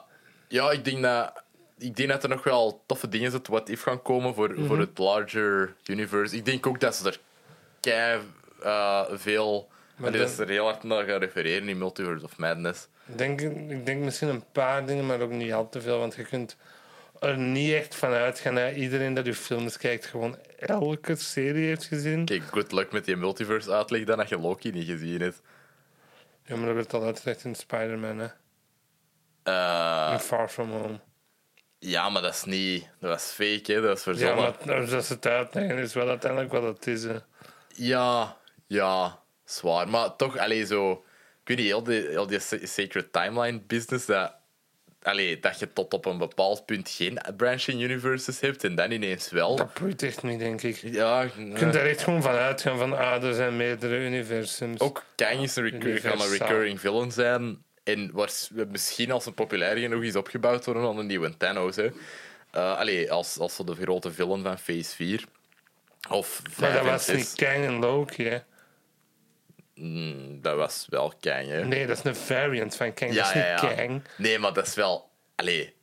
Speaker 1: ja, ik denk dat, ik denk dat er nog wel toffe dingen uit What If gaan komen voor,
Speaker 2: Mhm.
Speaker 1: voor het larger universe. Ik denk ook dat ze er kei eh, veel...
Speaker 2: Maar
Speaker 1: Allee, dat
Speaker 2: dan-
Speaker 1: ze er heel hard naar gaan refereren in Multiverse of Madness.
Speaker 2: Ik Denk, ik denk misschien een paar dingen, maar ook niet al te veel, want je kunt er niet echt van uitgaan dat iedereen dat uw films kijkt gewoon elke serie heeft gezien.
Speaker 1: Kijk, good luck met die multiverse uitleg dan dat je Loki niet gezien hebt.
Speaker 2: Ja, maar dat werd al uitgelegd in Spider-Man, hè.
Speaker 1: Eh,
Speaker 2: In Far From Home.
Speaker 1: ja, maar dat is niet... Dat was fake, hè. Dat is
Speaker 2: Ja,
Speaker 1: verzonnen.
Speaker 2: maar als dat ze het uitleggen is wel uiteindelijk wat het is. hè.
Speaker 1: Ja, ja, zwaar. Maar toch, alleen zo. weet niet, heel die, heel die sa- sacred timeline business, dat, allee, dat je tot op een bepaald punt geen branching universes hebt en dan ineens wel.
Speaker 2: Dat boeit echt niet, denk ik. Je
Speaker 1: Ja,
Speaker 2: kunt
Speaker 1: eh,
Speaker 2: er echt gewoon van uitgaan van, ah, er zijn meerdere universums.
Speaker 1: ook Kang is een, recur- kan een
Speaker 2: Universaal.
Speaker 1: recurring villain zijn en was misschien als een populair genoeg is opgebouwd worden dan een nieuwe Thanos. Hè. Eh, allee, als, als zo de grote villain van Phase 4. Of
Speaker 2: maar
Speaker 1: 5
Speaker 2: dat
Speaker 1: en
Speaker 2: was
Speaker 1: 6.
Speaker 2: niet Kang en Loki, hè.
Speaker 1: Mm, dat was wel Kang, hè.
Speaker 2: Nee, dat is een variant van Kang, dat
Speaker 1: Ja,
Speaker 2: is
Speaker 1: ja,
Speaker 2: niet
Speaker 1: ja.
Speaker 2: Kang.
Speaker 1: Nee, maar dat is wel. Allee.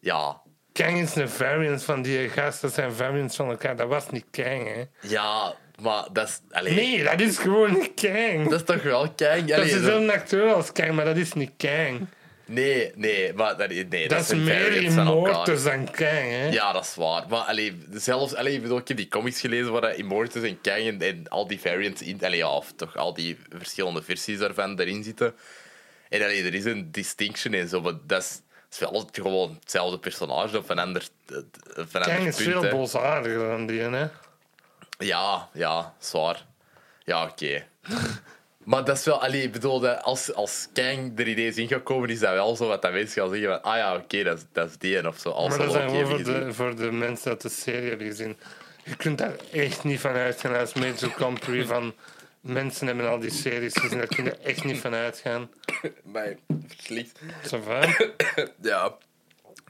Speaker 1: Ja.
Speaker 2: Kang is een variant van die gast, dat zijn variants van elkaar. Dat was niet Kang, hè.
Speaker 1: Ja, maar dat is. Allee.
Speaker 2: Nee, dat is gewoon niet Kang.
Speaker 1: Dat is toch wel Kang?
Speaker 2: Dat
Speaker 1: Allee,
Speaker 2: is
Speaker 1: dat-
Speaker 2: dezelfde acteur als Kang, maar dat is niet Kang.
Speaker 1: Nee, nee, maar dat, nee, dat,
Speaker 2: Dat is
Speaker 1: zijn
Speaker 2: meer
Speaker 1: variants van elkaar.
Speaker 2: Immortus dan Kang, hè.
Speaker 1: Ja, dat is waar. Maar allee, zelfs, allee, ik bedoel, ik heb die comics gelezen waar dat Immortus en Kang en, en al die variants in, allee, ja, of toch al die verschillende versies daarvan erin zitten. En allee, er is een distinction en zo, maar dat is, dat is wel gewoon hetzelfde personage of een ander, van ander
Speaker 2: Kang is
Speaker 1: punt.
Speaker 2: veel
Speaker 1: hè.
Speaker 2: bozaardiger dan die, hè.
Speaker 1: Ja, ja, zwaar. Ja, oké. *laughs* maar dat is wel, allee, ik bedoel, dat als, als Kang er ineens in gaat komen, is dat wel zo wat dat mensen gaan zeggen van, ah ja, oké, dat, is- dat is die of zo. Als
Speaker 2: Maar
Speaker 1: ze
Speaker 2: dat zijn
Speaker 1: Loki
Speaker 2: gewoon voor
Speaker 1: hebben gezien.
Speaker 2: de, voor de mensen dat de serie hebben gezien. Je kunt daar echt niet van uitgaan als Major
Speaker 1: *laughs*
Speaker 2: Compre van... Mensen hebben al die series gezien, daar kun je echt niet van uitgaan.
Speaker 1: Mij verslikt.
Speaker 2: Zo van.
Speaker 1: *laughs* Ja.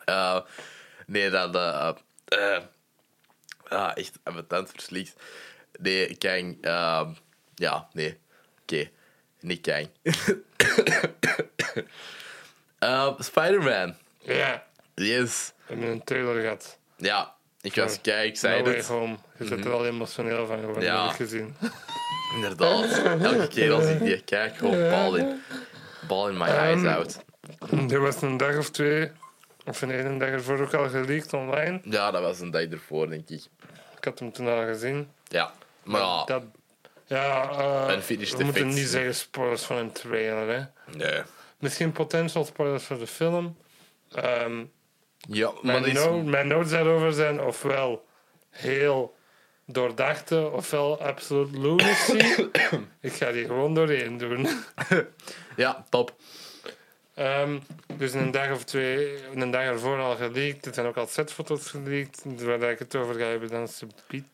Speaker 1: Eh, nee, dan... eh eh, ah, echt, aan mijn tand verslikt. Nee, Kang... ehm, ja, nee. Oké. Niet Kang. *coughs* Eh, Spider-Man.
Speaker 2: Ja,
Speaker 1: Yes.
Speaker 2: we hebben een trailer gehad.
Speaker 1: Ja, ik was kijk, ik zei
Speaker 2: No Way
Speaker 1: het.
Speaker 2: Home. Je zit er al emotioneel van geworden,
Speaker 1: Mhm. Ja.
Speaker 2: heb ik
Speaker 1: *laughs*
Speaker 2: gezien.
Speaker 1: Inderdaad. Elke keer als ik die kijk, gewoon bal in. Bal in my eyes
Speaker 2: Ehm.
Speaker 1: out.
Speaker 2: Er was een dag of twee, of een ene dag ervoor ook al geleakt online.
Speaker 1: Ja, dat was een dag ervoor, denk ik.
Speaker 2: Ik had hem toen al gezien.
Speaker 1: Ja. Maar ja,
Speaker 2: Dat, ja, eh,
Speaker 1: Unfinished
Speaker 2: we moeten
Speaker 1: effects.
Speaker 2: niet zeggen spoilers van een trailer. Hè.
Speaker 1: nee.
Speaker 2: Misschien potential spoilers voor de film. Ehm,
Speaker 1: Ja, maar
Speaker 2: mijn,
Speaker 1: dat is...
Speaker 2: no- mijn notes daarover zijn ofwel heel doordachte ofwel absoluut
Speaker 1: *coughs*
Speaker 2: lunacy. Ik ga die gewoon doorheen doen.
Speaker 1: Ja, top.
Speaker 2: Ehm, dus een dag of twee, een dag ervoor al geleakt. Er zijn ook al setfoto's geleakt. Waar ik het over ga hebben, dan is Piet.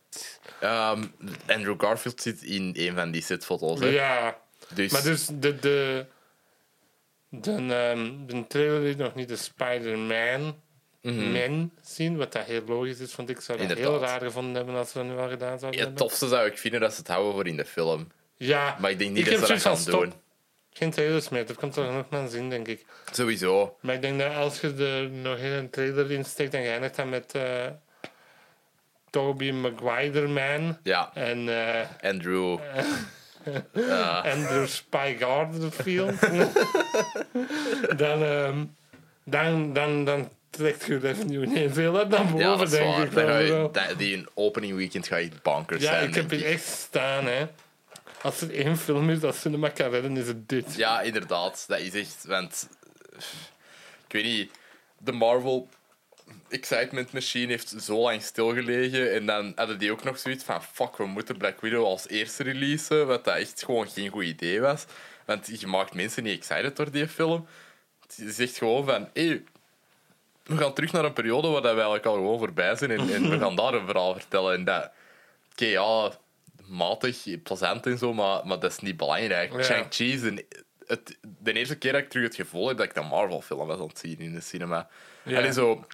Speaker 1: Ehm, Andrew Garfield zit in een van die setfoto's. hè.
Speaker 2: Ja,
Speaker 1: Dus,
Speaker 2: maar dus de, de, de, ehm, de trailer liet nog niet de Spider-Man men zien. Wat dat heel logisch is, want ik zou dat heel
Speaker 1: Mhm. Inderdaad.
Speaker 2: raar gevonden hebben als ze dat nu al gedaan zouden
Speaker 1: het
Speaker 2: hebben.
Speaker 1: tofste zou ik vinden dat ze het houden voor in de film.
Speaker 2: Ja,
Speaker 1: Maar ik denk niet
Speaker 2: heb
Speaker 1: dat ze dat
Speaker 2: zoiets
Speaker 1: gaan
Speaker 2: van, stop.
Speaker 1: doen.
Speaker 2: Geen trailers meer, dat komt er genoeg aan zien, denk ik.
Speaker 1: Sowieso.
Speaker 2: Maar ik denk dat als je er nog heel een trailer in steekt, dan eindigt dat met eh Toby Maguire Man
Speaker 1: Ja,
Speaker 2: en eh,
Speaker 1: Andrew. Ah.
Speaker 2: Andrew Spy
Speaker 1: *laughs*
Speaker 2: Garfield. dan, ehm, dan, dan, dan trekt je revenue ineens heel hard naar boven,
Speaker 1: Ja, dat is
Speaker 2: denk
Speaker 1: waar.
Speaker 2: ik.
Speaker 1: Dan ga je-
Speaker 2: overal.
Speaker 1: dat- die opening weekend ga je bonkers
Speaker 2: ja,
Speaker 1: zijn,
Speaker 2: ik heb
Speaker 1: denk
Speaker 2: hier echt staan, hè. Als er één film is dat cinema kan redden, is het dit.
Speaker 1: Ja, inderdaad. Dat is echt, want... eh, Ik weet niet, de Marvel Excitement Machine heeft zo lang stilgelegen. En dan hadden die ook nog zoiets van... Fuck, we moeten Black Widow als eerste releasen. Wat dat echt gewoon geen goed idee was. Want je maakt mensen niet excited door die film. Je zegt gewoon van... Hey, we gaan terug naar een periode waar dat we eigenlijk al gewoon voorbij zijn. En,
Speaker 2: *laughs*
Speaker 1: en we gaan daar een verhaal vertellen. En dat... Oké, ja, matig, plezant en zo, maar, maar dat is niet belangrijk.
Speaker 2: Ja.
Speaker 1: Shang-Chi is een- het, de eerste keer dat ik terug het gevoel heb dat ik een Marvel-film was aan het zien in de cinema.
Speaker 2: Ja.
Speaker 1: Allee, zo,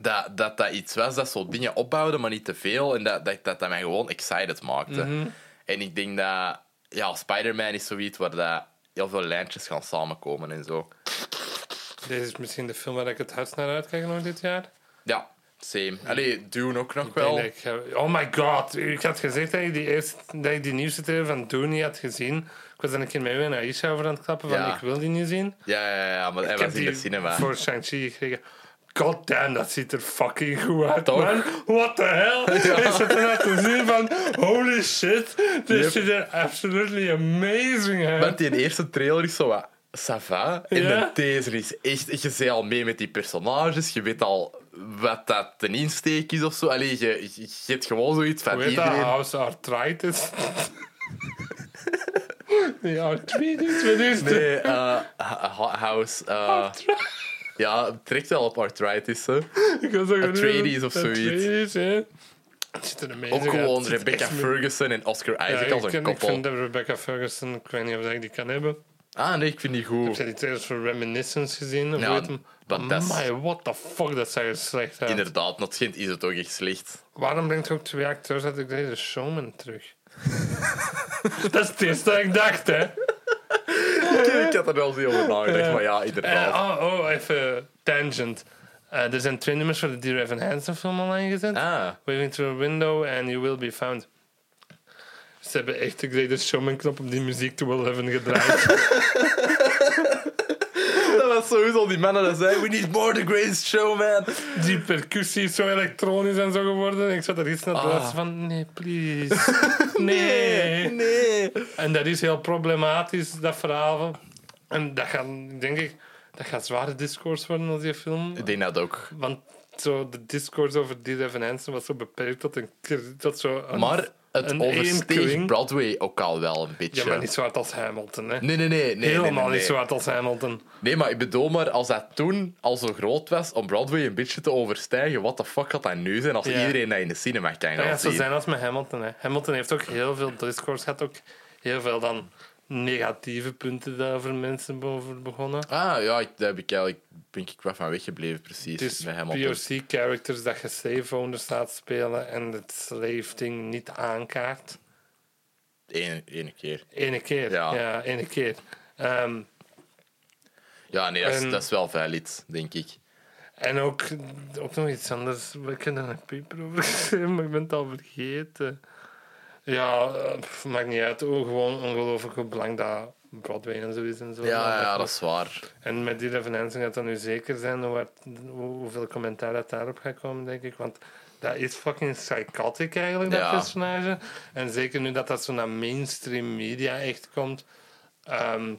Speaker 1: dat, dat dat iets was dat zo dingen opbouwde, maar niet te veel. En dat dat, dat, dat mij gewoon excited maakte.
Speaker 2: Mhm.
Speaker 1: En ik denk dat... Ja, Spider-Man is zoiets waar dat heel veel lijntjes gaan samenkomen en zo.
Speaker 2: Deze is misschien de film waar ik het hardst naar uitkijk nog dit jaar.
Speaker 1: Ja, same. Allee, Dune ook nog
Speaker 2: Ik
Speaker 1: wel.
Speaker 2: denk dat ik- oh my god, ik had gezegd dat ik die, eerste, dat ik die nieuwste trailer van Dune niet had gezien. Ik was dan een keer met mijn Aisha over aan het klappen van
Speaker 1: Ja.
Speaker 2: ik wil die niet zien.
Speaker 1: Ja, ja, ja, maar hij
Speaker 2: ik
Speaker 1: was in de cinema.
Speaker 2: voor Shang-Chi gekregen. God damn, dat ziet er fucking goed uit,
Speaker 1: Toch?
Speaker 2: man. What the
Speaker 1: *laughs*
Speaker 2: hell? Is het er te zien van, holy shit, dit
Speaker 1: Yep.
Speaker 2: ziet er absolutely amazing uit.
Speaker 1: Want die eerste trailer is zo wat sava. En
Speaker 2: Ja?
Speaker 1: de teaser is echt... Je zit al mee met die personages. Je weet al wat dat ten insteek is of zo. Allee, je, je, je hebt gewoon zoiets van
Speaker 2: *laughs* Hoe heet dat?
Speaker 1: iedereen...
Speaker 2: House Arthritis? Ja, tweede, tweede.
Speaker 1: Nee, *laughs* eh, h- h- House. eh, ja, het trekt wel op arthritis. Hè.
Speaker 2: Ik was ook
Speaker 1: Atreides of zoiets.
Speaker 2: Atreides, hè. Het ziet er amazing
Speaker 1: Of
Speaker 2: uit.
Speaker 1: gewoon
Speaker 2: Het ziet er
Speaker 1: Rebecca
Speaker 2: echt moe-
Speaker 1: Ferguson en Oscar
Speaker 2: Ja,
Speaker 1: Isaac
Speaker 2: ik,
Speaker 1: als een
Speaker 2: vind- ik
Speaker 1: koppel.
Speaker 2: vind dat Rebecca Ferguson, ik weet niet of ik die kan hebben.
Speaker 1: Ah, nee, ik vind die
Speaker 2: Heb
Speaker 1: goed.
Speaker 2: jij die trailers voor Reminiscence gezien? Of
Speaker 1: Ja,
Speaker 2: weet hem?
Speaker 1: maar dat is-
Speaker 2: Amai, what the fuck, dat zag er slecht uit.
Speaker 1: Inderdaad, not schijnt is het ook echt slecht.
Speaker 2: Waarom brengt ook twee acteurs uit de Greatest Showman terug? *laughs* dat is het eerste dat ik dacht, hè. Eh,
Speaker 1: ik had er wel Nou, eens over nagedacht, maar ja,
Speaker 2: Eh,
Speaker 1: inderdaad.
Speaker 2: oh, oh, even tangent. Eh, er zijn twee nummers voor de Dear Evan Hansen film online gezet.
Speaker 1: Ah,
Speaker 2: Waving through a window and you will be found. Ze hebben echt de Greatest Showman knop op die muziek te wel hebben
Speaker 1: *laughs*
Speaker 2: gedraaid.
Speaker 1: dat was sowieso die mannen dat zeiden, we need more the greatest showman.
Speaker 2: die percussie is zo elektronisch en zo geworden. Ik zat er iets naar te
Speaker 1: Ah.
Speaker 2: luisteren van, nee, please.
Speaker 1: *laughs*
Speaker 2: nee.
Speaker 1: nee.
Speaker 2: En dat is heel problematisch, dat verhaal. van- En dat gaat, denk ik, dat gaat zware discourse worden als die film.
Speaker 1: Ik denk dat ook.
Speaker 2: Want zo de discourse over Dear Evan Hansen was zo beperkt tot een... keer- Tot zo een-
Speaker 1: Maar het
Speaker 2: een
Speaker 1: oversteeg
Speaker 2: één
Speaker 1: Broadway ook al wel een beetje.
Speaker 2: Ja, maar niet zo hard als Hamilton, hè.
Speaker 1: Nee, nee, nee. nee
Speaker 2: Helemaal
Speaker 1: nee, nee, nee.
Speaker 2: niet zo hard als Hamilton.
Speaker 1: Nee, maar ik bedoel maar, als dat toen al zo groot was om Broadway een beetje te overstijgen, wat de fuck gaat dat nu zijn als
Speaker 2: Ja.
Speaker 1: iedereen dat in de cinema kan
Speaker 2: Ja,
Speaker 1: gaan
Speaker 2: het zou
Speaker 1: zien?
Speaker 2: zijn als met Hamilton. Hè. Hamilton heeft ook heel veel discourse gehad, ook heel veel dan negatieve punten daarover mensen boven begonnen.
Speaker 1: Ah, ja, ik, daar heb ik eigenlijk, ben ik wel van weggebleven, precies.
Speaker 2: Het is
Speaker 1: met Hamilton.
Speaker 2: POC-characters dat je slave owners laat spelen en het slave-ding niet aankaart.
Speaker 1: Eén, ene keer.
Speaker 2: Ene keer.
Speaker 1: Ja.
Speaker 2: Ja, ene keer. Ehm,
Speaker 1: Ja, nee, dat is,
Speaker 2: En-
Speaker 1: dat is wel valid, denk ik.
Speaker 2: en ook, ook nog iets anders. We kunnen een paper over geschreven, maar ik ben het al vergeten. Ja, eh, pff, maakt niet uit. Oh, gewoon ongelooflijk hoe belangrijk dat Broadway en zo is. En, zo.
Speaker 1: Ja, ja, dat is waar.
Speaker 2: en met die referentie gaat dat nu zeker zijn hoe hard- hoe- hoeveel commentaar dat daarop gaat komen, denk ik. Want dat is fucking psychotic eigenlijk, dat
Speaker 1: Ja.
Speaker 2: personage. En zeker nu dat dat zo naar mainstream media echt komt. ehm,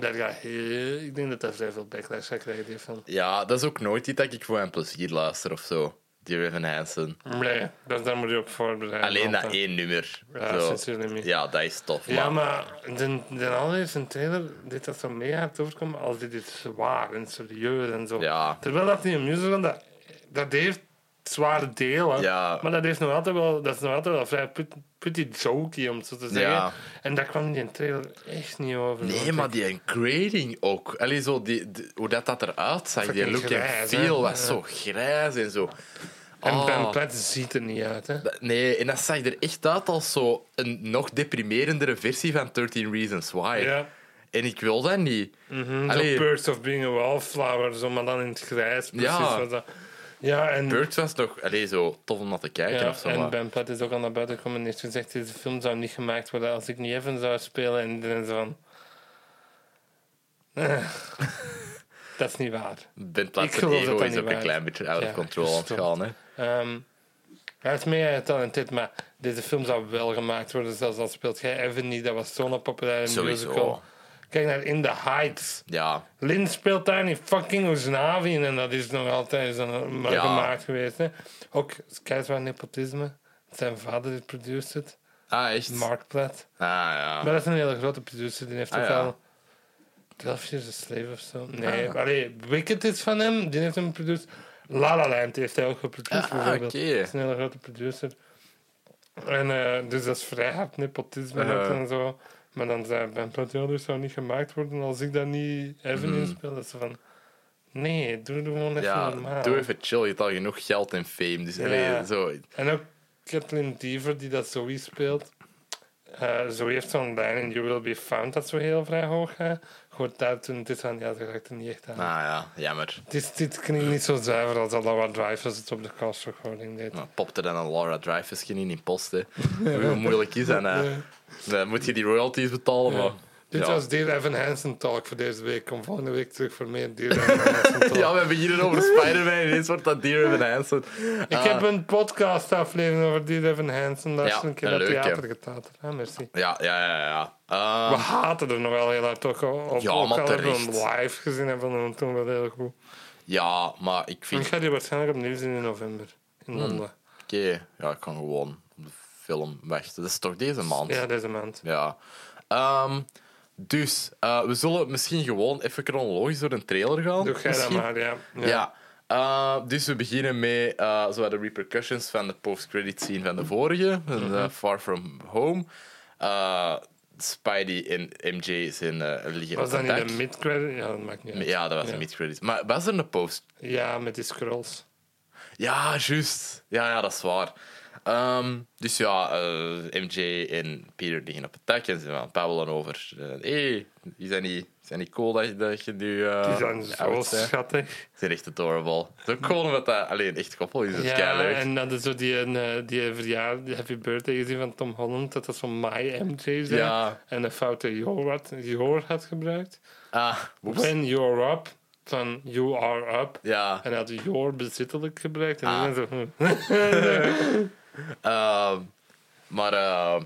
Speaker 2: dat gaat heel, ik denk dat dat vrij veel backlash gaat krijgen, die film.
Speaker 1: Ja, dat is ook nooit iets dat ik voor mijn plezier luister of zo. Die Raven Hansen.
Speaker 2: Nee, dat, daar moet je op voorbereiden.
Speaker 1: Alleen dat
Speaker 2: want,
Speaker 1: één nummer.
Speaker 2: Ja,
Speaker 1: Zo.
Speaker 2: dat is natuurlijk niet.
Speaker 1: Ja, dat is tof.
Speaker 2: Ja,
Speaker 1: maar-
Speaker 2: maar de, de allereerste trailer deed dat zo mega hard overkomen als dit is zwaar en serieus en zo.
Speaker 1: Ja.
Speaker 2: Terwijl dat die musical, dat, dat heeft zware delen,
Speaker 1: Ja.
Speaker 2: maar dat, heeft nog altijd wel, dat is nog altijd wel vrij put, pretty jokey, om het zo te zeggen.
Speaker 1: Ja.
Speaker 2: En daar kwam in die trailer echt niet over.
Speaker 1: Nee, maar die grading ook. Allee, zo die, die- hoe dat, dat eruit zag. Die
Speaker 2: Fucking
Speaker 1: look en
Speaker 2: grijs, hè?
Speaker 1: feel was
Speaker 2: Ja.
Speaker 1: zo grijs en zo.
Speaker 2: En
Speaker 1: Ah.
Speaker 2: Ben Platt ziet er niet uit, hè.
Speaker 1: Dat- Nee, en dat zag er echt uit als zo een nog deprimerendere versie van 13 Reasons Why.
Speaker 2: Ja. Mhm,
Speaker 1: En ik wil dat niet. Allee,
Speaker 2: Zo Birds of Being a Wallflower, zo, maar dan in het grijs, precies.
Speaker 1: Ja.
Speaker 2: Wat dat, ja, en...
Speaker 1: Birds was nog allee, zo tof om naar te kijken
Speaker 2: Ja,
Speaker 1: of zo.
Speaker 2: en
Speaker 1: maar-
Speaker 2: Ben Platt is ook al naar buiten gekomen en heeft gezegd: deze film zou niet gemaakt worden als ik niet even zou spelen. En dan is van.
Speaker 1: *laughs*
Speaker 2: eh, dat is niet waar.
Speaker 1: Ben Platt
Speaker 2: Ik
Speaker 1: zijn
Speaker 2: geloof dat
Speaker 1: ego is
Speaker 2: dat niet
Speaker 1: ook een
Speaker 2: waar
Speaker 1: klein beetje out of
Speaker 2: Ja,
Speaker 1: control aan het
Speaker 2: gestopt.
Speaker 1: gaan. Hè.
Speaker 2: Ehm, hij is mega getalenteerd, maar deze film zou wel gemaakt worden, zelfs al speelt jij even niet. Dat was zo'n populaire
Speaker 1: Sowieso.
Speaker 2: musical. Kijk naar In the Heights.
Speaker 1: Ja,
Speaker 2: Lin speelt daar in fucking Oeznavië en dat is nog altijd zo'n maar
Speaker 1: Ja.
Speaker 2: gemaakt geweest. Hè. Ook keizwaar nepotisme. Zijn vader die produced het,
Speaker 1: ah, echt.
Speaker 2: Mark Platt.
Speaker 1: Ah, ja.
Speaker 2: Maar dat is een hele grote producer. Die heeft
Speaker 1: Ah,
Speaker 2: ook
Speaker 1: ja.
Speaker 2: al 12 Years a Slave of zo. Nee,
Speaker 1: Ah.
Speaker 2: allee, Wicked is van hem. Die heeft hem geproduceerd. La La Land heeft hij ook geproduceerd,
Speaker 1: Ah,
Speaker 2: bijvoorbeeld.
Speaker 1: oké.
Speaker 2: Dat is een hele grote producer. En, eh, dus dat is vrij hard nepotisme
Speaker 1: Eh.
Speaker 2: net en zo. Maar dan zei Ben Platt, ja, dit zou niet gemaakt worden als ik dat niet even inspeel. Dat ze van, nee, doe doe gewoon even
Speaker 1: Mm-hmm. ja,
Speaker 2: normaal.
Speaker 1: doe even chill. Je hebt al genoeg geld en fame. Dus, allee,
Speaker 2: Ja.
Speaker 1: zo.
Speaker 2: En ook Kathleen Deaver, die dat Zoe speelt. Eh Zoe heeft zo'n lijn in You Will Be Found dat zo heel vrij hoog gaat. Goed daar toen het is van, ja, dat raakt er niet echt aan.
Speaker 1: Ah ja, jammer.
Speaker 2: Het, is, dit klinkt niet zo zuiver als Laura Drivers het op de cast recording deed.
Speaker 1: Nou, popte dan een Laura Dreyfus in in post,
Speaker 2: *laughs*
Speaker 1: hè. Hoe moeilijk is dat nou?
Speaker 2: Ja.
Speaker 1: Dan moet je die royalties betalen, maar...
Speaker 2: Eh, *laughs* Dit
Speaker 1: ja.
Speaker 2: was Dear Evan Hansen Talk voor deze week. Kom volgende week terug voor
Speaker 1: *laughs*
Speaker 2: meer Dear Evan Hansen Talk.
Speaker 1: Ja, we beginnen over Spider-Man en ineens wordt dat Dear Evan Hansen.
Speaker 2: Ik heb een podcast aflevering over Dear Evan Hansen. Daar
Speaker 1: Ah. Ja,
Speaker 2: is een keer
Speaker 1: een
Speaker 2: naar
Speaker 1: leuke.
Speaker 2: theater getaterd. Ah, merci.
Speaker 1: Ja, ja, ja, ja. ja.
Speaker 2: We
Speaker 1: Ehm,
Speaker 2: haten er nog wel heel hard toch op.
Speaker 1: Ja,
Speaker 2: ook
Speaker 1: maar
Speaker 2: al hebben we hem
Speaker 1: terecht.
Speaker 2: live gezien en vonden we hem toen wel heel goed.
Speaker 1: ja, maar ik
Speaker 2: Ik
Speaker 1: vind...
Speaker 2: ga die waarschijnlijk opnieuw zien in november. In
Speaker 1: Hmm.
Speaker 2: Londen.
Speaker 1: Oké, ja, ik kan gewoon op de film wachten. Dat is toch deze maand?
Speaker 2: Ja, deze maand.
Speaker 1: Ja. Ehm, Dus eh, we zullen misschien gewoon even chronologisch door een trailer gaan.
Speaker 2: Doe jij dat
Speaker 1: misschien.
Speaker 2: maar, ja.
Speaker 1: Ja. Eh, dus we beginnen met eh zowel de repercussions van de post-credit scene van de vorige, van, eh,
Speaker 2: Mhm.
Speaker 1: Far From Home. Eh, Spidey en MJ zijn eh, liggen
Speaker 2: Was
Speaker 1: op
Speaker 2: dat niet
Speaker 1: dak.
Speaker 2: een mid-credit? Ja, dat maakt niet uit.
Speaker 1: Ja, dat was
Speaker 2: Ja.
Speaker 1: een mid-credit. Maar was er een post?
Speaker 2: Ja, met die scrolls.
Speaker 1: Ja, juist. Ja, ja, dat is waar. Ehm, dus ja, eh, MJ en Peter liggen op het dak en ze gaan babbelen over. eh, hey, is dat niet, is dat niet cool dat je, dat je nu. eh
Speaker 2: Die zijn zo
Speaker 1: oud bent?
Speaker 2: schattig.
Speaker 1: Ze zijn echt adorable. Zo cool omdat dat alleen echt koppel is. Dat is
Speaker 2: Ja,
Speaker 1: keileuk.
Speaker 2: en dat is zo die, eh, die verjaardag, die happy birthday gezien van Tom Holland, dat dat zo'n My MJ zijn.
Speaker 1: Ja.
Speaker 2: En een foute Your had, your had gebruikt.
Speaker 1: Ah, oeps.
Speaker 2: When you're up, van you are up.
Speaker 1: Ja,
Speaker 2: En hij had your bezittelijk gebruikt. En
Speaker 1: Ah.
Speaker 2: dan zo, hm.
Speaker 1: ehm, maar ehm,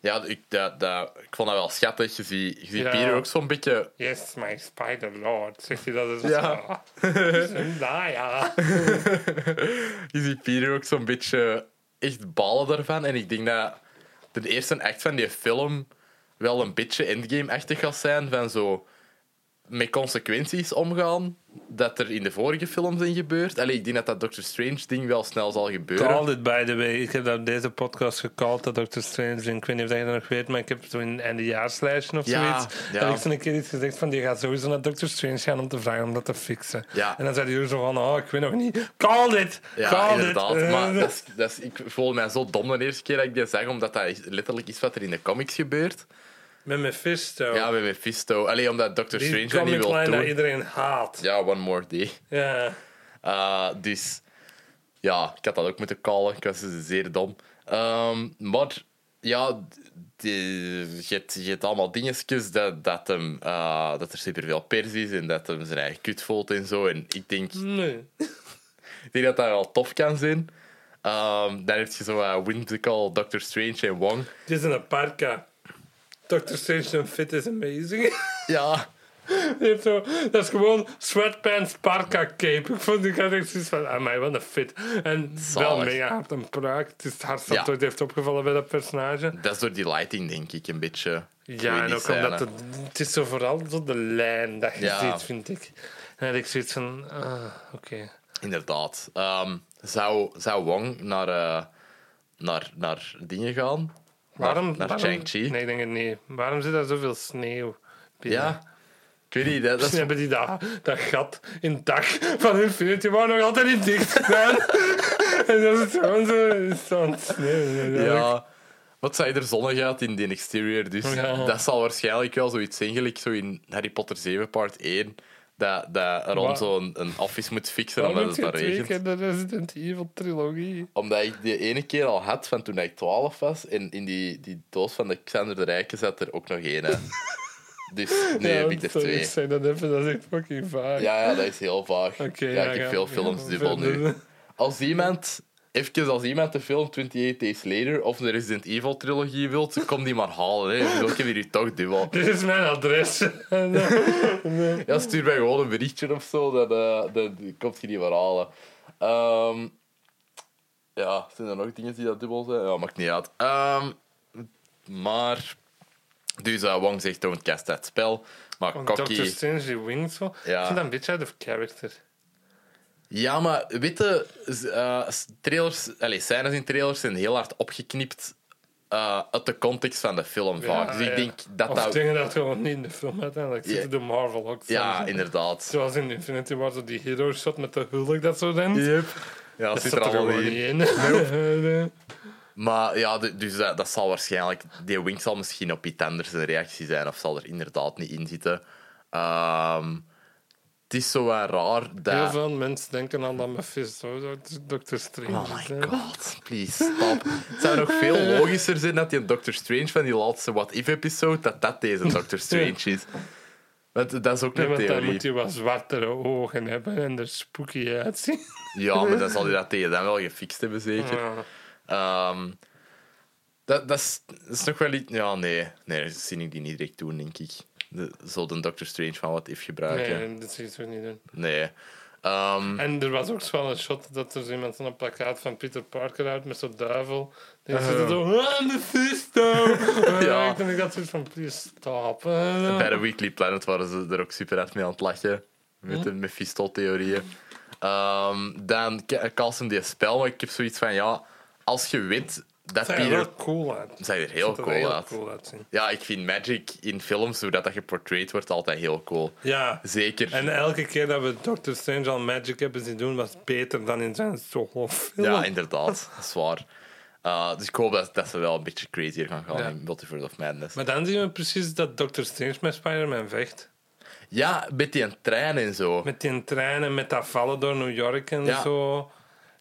Speaker 1: ja, ik, dat, dat, ik vond dat wel schattig. Je ziet, je ziet
Speaker 2: Ja.
Speaker 1: Peter ook zo'n beetje
Speaker 2: Yes, my spider lord. Zegt hij dat? Dus
Speaker 1: Ja.
Speaker 2: ja. nou ja.
Speaker 1: je ziet Peter ook zo'n beetje echt balen daarvan. En ik denk dat de eerste act van die film wel een beetje endgame-achtig gaat zijn. Van zo met consequenties omgaan. Dat er in de vorige films in gebeurt. Allee, ik denk dat dat Doctor Strange-ding wel snel zal gebeuren.
Speaker 2: Called it, by the way. Ik heb dat op deze podcast gecalled, dat Dr. Strange. En ik weet niet of dat je dat nog weet, maar ik heb toen in een eindejaarslijstje of
Speaker 1: Ja,
Speaker 2: zoiets.
Speaker 1: ja.
Speaker 2: Heb ik zo'n keer iets gezegd van, die gaat sowieso naar Dr. Strange gaan om te vragen om dat te fixen.
Speaker 1: Ja.
Speaker 2: En dan zei hij zo van, oh, ik weet nog niet. Called it!
Speaker 1: Ja,
Speaker 2: called
Speaker 1: inderdaad.
Speaker 2: it! Eh, *laughs*
Speaker 1: Maar dat is, dat is, ik voelde mij zo dom de eerste keer dat ik dit zag, omdat dat is letterlijk iets wat er in de comics gebeurt.
Speaker 2: Met Mephisto.
Speaker 1: Ja, met Mephisto. Allee, omdat Doctor
Speaker 2: Oh. die
Speaker 1: Strange dat niet
Speaker 2: comic
Speaker 1: wil
Speaker 2: line dat
Speaker 1: doen.
Speaker 2: iedereen haat.
Speaker 1: Ja, one more day.
Speaker 2: Ja.
Speaker 1: Eh, dus ja, ik had dat ook moeten callen. Ik was dus zeer dom. Ehm, maar ja, die- je hebt- je hebt allemaal dingetjes dat, dat, hem, eh, dat er superveel pers is en dat hem zijn eigen kut voelt en zo. En ik denk,
Speaker 2: Nee.
Speaker 1: ik denk dat dat wel tof kan zijn. Ehm dan heb je zo eh, Whimsical, Doctor Strange en Wong.
Speaker 2: Dit is een parka. Dr. Strange en Fit is amazing.
Speaker 1: Ja,
Speaker 2: Die heeft zo, dat is gewoon sweatpants, parka cape. Ik vond die gast echt zoiets van, amai, wat een fit. En wel
Speaker 1: Zalig.
Speaker 2: mega hard een praak. Het is het hardst dat
Speaker 1: Ja.
Speaker 2: ooit heeft opgevallen bij dat personage.
Speaker 1: dat is door die lighting, denk ik, een beetje. Ik weet
Speaker 2: Ja, en
Speaker 1: niet,
Speaker 2: ook omdat
Speaker 1: scène.
Speaker 2: het, het is zo vooral zo de lijn dat je
Speaker 1: Ja.
Speaker 2: ziet, vind ik. En dat ik zoiets van, ah, oké.
Speaker 1: Inderdaad. Ehm, zou, zou Wong naar, eh, naar, naar dingen gaan?
Speaker 2: Waarom?
Speaker 1: Naar, naar
Speaker 2: waarom-
Speaker 1: Shang-Chi?
Speaker 2: Nee, ik denk het niet. Waarom zit daar zoveel sneeuw binnen?
Speaker 1: Ja. Ik weet niet, dat, dat
Speaker 2: Misschien
Speaker 1: is...
Speaker 2: hebben die dat, dat gat in het dak van Infinity War nog altijd niet dicht gedaan. *laughs* en dat is het gewoon zo, is zo aan het sneeuwen.
Speaker 1: Ja. Wat zei er zonnig uit in die exterior, dus
Speaker 2: Ja.
Speaker 1: dat zal waarschijnlijk wel zoiets zijn, gelijk zo in Harry Potter 7 part 1, dat, dat Ron
Speaker 2: Wat?
Speaker 1: zo'n een office moet fixen
Speaker 2: Waarom
Speaker 1: omdat
Speaker 2: heb
Speaker 1: het
Speaker 2: je
Speaker 1: daar
Speaker 2: twee
Speaker 1: regent.
Speaker 2: keer de Resident Evil trilogie?
Speaker 1: Omdat ik die ene keer al had van toen ik 12 was. En in die, die doos van de Xander de Rijken zat er ook nog één.
Speaker 2: *laughs*
Speaker 1: hè. Dus nu heb ik er
Speaker 2: sorry, Ik
Speaker 1: twee.
Speaker 2: zei dat even, dat is echt fucking vaak.
Speaker 1: Ja, ja, dat is heel vaag.
Speaker 2: Oké,
Speaker 1: ja, ik
Speaker 2: ja,
Speaker 1: heb
Speaker 2: ja.
Speaker 1: veel films
Speaker 2: Ja,
Speaker 1: dubbel nu.
Speaker 2: verder.
Speaker 1: Als iemand, even als iemand de film 28 Days Later of de Resident Evil trilogie wilt, kom die maar halen. Hè. Ik bedoel, Ik heb hier nu toch dubbel.
Speaker 2: *laughs* Dit is mijn
Speaker 1: *laughs*
Speaker 2: adres.
Speaker 1: Ja, stuur mij gewoon een berichtje of zo, dan, eh, dan komt je die maar halen. Ehm, ja, zijn er nog dingen die dat dubbel zijn? Ja, maakt niet uit. Ehm, maar, dus eh, Wong zegt, don't cast dat spel. Maar
Speaker 2: Want Dr.
Speaker 1: Cocky...
Speaker 2: Strange die wings zo.
Speaker 1: Ja.
Speaker 2: Ik vind dat een beetje out of character.
Speaker 1: Ja, maar witte eh, trailers, allez, scènes in trailers zijn heel hard opgeknipt eh, uit de context van de film vaak. Dus ik
Speaker 2: ja.
Speaker 1: denk dat
Speaker 2: of
Speaker 1: dat...
Speaker 2: dingen dat gewoon niet in de film uiteindelijk
Speaker 1: Ja.
Speaker 2: zitten. De Marvel ook.
Speaker 1: Ja,
Speaker 2: soms.
Speaker 1: inderdaad.
Speaker 2: Zoals in Infinity War, zo die hero shot met de hulk dat zo rent.
Speaker 1: Yep. Ja, dat
Speaker 2: Dat
Speaker 1: zit
Speaker 2: zit
Speaker 1: er allemaal
Speaker 2: gewoon
Speaker 1: in.
Speaker 2: niet in. *laughs* Nee.
Speaker 1: Maar ja, de- dus dat, dat zal waarschijnlijk... Die Wink zal misschien op iets anders een reactie zijn, of zal er inderdaad niet in zitten. Ehm, het is zo wel raar
Speaker 2: Heel
Speaker 1: dat...
Speaker 2: veel mensen denken aan dat Mephisto, zo, het is Dr. Strange.
Speaker 1: Oh my
Speaker 2: hè.
Speaker 1: god, please, stop. Het zou nog veel logischer zijn dat die Doctor Strange van die laatste What If-episode, dat dat deze Doctor Strange is. Want dat is ook
Speaker 2: Nee,
Speaker 1: een
Speaker 2: want dan
Speaker 1: theorie.
Speaker 2: moet hij wat zwartere ogen hebben en er spooky uitzien.
Speaker 1: Ja, maar dan zal hij dat tegen dan wel gefixt hebben, zeker.
Speaker 2: Ja.
Speaker 1: Ehm, dat, dat, is, dat is nog wel iets... Ja, nee. Nee, dat zie ik die niet direct doen, denk ik. De, zo de Doctor Strange van What If gebruiken. Hm.
Speaker 2: Nee, dat zie je zo niet doen.
Speaker 1: Nee. Ehm,
Speaker 2: En er was ook zo'n shot dat er zo iemand zo'n plakkaat van Peter Parker uit met zo'n duivel. Die
Speaker 1: Eh.
Speaker 2: zit zo, I'm the
Speaker 1: *laughs*
Speaker 2: system!
Speaker 1: Ja.
Speaker 2: ja. Ik denk dat zoiets van, please stop. Eh,
Speaker 1: Bij de Weekly Planet waren ze er ook super hard mee aan het lachen. Met de Mephisto-theorieën. Ehm, dan Ca- Carlsen die spel, maar ik heb zoiets van, ja, als je wint, dat
Speaker 2: Zijn er
Speaker 1: Peter...
Speaker 2: wel cool uit.
Speaker 1: Zijn er heel
Speaker 2: Ziet er
Speaker 1: cool
Speaker 2: heel
Speaker 1: uit.
Speaker 2: cool uitzien.
Speaker 1: Ja, ik vind Magic in films, hoe dat, dat geportrayed wordt, altijd heel cool.
Speaker 2: Ja.
Speaker 1: Zeker.
Speaker 2: En elke keer dat we Doctor Strange al magic hebben zien doen, was beter dan in zijn solo film.
Speaker 1: Ja, inderdaad. Dat is waar. Eh, dus ik hoop dat, dat ze wel een beetje crazier gaan gaan
Speaker 2: Ja.
Speaker 1: in Multiverse of Madness.
Speaker 2: Maar dan zien we precies dat Doctor Strange met Spider-Man vecht.
Speaker 1: Ja, met die trein en zo.
Speaker 2: Met die trein en met dat vallen door New York en
Speaker 1: Ja.
Speaker 2: zo.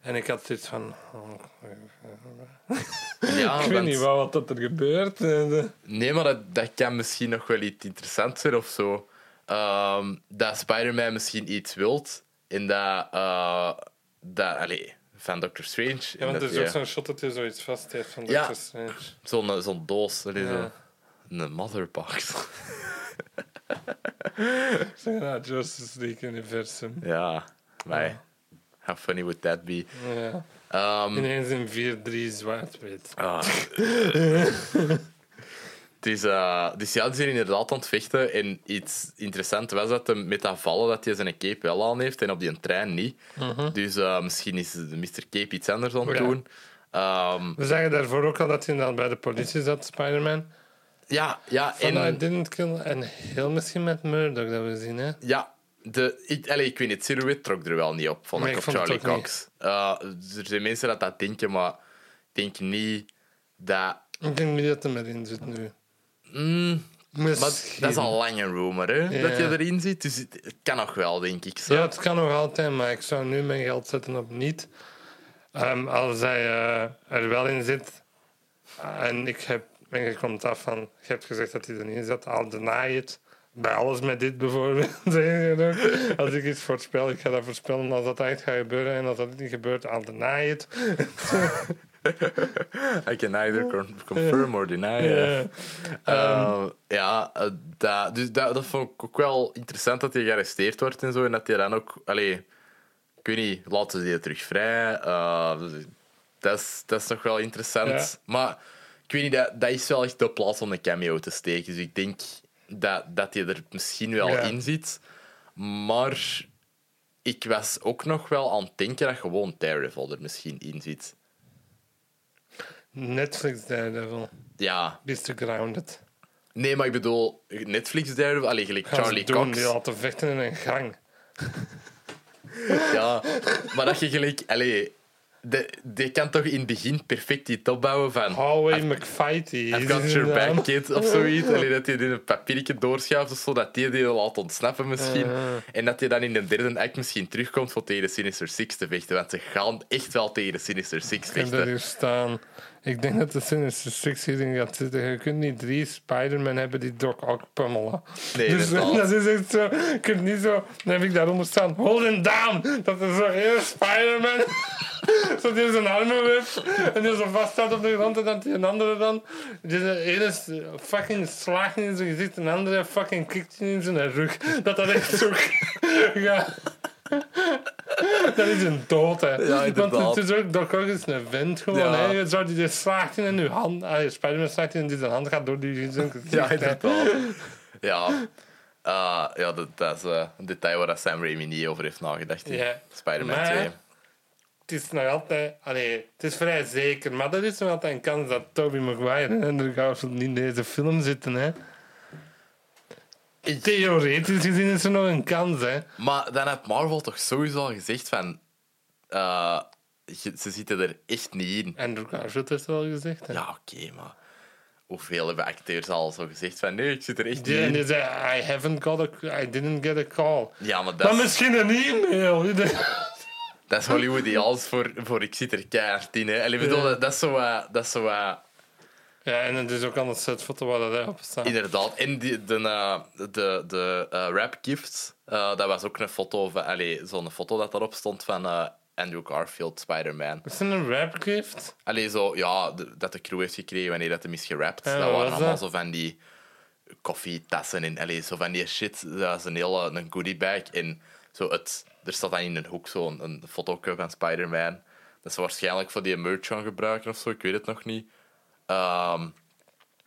Speaker 2: En ik had zoiets van... oh,
Speaker 1: ja,
Speaker 2: ik weet
Speaker 1: Ah, want-
Speaker 2: niet wel wat dat er gebeurt. En, eh,
Speaker 1: Nee, maar dat, dat kan misschien nog wel iets interessants zijn of zo. Ehm, dat Spider-Man misschien iets wilt in dat. eh, dat allee, van Doctor Strange.
Speaker 2: Ja,
Speaker 1: in
Speaker 2: want
Speaker 1: dat
Speaker 2: er is
Speaker 1: die-
Speaker 2: ook zo'n shot dat eh, hij zoiets vast heeft van
Speaker 1: Ja.
Speaker 2: Doctor Strange.
Speaker 1: zo'n eh, zo'n doos. allee,
Speaker 2: Ja.
Speaker 1: zo. Een motherbox. *laughs*
Speaker 2: Ik zeg, nou, Justice League Universum.
Speaker 1: ja, maar. How funny would that be?
Speaker 2: Ja.
Speaker 1: Ehm,
Speaker 2: Ineens in 4-3 zwart-wit.
Speaker 1: Ah. *laughs* dus, dus ja, die zijn inderdaad aan het vechten. En iets interessants was dat hem met dat vallen dat hij zijn cape wel aan heeft en op die trein niet. Dus eh, misschien is Mr. Cape iets anders aan het
Speaker 2: Mhm. Ja.
Speaker 1: doen. Ehm,
Speaker 2: We zeggen daarvoor ook al dat hij dan bij de politie zat, Spider-Man.
Speaker 1: ja, ja,
Speaker 2: En I
Speaker 1: en
Speaker 2: didn't kill. En heel misschien met Murdoch dat we zien, hè?
Speaker 1: ja, de, ik, allee, ik weet niet, Silhouette trok er wel niet op, vond
Speaker 2: Nee,
Speaker 1: ik,
Speaker 2: ik
Speaker 1: op
Speaker 2: vond het
Speaker 1: Charlie
Speaker 2: ook
Speaker 1: Cox. Eh, er zijn mensen dat dat denken, maar ik denk niet dat...
Speaker 2: Ik denk niet dat hij erin zit nu.
Speaker 1: Mm, maar
Speaker 2: Misschien.
Speaker 1: dat is al lang een rumor, hè,
Speaker 2: Ja.
Speaker 1: dat je erin zit. Dus het het kan nog wel, denk ik. Zo.
Speaker 2: Ja, het kan nog altijd, maar ik zou nu mijn geld zetten op niet. Ehm, als hij eh, er wel in zit en ik heb, en je komt af van, je hebt gezegd dat hij er niet in zat, al deny het. Bij alles met dit bijvoorbeeld. *laughs* zeg je ook. als ik iets voorspel, ik ga dat voorspellen als dat echt gaat gebeuren. En als dat niet gebeurt, al deny het.
Speaker 1: I can neither con- confirm or deny. eh.
Speaker 2: Ja.
Speaker 1: Ehm, ja, eh, dat, dus dat, dat vond ik ook wel interessant dat hij gearresteerd wordt en zo. En dat hij dan ook, allee, ik weet niet, laten ze die terug vrij. Eh, dat, is, dat is nog wel interessant. Maar ik weet niet, dat, dat is wel echt de plaats om een cameo te steken. Dus ik denk dat, dat hij er misschien wel
Speaker 2: Ja.
Speaker 1: in zit. Maar ik was ook nog wel aan het denken dat gewoon Daredevil er misschien in zit.
Speaker 2: *laughs* Netflix Daredevil.
Speaker 1: Ja,
Speaker 2: Bist to grounded.
Speaker 1: Nee, maar ik bedoel, Netflix Daredevil, allee, gelijk
Speaker 2: Gaan ze
Speaker 1: Charlie
Speaker 2: doen,
Speaker 1: Cox.
Speaker 2: Die laten vechten in een gang.
Speaker 1: Ja, maar dat je gelijk, allee, de, die kan toch in het begin perfect iets opbouwen van.
Speaker 2: Hallway McFighty.
Speaker 1: I've
Speaker 2: is
Speaker 1: got
Speaker 2: Oh, die
Speaker 1: your
Speaker 2: naam.
Speaker 1: back, kid, of zoiets. Allee, dat hij die een papiertje doorschuift of zo, dat die die laat ontsnappen misschien.
Speaker 2: Ja.
Speaker 1: En dat hij dan in de derde act misschien terugkomt voor tegen de Sinister Six te vechten. Want ze gaan echt wel tegen de Sinister Six
Speaker 2: Ik heb dat
Speaker 1: vechten.
Speaker 2: hier staan. Ik denk dat de Sinister Six hierin gaat zitten. Je kunt niet drie Spider-Man hebben die Doc Ock pummelen.
Speaker 1: Nee,
Speaker 2: dus
Speaker 1: inderdaad.
Speaker 2: *laughs* dat is echt zo. Je kunt niet zo... Dan heb ik daaronder staan. Hold him down! Dat is zo heel Spider-Man. *laughs* zo die zijn armen wipt. En die zo vast staat op de grond. En dan die een andere dan... Die de ene s- fucking slaagt in zijn gezicht. En de andere fucking kikt in zijn rug. Dat dat echt zo... *laughs* ja. *laughs* Dat is een dood, hè.
Speaker 1: inderdaad.
Speaker 2: Want *laughs* het is ook, Doc Ock is een vent gewoon,
Speaker 1: Ja.
Speaker 2: hè. Je zou die dus slaagt in en uw hand... Ah, je Spider-Man slaagt in en die zijn hand gaat door
Speaker 1: *laughs*
Speaker 2: die... zijn gezicht,
Speaker 1: *laughs* Ja,
Speaker 2: hè.
Speaker 1: inderdaad. Ja. Eh, ja, dat, dat is eh, een detail waar dat Sam Raimi niet over heeft nagedacht. in
Speaker 2: Ja.
Speaker 1: Spider-Man
Speaker 2: Maar-
Speaker 1: 2.
Speaker 2: Het is nog altijd... Allee, het is vrij zeker, maar er is nog altijd een kans dat Tobey Maguire en Andrew Garfield niet in deze film zitten, hè. Theoretisch gezien is er nog een kans, hè.
Speaker 1: Maar dan heeft Marvel toch sowieso al gezegd van... eh, je- ze zitten er echt niet in.
Speaker 2: Andrew Garfield heeft het al gezegd, hè.
Speaker 1: Ja, oké, maar... Hoeveel hebben acteurs al zo gezegd van... Nee, ik zit er echt
Speaker 2: Die, en
Speaker 1: niet
Speaker 2: die
Speaker 1: in.
Speaker 2: zei, I haven't got a... I didn't get a call.
Speaker 1: Ja, maar
Speaker 2: Maar
Speaker 1: dat is,
Speaker 2: misschien een e-mail. *laughs*
Speaker 1: dat is Hollywood die alles voor, voor ik zit er keihard in. Hè. En ik bedoel,
Speaker 2: Ja.
Speaker 1: dat, dat is zo wat... Dat is zo eh, wat
Speaker 2: Ja, en het is ook aan de setfoto waar dat op staat.
Speaker 1: Inderdaad. En die, de, eh, de, de eh, rap gifts, eh, dat was ook een foto van... Allee, zo'n foto dat daarop stond van eh, Andrew Garfield, Spider-Man.
Speaker 2: Is het een rapgift?
Speaker 1: Allee, zo, ja, de- dat de crew heeft gekregen wanneer dat hem is gerapt.
Speaker 2: Ja,
Speaker 1: dat
Speaker 2: wat
Speaker 1: waren
Speaker 2: was
Speaker 1: allemaal
Speaker 2: dat?
Speaker 1: zo van die koffietassen en allee, zo van die shit. Dat is een hele een goodiebag. En zo het, er staat dan in een hoek zo'n een, foto van Spider-Man. Dat ze waarschijnlijk voor die merch gaan gebruiken of zo, ik weet het nog niet. Ehm,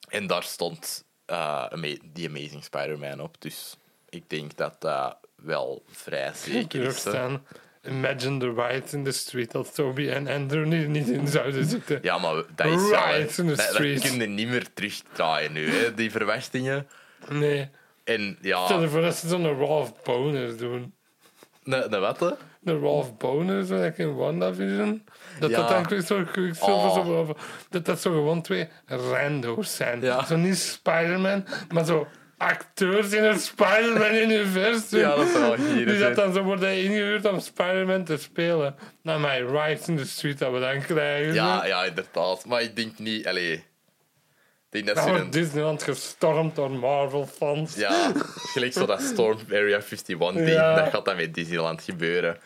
Speaker 1: en daar stond eh, Ama- die Amazing Spider-Man op. Dus ik denk dat dat wel *laughs* vrij zeker
Speaker 2: Durf
Speaker 1: is. hè.
Speaker 2: staan. Imagine the riot in the street dat Toby en Andrew niet, niet in zouden zitten.
Speaker 1: Ja, maar dat is wel, hè.
Speaker 2: Right in the
Speaker 1: dat, dat
Speaker 2: street.
Speaker 1: kun je niet meer terugdraaien nu, hè, die verwachtingen.
Speaker 2: Nee.
Speaker 1: En
Speaker 2: Stel
Speaker 1: ja,
Speaker 2: je voor dat ze zo'n Ralph Boner doen.
Speaker 1: de, de wat, hè?
Speaker 2: de Ralph Boner, zo like in WandaVision. Dat
Speaker 1: Ja.
Speaker 2: dat dan Quicksilver, Quicksilver,
Speaker 1: Oh.
Speaker 2: zo, dat dat zo gewoon twee rando's zijn.
Speaker 1: Ja.
Speaker 2: Zo niet Spider-Man, maar zo acteurs in het Spider-Man-universum.
Speaker 1: Ja, dat zou wel
Speaker 2: Die
Speaker 1: hier
Speaker 2: dat
Speaker 1: zijn.
Speaker 2: dan zo worden ingehuurd om Spider-Man te spelen. Nou, my rights in the street dat we dan krijgen.
Speaker 1: Ja,
Speaker 2: zo.
Speaker 1: ja, inderdaad. Maar ik denk niet, allee... Ik denk dat
Speaker 2: Dan
Speaker 1: ze
Speaker 2: wordt
Speaker 1: een...
Speaker 2: Disneyland gestormd door Marvel-fans.
Speaker 1: Ja, gelijk zo dat Storm Area 51 ding.
Speaker 2: Ja.
Speaker 1: Dat gaat dan met Disneyland gebeuren.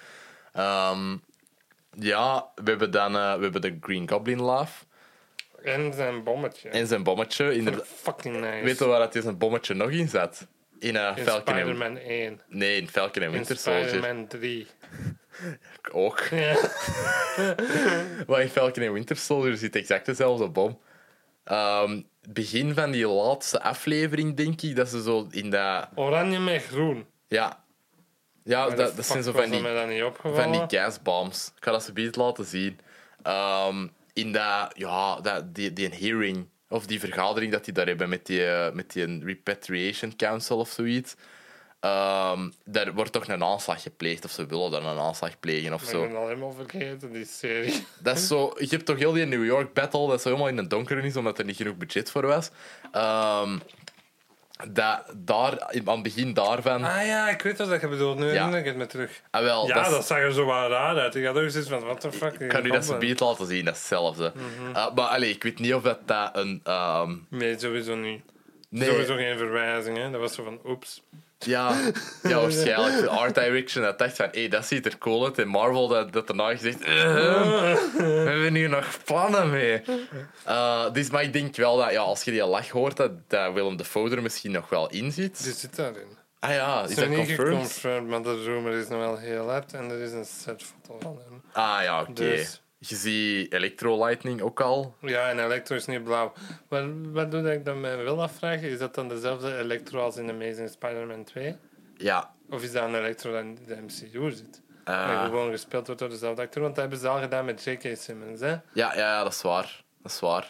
Speaker 1: Ehm, ja, we hebben dan eh, we hebben de Green Goblin Laugh.
Speaker 2: En zijn bommetje.
Speaker 1: En zijn bommetje. Inderdaad.
Speaker 2: Fucking nice.
Speaker 1: Weet je waar dat zijn bommetje nog in zat? In, eh
Speaker 2: in
Speaker 1: Falcon en-
Speaker 2: Spider-Man 1.
Speaker 1: Nee, in Falcon en
Speaker 2: In
Speaker 1: Winter Soldier.
Speaker 2: Spider-Man 3.
Speaker 1: Ook.
Speaker 2: Ja.
Speaker 1: *laughs* Maar in Falcon en Winter Soldier zit exact dezelfde bom. Ehm, begin van die laatste aflevering, denk ik, dat ze zo in dat...
Speaker 2: Oranje met groen.
Speaker 1: Ja, ja
Speaker 2: Maar
Speaker 1: dat,
Speaker 2: de
Speaker 1: dat zijn zo
Speaker 2: fuck
Speaker 1: van
Speaker 2: was
Speaker 1: die,
Speaker 2: dat mij dan niet opgevallen.
Speaker 1: van die gasbombs. Ik ga dat zo laten zien. Ehm, in dat, ja, dat, die, die hearing, of die vergadering dat die daar hebben met die, eh, met die Repatriation Council of zoiets. Ehm, daar wordt toch een aanslag gepleegd, of ze willen dan een aanslag plegen of
Speaker 2: Ik ben
Speaker 1: zo.
Speaker 2: het al helemaal vergeten, die serie.
Speaker 1: Dat is zo, je hebt toch heel die New York battle dat zo helemaal in het donker is, omdat er niet genoeg budget voor was. Ehm, dat, daar, aan het begin daarvan.
Speaker 2: *laughs* Ah ja, ik weet wat je bedoelt. Nu
Speaker 1: Ja.
Speaker 2: herinner ik het me terug.
Speaker 1: Ah, wel,
Speaker 2: Ja,
Speaker 1: dat
Speaker 2: dat,
Speaker 1: is-
Speaker 2: zag er zo wel raar uit. Ik had ook zoiets van, what the fuck?
Speaker 1: Ik kan u dat beat laten zien, dat is hetzelfde.
Speaker 2: Mhm.
Speaker 1: Eh, maar allee, ik weet niet of dat, dat een. ehm,
Speaker 2: Nee, sowieso niet.
Speaker 1: nee,
Speaker 2: Sowieso geen verwijzing, hè. Dat was zo van,
Speaker 1: *laughs*
Speaker 2: oeps. *laughs*
Speaker 1: Ja, ja, waarschijnlijk. De art direction dat dacht van, hé, dat ziet er cool uit. En Marvel dat, dat daarna gezegd, "Ehm, we hebben hier nog plannen mee. Eh, dus, maar ik denk wel dat ja, als je die lach hoort, dat, dat Willem de er misschien nog wel in
Speaker 2: Die
Speaker 1: zit.
Speaker 2: zit daarin.
Speaker 1: Ah ja, is
Speaker 2: Ze
Speaker 1: dat
Speaker 2: zijn niet
Speaker 1: confirmed?
Speaker 2: geconfirmed, maar de rumor is nog wel heel hard. En er is een setfoto van hem.
Speaker 1: Ah ja, oké.
Speaker 2: Dus-
Speaker 1: Je ziet Electro Lightning ook al.
Speaker 2: Ja, en Electro is niet blauw. Maar wat doe ik dan mij wil afvragen? Is dat dan dezelfde Electro als in Amazing Spider-Man 2?
Speaker 1: Ja,
Speaker 2: Of is dat een Electro dat in de MCU zit?
Speaker 1: Ah.
Speaker 2: En gewoon gespeeld wordt door dezelfde acteur. Want dat hebben ze al gedaan met J.K. Simmons. Hè?
Speaker 1: ja, ja, ja, dat is waar. Dat is waar.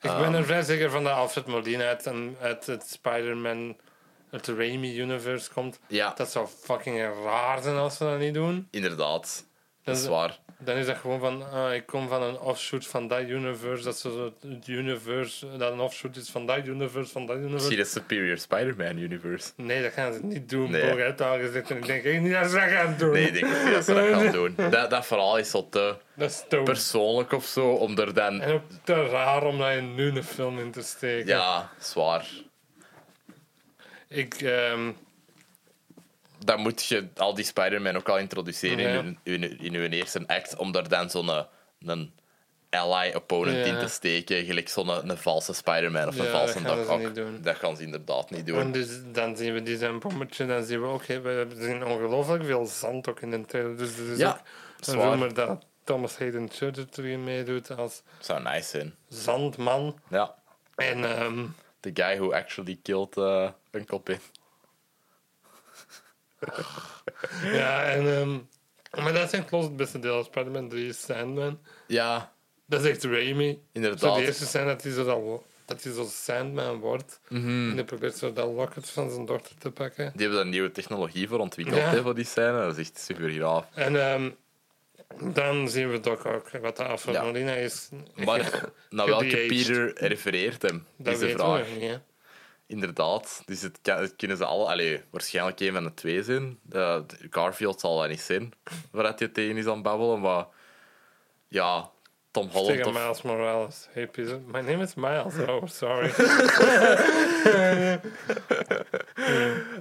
Speaker 2: Ik
Speaker 1: Ah.
Speaker 2: ben er vrij zeker van dat Alfred Molina uit, een- uit het Spider-Man, het Raimi-universe komt.
Speaker 1: Ja,
Speaker 2: Dat zou fucking raar zijn als ze dat niet doen.
Speaker 1: inderdaad. Dat is
Speaker 2: is-
Speaker 1: waar.
Speaker 2: Dan is dat gewoon van, ah, ik kom van een offshoot van dat universe. Dat, ze zo het universe, dat een offshoot is van dat universe, van dat universe.
Speaker 1: Misschien de Superior Spider-Man universe.
Speaker 2: Nee, dat gaan ze niet doen.
Speaker 1: Nee.
Speaker 2: Nee. Boog heeft al gezegd en ik denk echt niet dat ze dat gaan doen.
Speaker 1: Nee, ik denk ook niet dat ze *laughs* dat gaan doen. Dat, dat verhaal is al te
Speaker 2: Dat is dood.
Speaker 1: persoonlijk of zo, om er dan...
Speaker 2: En ook te raar om daar nu een film in te steken.
Speaker 1: Ja, zwaar.
Speaker 2: Ik, ehm,
Speaker 1: Dan moet je al die Spider-Man ook al introduceren
Speaker 2: Ja.
Speaker 1: in, hun, in, in hun eerste act, om er dan zo'n eh, een ally-opponent
Speaker 2: Ja.
Speaker 1: in te steken, gelijk zo'n eh, een valse Spider-Man of een
Speaker 2: Ja,
Speaker 1: valse
Speaker 2: dat gaan
Speaker 1: Doc
Speaker 2: ze niet
Speaker 1: Ock.
Speaker 2: doen.
Speaker 1: Dat gaan ze inderdaad niet doen.
Speaker 2: en dus, dan zien we die zijn bommetje, dan zien we ook, we hebben zien ongelooflijk veel zand ook in de trailer. Dus er is
Speaker 1: Ja,
Speaker 2: ook een
Speaker 1: zwaar.
Speaker 2: rumor dat Thomas Hayden Church er meedoet als
Speaker 1: zou nice zijn.
Speaker 2: zandman.
Speaker 1: Ja.
Speaker 2: En ehm,
Speaker 1: The guy who actually killed eh, Uncle Pin.
Speaker 2: ja, en, ehm, maar dat zijn klopt het beste deel. Spider-Man 3 is Sandman.
Speaker 1: Ja,
Speaker 2: Dat is echt Raimi. Zo
Speaker 1: inderdaad.
Speaker 2: de eerste zijn dat hij zo, dat, wo- dat hij zo Sandman wordt.
Speaker 1: Mhm.
Speaker 2: En hij probeert zo dat locket van zijn dochter te pakken.
Speaker 1: Die hebben daar nieuwe technologie voor ontwikkeld,
Speaker 2: Ja.
Speaker 1: hè, voor die scène. Dat is echt super
Speaker 2: *laughs*
Speaker 1: gaaf.
Speaker 2: En ehm, dan zien we Doc ook wat de Alfred
Speaker 1: Ja.
Speaker 2: Molina is.
Speaker 1: Maar naar welke
Speaker 2: Geaged.
Speaker 1: Peter refereert hem?
Speaker 2: dat
Speaker 1: is de
Speaker 2: weten
Speaker 1: vraag.
Speaker 2: we nog niet. hè.
Speaker 1: Inderdaad. Dus het, kan- het kunnen ze alle... Allee, waarschijnlijk één van de twee zijn. Eh, Garfield zal dat niet zijn, *laughs* waar dat je tegen is aan het babbelen. Maar ja, Tom Holland
Speaker 2: Tegen
Speaker 1: of...
Speaker 2: Miles Morales. Hey, Peter. My name is Miles. Oh,
Speaker 1: *laughs*
Speaker 2: sorry.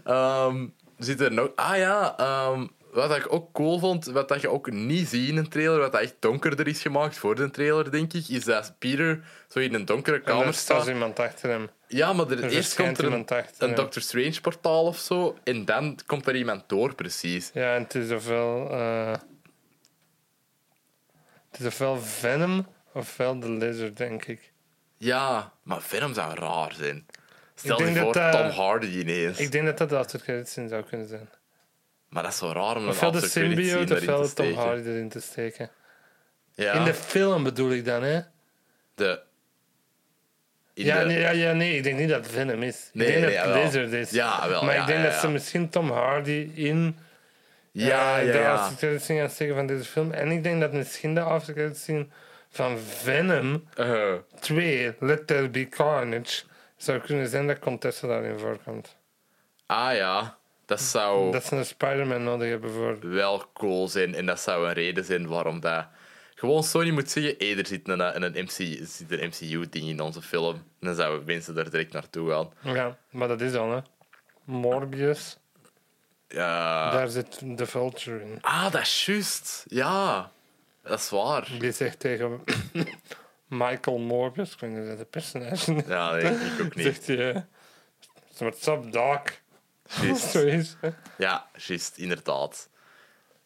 Speaker 1: Ehm, zit er nog... Ah ja, ehm, wat ik ook cool vond, wat dat je ook niet ziet in een trailer, wat dat echt donkerder is gemaakt voor de trailer, denk ik, is dat Peter zo in een donkere
Speaker 2: En
Speaker 1: kamer
Speaker 2: er staat
Speaker 1: staat.
Speaker 2: iemand achter hem.
Speaker 1: Ja, maar er,
Speaker 2: Er
Speaker 1: eerst komt
Speaker 2: verschijnt
Speaker 1: er een,
Speaker 2: iemand achter.
Speaker 1: een
Speaker 2: ja.
Speaker 1: Doctor Strange portaal of zo, en dan komt er iemand door, precies.
Speaker 2: Ja, en het is ofwel... eh, het is ofwel Venom ofwel de Lizard, denk ik.
Speaker 1: Ja, maar Venom zou raar zijn. Stel je
Speaker 2: denk
Speaker 1: voor,
Speaker 2: dat, eh,
Speaker 1: Tom Hardy ineens.
Speaker 2: Ik denk dat dat de aftercredits zou kunnen zijn.
Speaker 1: Maar dat is zo raar om een
Speaker 2: Ofwel de
Speaker 1: after credits scene
Speaker 2: symbiote
Speaker 1: daarin
Speaker 2: ofwel
Speaker 1: te
Speaker 2: de Tom
Speaker 1: steken.
Speaker 2: Hardy erin te steken.
Speaker 1: Ja,
Speaker 2: In de film bedoel ik dan, hè?
Speaker 1: de... in
Speaker 2: Ja,
Speaker 1: de-
Speaker 2: nee, ja, ja, nee, ik denk niet dat het Venom is.
Speaker 1: Nee,
Speaker 2: ik denk
Speaker 1: nee,
Speaker 2: dat het
Speaker 1: jawel.
Speaker 2: Lizard is.
Speaker 1: Ja, wel,
Speaker 2: maar
Speaker 1: ja,
Speaker 2: ik denk
Speaker 1: ja,
Speaker 2: dat
Speaker 1: ja.
Speaker 2: ze misschien Tom Hardy in
Speaker 1: Ja,
Speaker 2: eh,
Speaker 1: ja,
Speaker 2: de
Speaker 1: ja.
Speaker 2: aftercredits scene gaan steken van deze film. En ik denk dat misschien de aftercredits scene van Venom
Speaker 1: Eh,
Speaker 2: 2, Let There Be Carnage, zou kunnen zijn dat Contessa daarin voorkomt.
Speaker 1: ah ja, dat zou
Speaker 2: Dat ze een Spider-Man nodig hebben voor...
Speaker 1: wel cool zijn. En dat zou een reden zijn waarom dat... Gewoon Sony moet zeggen, hey, er zit een, eh, een, MC, er zit een MCU-ding in onze film. En dan zouden mensen er direct naartoe gaan.
Speaker 2: Ja, maar dat is al, hè. Morbius,
Speaker 1: Ja.
Speaker 2: daar zit de Vulture in.
Speaker 1: Ah, dat is juist. Ja, dat is waar.
Speaker 2: Die zegt tegen *coughs* Michael Morbius, ik weet niet of dat de personage is.
Speaker 1: Ja, nee, ik ook niet.
Speaker 2: Zegt hij, eh, what's up, doc? *laughs*
Speaker 1: Juist.
Speaker 2: Zoiets. hè.
Speaker 1: Ja, juist, inderdaad.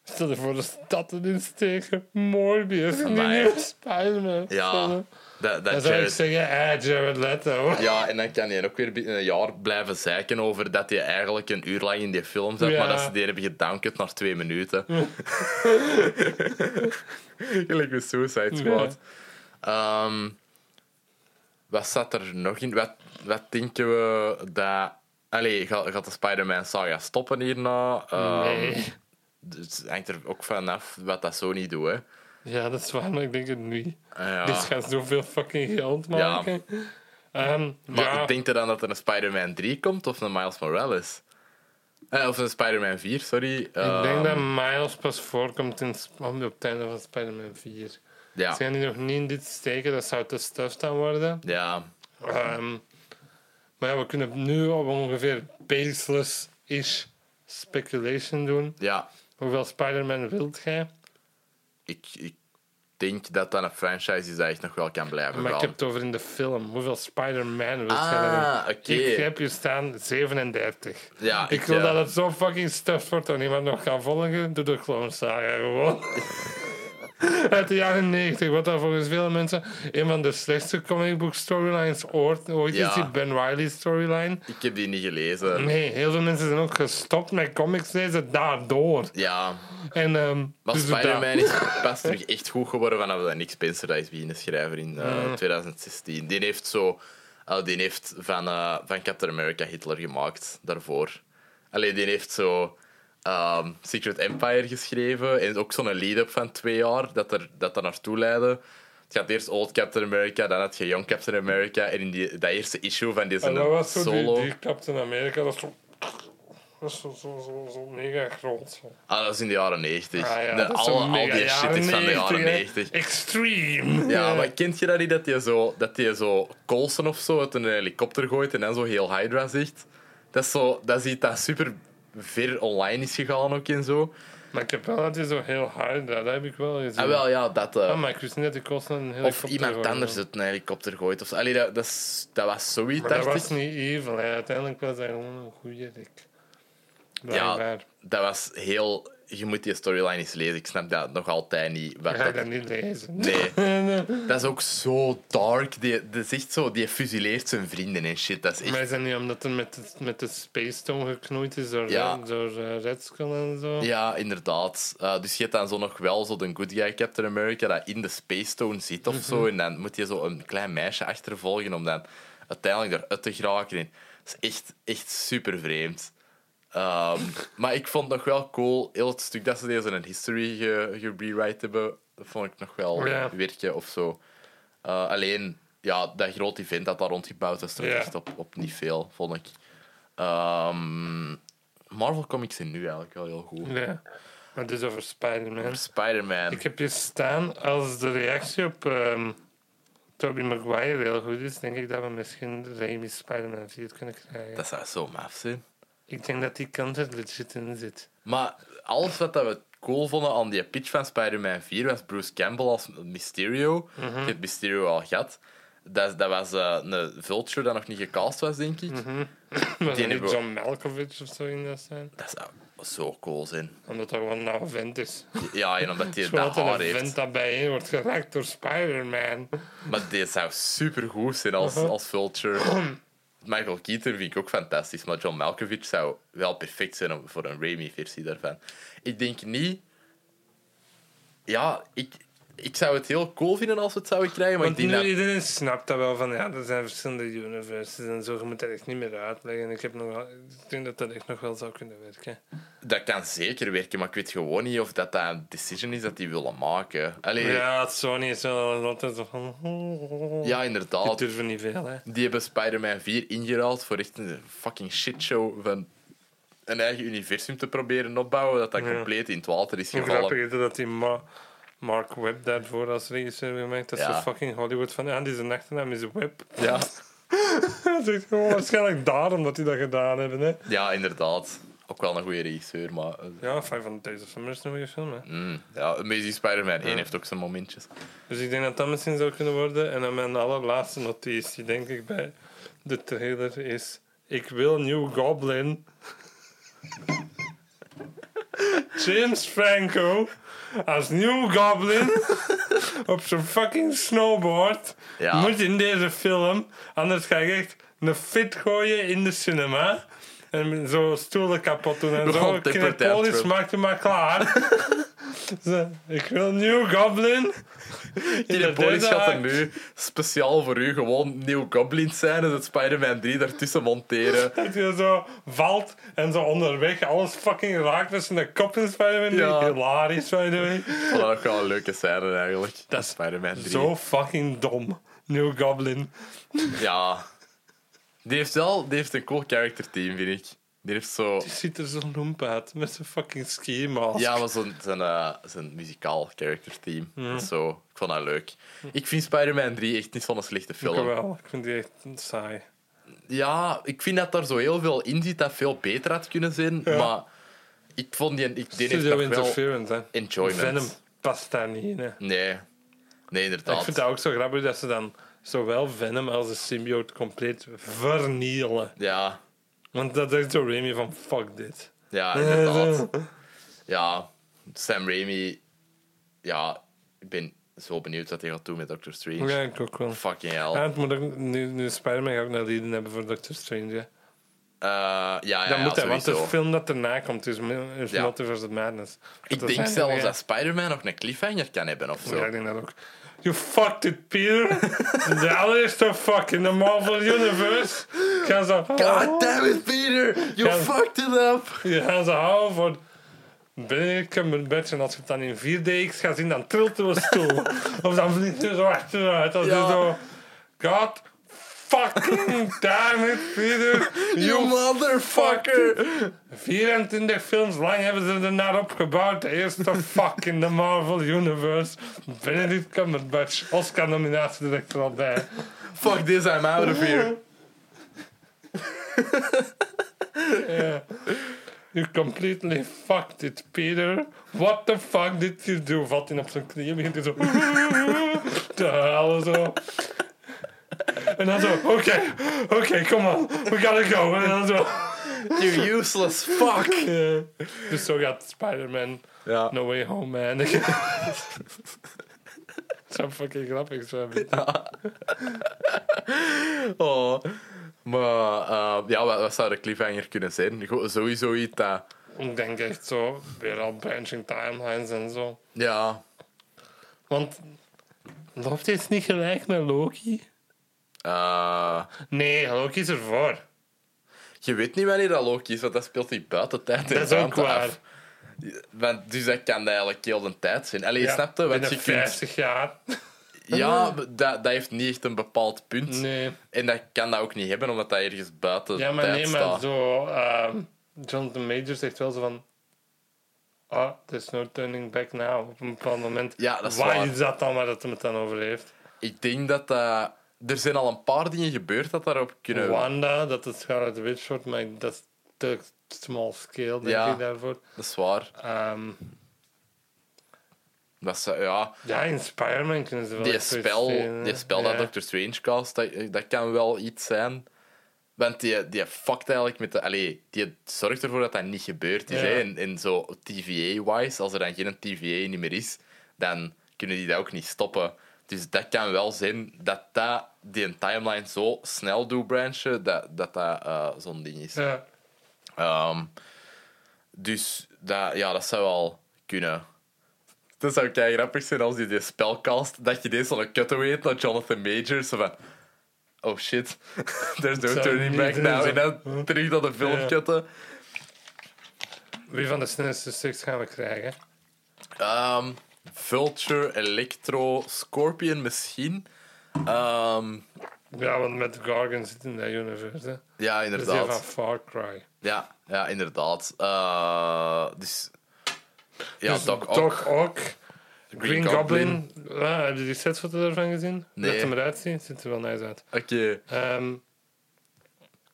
Speaker 2: Stel je voor de stad erin steken. Morbius in die
Speaker 1: Amai.
Speaker 2: nieuwe Spider-Man. Stel
Speaker 1: Ja,
Speaker 2: je-
Speaker 1: dat,
Speaker 2: Dan
Speaker 1: dat
Speaker 2: zou ik
Speaker 1: Jared
Speaker 2: zeggen, eh, Jared Leto.
Speaker 1: Ja, en dan kan hij ook weer binnen een jaar blijven zeiken over dat hij eigenlijk een uur lang in die film zat,
Speaker 2: Ja.
Speaker 1: maar dat ze die hebben gedownkut naar twee minuten. *laughs* Gelijk met Suicide Squad. Ehm, wat zat er nog in? Wat, wat denken we dat... Allee, gaat, gaat de Spider-Man saga stoppen hierna? Ehm,
Speaker 2: Nee.
Speaker 1: dus Het hangt er ook vanaf wat dat zo niet doet, hè.
Speaker 2: Ja, dat is waar, maar ik denk het niet.
Speaker 1: Ah, Ja.
Speaker 2: Dit gaat zoveel fucking geld maken. Ehm,
Speaker 1: Maar
Speaker 2: ja.
Speaker 1: denkt er dan dat er een Spider-Man 3 komt of een Miles Morales? Eh, of een Spider-Man 4, sorry. Eh,
Speaker 2: Ik denk dat Miles pas voorkomt in, Sp- op het einde van Spider-Man 4.
Speaker 1: Ja,
Speaker 2: Ze gaan die nog niet in dit steken, dat zou te stuff dan worden.
Speaker 1: ja,
Speaker 2: Ehm, maar ja, we kunnen nu op ongeveer baseless-ish speculation doen.
Speaker 1: ja.
Speaker 2: Hoeveel Spider-Man wilt jij?
Speaker 1: Ik, ik denk dat dat een franchise is dat echt nog wel kan blijven
Speaker 2: Maar ik
Speaker 1: gaan.
Speaker 2: heb het over in de film. Hoeveel Spider-Man wilt jij hebben?
Speaker 1: Ah, oké.
Speaker 2: Ik heb hier staan 37.
Speaker 1: Ja,
Speaker 2: ik,
Speaker 1: ik,
Speaker 2: wil
Speaker 1: eh,
Speaker 2: dat het zo fucking stuff wordt dat niemand nog kan volgen. Doe de clownsaga
Speaker 1: *laughs*
Speaker 2: gewoon. Uit de jaren 90, wat dan volgens veel mensen een van de slechtste comic book storylines ooit, ooit
Speaker 1: Ja.
Speaker 2: is, die Ben Riley storyline.
Speaker 1: Ik heb die niet gelezen.
Speaker 2: Nee, heel veel mensen zijn ook gestopt met comics lezen daardoor.
Speaker 1: Ja,
Speaker 2: En, ehm,
Speaker 1: maar
Speaker 2: dus dat-
Speaker 1: Spider-Man is pas terug echt goed geworden vanaf dat Nick Spencer dat is beginnen schrijven in eh,
Speaker 2: Mm.
Speaker 1: 2016. Die heeft zo... eh, die heeft van, eh, van Captain America Hitler gemaakt, daarvoor. Allee, die heeft zo ehm, Secret Empire geschreven. En ook zo'n lead-up van twee jaar dat er, dat er naartoe leidde. Het gaat eerst Old Captain America, dan had je Young Captain America. En in die, dat eerste issue van deze
Speaker 2: En dat was zo
Speaker 1: solo...
Speaker 2: Die, die Captain America, dat is zo, dat is zo, zo, zo, zo mega groot. Zo.
Speaker 1: Ah, dat is in de jaren 90.
Speaker 2: Ah ja,
Speaker 1: de,
Speaker 2: dat is zo
Speaker 1: alle, al die
Speaker 2: mega
Speaker 1: shit is van de jaren
Speaker 2: hè.
Speaker 1: 90.
Speaker 2: Extreme.
Speaker 1: Ja, maar kent je dat niet? Dat je zo, dat je zo Colson of zo uit een helikopter gooit en dan zo heel Hydra zegt. Dat is, zo, dat is iets dat super ver online is gegaan ook en zo.
Speaker 2: Maar ik heb wel dat hij zo heel hard, dat heb ik wel gezien.
Speaker 1: Ah, wel, ja, dat... eh,
Speaker 2: Ah, maar ik wist niet dat de kosten een
Speaker 1: of
Speaker 2: helikopter
Speaker 1: iemand
Speaker 2: worden.
Speaker 1: anders uit een helikopter gooit. Of zo. Allee, dat, dat, is- dat was zoiets,
Speaker 2: Maar dat
Speaker 1: dacht
Speaker 2: was
Speaker 1: ik.
Speaker 2: niet evil. hè. Uiteindelijk was hij gewoon een goede rik.
Speaker 1: Ja,
Speaker 2: Blijkbaar.
Speaker 1: dat was heel... Je moet die storyline eens lezen. Ik snap dat nog altijd niet. Wat
Speaker 2: Ga
Speaker 1: dat,
Speaker 2: ik dat niet lezen? *laughs*
Speaker 1: nee. dat is ook zo dark. Die, dat is echt zo, die fusileert zijn vrienden en shit. Dat is echt...
Speaker 2: Maar is dat niet omdat het met de, met de Space Stone geknoeid is door,
Speaker 1: Ja.
Speaker 2: door eh, Red Skull en zo?
Speaker 1: Ja, inderdaad. Eh, dus je hebt dan zo nog wel zo de good guy Captain America dat in de Space Stone zit of
Speaker 2: Mhm.
Speaker 1: zo. En dan moet je zo een klein meisje achtervolgen om dan uiteindelijk eruit te geraken. En dat is echt, echt super vreemd. Ehm, *laughs* maar ik vond nog wel cool, heel het stuk dat ze deze een history ge- gerewrite hebben, dat vond ik nog wel
Speaker 2: Oh, Ja.
Speaker 1: werken of zo. Eh, alleen, ja, dat groot event dat daar rondgebouwd is, terug
Speaker 2: Ja.
Speaker 1: echt op, op niet veel, vond ik. Ehm, Marvel Comics zijn nu eigenlijk wel heel goed.
Speaker 2: Ja. Maar het is over Spider-Man.
Speaker 1: Spider-Man.
Speaker 2: Ik heb hier staan als de reactie op ehm Tobey Maguire heel goed is, denk ik dat we misschien Raimi Spider-Man 4 kunnen krijgen.
Speaker 1: Dat zou zo maf zijn.
Speaker 2: Ik denk dat die kant er legit in zit.
Speaker 1: Maar alles wat dat we cool vonden aan die pitch van Spider-Man 4 was Bruce Campbell als Mysterio. Je
Speaker 2: Mhm.
Speaker 1: hebt Mysterio al gehad. Dat, dat was eh, een vulture dat nog niet gecast was, denk ik.
Speaker 2: Mhm. Maar zou
Speaker 1: hebben
Speaker 2: niet
Speaker 1: we-
Speaker 2: John Malkovich of zo in dat zijn?
Speaker 1: Dat zou zo cool zijn.
Speaker 2: Omdat dat gewoon nou vent is.
Speaker 1: Ja, en
Speaker 2: *laughs*
Speaker 1: omdat hij dat
Speaker 2: Zoals
Speaker 1: haar
Speaker 2: een
Speaker 1: heeft.
Speaker 2: vent dat bijeen wordt geraakt door Spider-Man.
Speaker 1: Maar dit zou supergoed zijn als,
Speaker 2: Mhm.
Speaker 1: als vulture. Michael Keaton vind ik ook fantastisch, maar John Malkovich zou wel perfect zijn om- voor een Raimi-versie daarvan. Ik denk niet... Ja, ik, ik zou het heel cool vinden als we het zouden krijgen, maar
Speaker 2: Want
Speaker 1: ik
Speaker 2: nu
Speaker 1: denk dat...
Speaker 2: iedereen snapt dat wel van ja, er zijn verschillende universes en zo. Je moet dat echt niet meer uitleggen. Ik, heb nog wel, ik denk dat dat echt nog wel zou kunnen werken.
Speaker 1: Dat kan zeker werken, maar ik weet gewoon niet of dat, dat een decision is dat die willen maken. Allee, ja.
Speaker 2: Ja, Sony is wel altijd zo van. *laughs* Die
Speaker 1: inderdaad.
Speaker 2: durven niet veel, hè?
Speaker 1: Die hebben Spider-Man 4 ingeruild voor echt een fucking shitshow van een eigen universum te proberen opbouwen, dat dat
Speaker 2: Ja.
Speaker 1: compleet in het water is
Speaker 2: Hoe
Speaker 1: gevallen.
Speaker 2: grappig is het dat die Ma- Mark Webb daarvoor als regisseur heeft gemaakt? Dat is
Speaker 1: Ja.
Speaker 2: zo fucking Hollywood van. Ja, die zijn achternaam is Webb. *laughs*
Speaker 1: Ja,
Speaker 2: dat is gewoon waarschijnlijk daarom dat die dat gedaan hebben, hè?
Speaker 1: ja, inderdaad. Ook wel een goede regisseur, maar... eh,
Speaker 2: Ja, 500 Days of Summer is een goede film, hè?
Speaker 1: mm, ja, Amazing Spider-Man 1 heeft ook zijn momentjes.
Speaker 2: Dus ik denk dat dat misschien zou kunnen worden. En dan mijn allerlaatste notitie, denk ik, bij de trailer is... Ik wil New Goblin. *laughs* James Franco als New Goblin *laughs* op zijn fucking snowboard
Speaker 1: Ja.
Speaker 2: moet in deze film. Anders ga ik echt een fit gooien in de cinema. En zo stoelen kapot doen en
Speaker 1: Gewoon
Speaker 2: zo.
Speaker 1: temper
Speaker 2: Kinepolis
Speaker 1: tantrum.
Speaker 2: maakt u maar klaar. *laughs* Zo, ik wil New Goblin. In
Speaker 1: De
Speaker 2: de
Speaker 1: politie
Speaker 2: derde
Speaker 1: gaat er
Speaker 2: act.
Speaker 1: nu speciaal voor u gewoon nieuw Goblin zijn en het Spider-Man 3 daartussen monteren.
Speaker 2: Dat je zo valt en zo onderweg alles fucking raakt tussen de kop in Spider-Man.
Speaker 1: Ja.
Speaker 2: Hilarisch, by the way.
Speaker 1: *laughs* Voilà, Oh, dat gaat een leuke scène eigenlijk.
Speaker 2: Dat is
Speaker 1: Spider-Man 3.
Speaker 2: Zo fucking dom. New Goblin.
Speaker 1: Ja. Die heeft wel die heeft een cool character team, vind ik. Die heeft zo...
Speaker 2: Die ziet er zo lomp uit met zijn fucking ski mask.
Speaker 1: Ja, maar zo'n zijn, eh, zijn muzikaal character team. Dat is Zo, ik vond dat leuk. Ik vind Spider-Man 3 echt niet zo'n slechte
Speaker 2: Ik
Speaker 1: film.
Speaker 2: wel. Ik vind die echt saai.
Speaker 1: Ja, ik vind dat daar zo heel veel in zit dat veel beter had kunnen zijn.
Speaker 2: Ja.
Speaker 1: Maar ik vond die... Ik, die heeft
Speaker 2: Studio
Speaker 1: toch wel
Speaker 2: Interference, hè.
Speaker 1: enjoyment.
Speaker 2: Venom past daar niet in, hè.
Speaker 1: Nee. Nee,
Speaker 2: Ik
Speaker 1: inderdaad.
Speaker 2: vind het ook zo grappig dat ze dan zowel Venom als de symbiote compleet vernielen.
Speaker 1: Ja.
Speaker 2: Want dat denkt zo Remy van fuck dit.
Speaker 1: Ja, inderdaad. Ja, Sam Raimi... Ja, ik ben zo benieuwd wat hij gaat doen met Doctor Strange.
Speaker 2: Ja, ik ook wel.
Speaker 1: Fucking hell. Eh,
Speaker 2: Ja, het moet ook, nu, nu Spider-Man gaat ook naar Lieden hebben voor Doctor Strange. hè.
Speaker 1: Eh, ja, ja,
Speaker 2: Dat
Speaker 1: ja,
Speaker 2: moet hij, want de
Speaker 1: sowieso.
Speaker 2: film dat erna komt is, Mul- is
Speaker 1: Ja.
Speaker 2: Multiverse of Madness.
Speaker 1: Ik denk zelfs dat Spider-man nog een cliffhanger kan hebben of
Speaker 2: Ja,
Speaker 1: zo.
Speaker 2: ik denk dat ook. You fucked
Speaker 1: *laughs*
Speaker 2: it, Peter. de allereerste fuck in the Marvel Universe. Gaan ze,
Speaker 1: God damn it, Peter! You
Speaker 2: Ja.
Speaker 1: fucked it up!
Speaker 2: Je gaan ze houden voor Benedict en Als je het dan in 4DX gaat zien, dan trilt er een
Speaker 1: *laughs*
Speaker 2: stoel. of dan vliegt er zo achteruit. Als
Speaker 1: Ja.
Speaker 2: je zo... God fucking damn it, Peter.
Speaker 1: *laughs* You
Speaker 2: You
Speaker 1: motherfucker!
Speaker 2: 24 films lang hebben ze er naar opgebouwd. De eerste fuck in de Marvel Universe. Benedict Cumberbatch. Oscar-nominatie direct er al bij.
Speaker 1: Fuck this, I'm out of here.
Speaker 2: Ja. You completely fucked it, Peter. What the fuck did you do? Valt in op zijn knieën, begint hij zo *laughs* te huilen zo. En dan zo, oké, oké, come on, we gotta go. En dan zo. *laughs*
Speaker 1: You useless fuck!
Speaker 2: Ja. Dus zo gaat Spider-Man
Speaker 1: Ja.
Speaker 2: No Way Home, man. *laughs* Dat zou fucking grappig zijn.
Speaker 1: Oh. Maar eh, ja, wat, wat zou de cliffhanger kunnen zijn? Go- Sowieso iets dat...
Speaker 2: Ik denk echt zo, weer al branching timelines en zo.
Speaker 1: Ja.
Speaker 2: Want loopt dit niet gelijk naar Loki?
Speaker 1: Eh,
Speaker 2: Nee, Loki is ervoor.
Speaker 1: je weet niet wanneer dat Loki is, want dat speelt hij buiten tijd en
Speaker 2: Dat is ook
Speaker 1: ruimte
Speaker 2: waar.
Speaker 1: af. Want, dus dat kan eigenlijk heel de tijd zijn. Allee, je
Speaker 2: Ja,
Speaker 1: snapt het? Want je
Speaker 2: binnen
Speaker 1: kunt
Speaker 2: 50
Speaker 1: *laughs*
Speaker 2: jaar.
Speaker 1: Ja, b- dat, dat heeft niet echt een bepaald punt.
Speaker 2: Nee.
Speaker 1: En dat kan dat ook niet hebben, omdat dat ergens buiten
Speaker 2: Ja, maar
Speaker 1: tijd
Speaker 2: nee, maar
Speaker 1: staat.
Speaker 2: zo. ehm Jonathan Major zegt wel zo van. Ah, there's no turning back now. Op een bepaald moment.
Speaker 1: Ja, dat is
Speaker 2: Waar
Speaker 1: waar.
Speaker 2: is dat dan waar dat hem het dan over heeft?
Speaker 1: Ik denk dat dat... Er zijn al een paar dingen gebeurd dat daarop kunnen...
Speaker 2: Wanda, dat het Scarlet Witch wordt, maar dat te small scale, denk
Speaker 1: Ja.
Speaker 2: ik, daarvoor.
Speaker 1: Dat is waar.
Speaker 2: Ehm,
Speaker 1: Dat ze, ja,
Speaker 2: ja, in Spider-Man kunnen ze wel
Speaker 1: die
Speaker 2: echt zoiets
Speaker 1: spel,
Speaker 2: vinden, hè.
Speaker 1: die spel
Speaker 2: Ja.
Speaker 1: dat Dr. Strange cast, dat, dat kan wel iets zijn. Want die, die fuckt eigenlijk met de... Allee, die zorgt ervoor dat dat niet gebeurd is.
Speaker 2: Ja.
Speaker 1: Hè? En, en zo TVA-wise, als er dan geen TVA niet meer is, dan kunnen die dat ook niet stoppen. Dus dat kan wel zijn dat, dat die een timeline zo snel doet branchen, dat dat, dat eh, zo'n ding is.
Speaker 2: Ja.
Speaker 1: Ehm, dus dat, ja, dat zou wel kunnen. Dat zou kei grappig zijn als je die spelcast, dat je deze zo'n cutaway hebt naar Jonathan Majors. Zo van, oh shit, *laughs* there's no
Speaker 2: Zou
Speaker 1: turning
Speaker 2: niet
Speaker 1: back
Speaker 2: doen,
Speaker 1: now.
Speaker 2: zo.
Speaker 1: En dan terug naar de film
Speaker 2: Ja.
Speaker 1: cutten.
Speaker 2: Wie van de snelste seks gaan we krijgen?
Speaker 1: Ehm, Vulture, Electro, Scorpion misschien. Ehm,
Speaker 2: Ja, want met Gargan zit in dat universe. Hè.
Speaker 1: ja,
Speaker 2: Dat is die van
Speaker 1: inderdaad.
Speaker 2: Far Cry.
Speaker 1: Ja, ja inderdaad. Eh, dus, ja,
Speaker 2: Dus
Speaker 1: Doc Ock,
Speaker 2: Doc Ock. Green,
Speaker 1: Goblin.
Speaker 2: Goblin. Ah, heb je die setfoto daarvan gezien?
Speaker 1: Nee.
Speaker 2: Dat hem eruit ziet, ziet er wel nice uit.
Speaker 1: Oké.
Speaker 2: Ehm,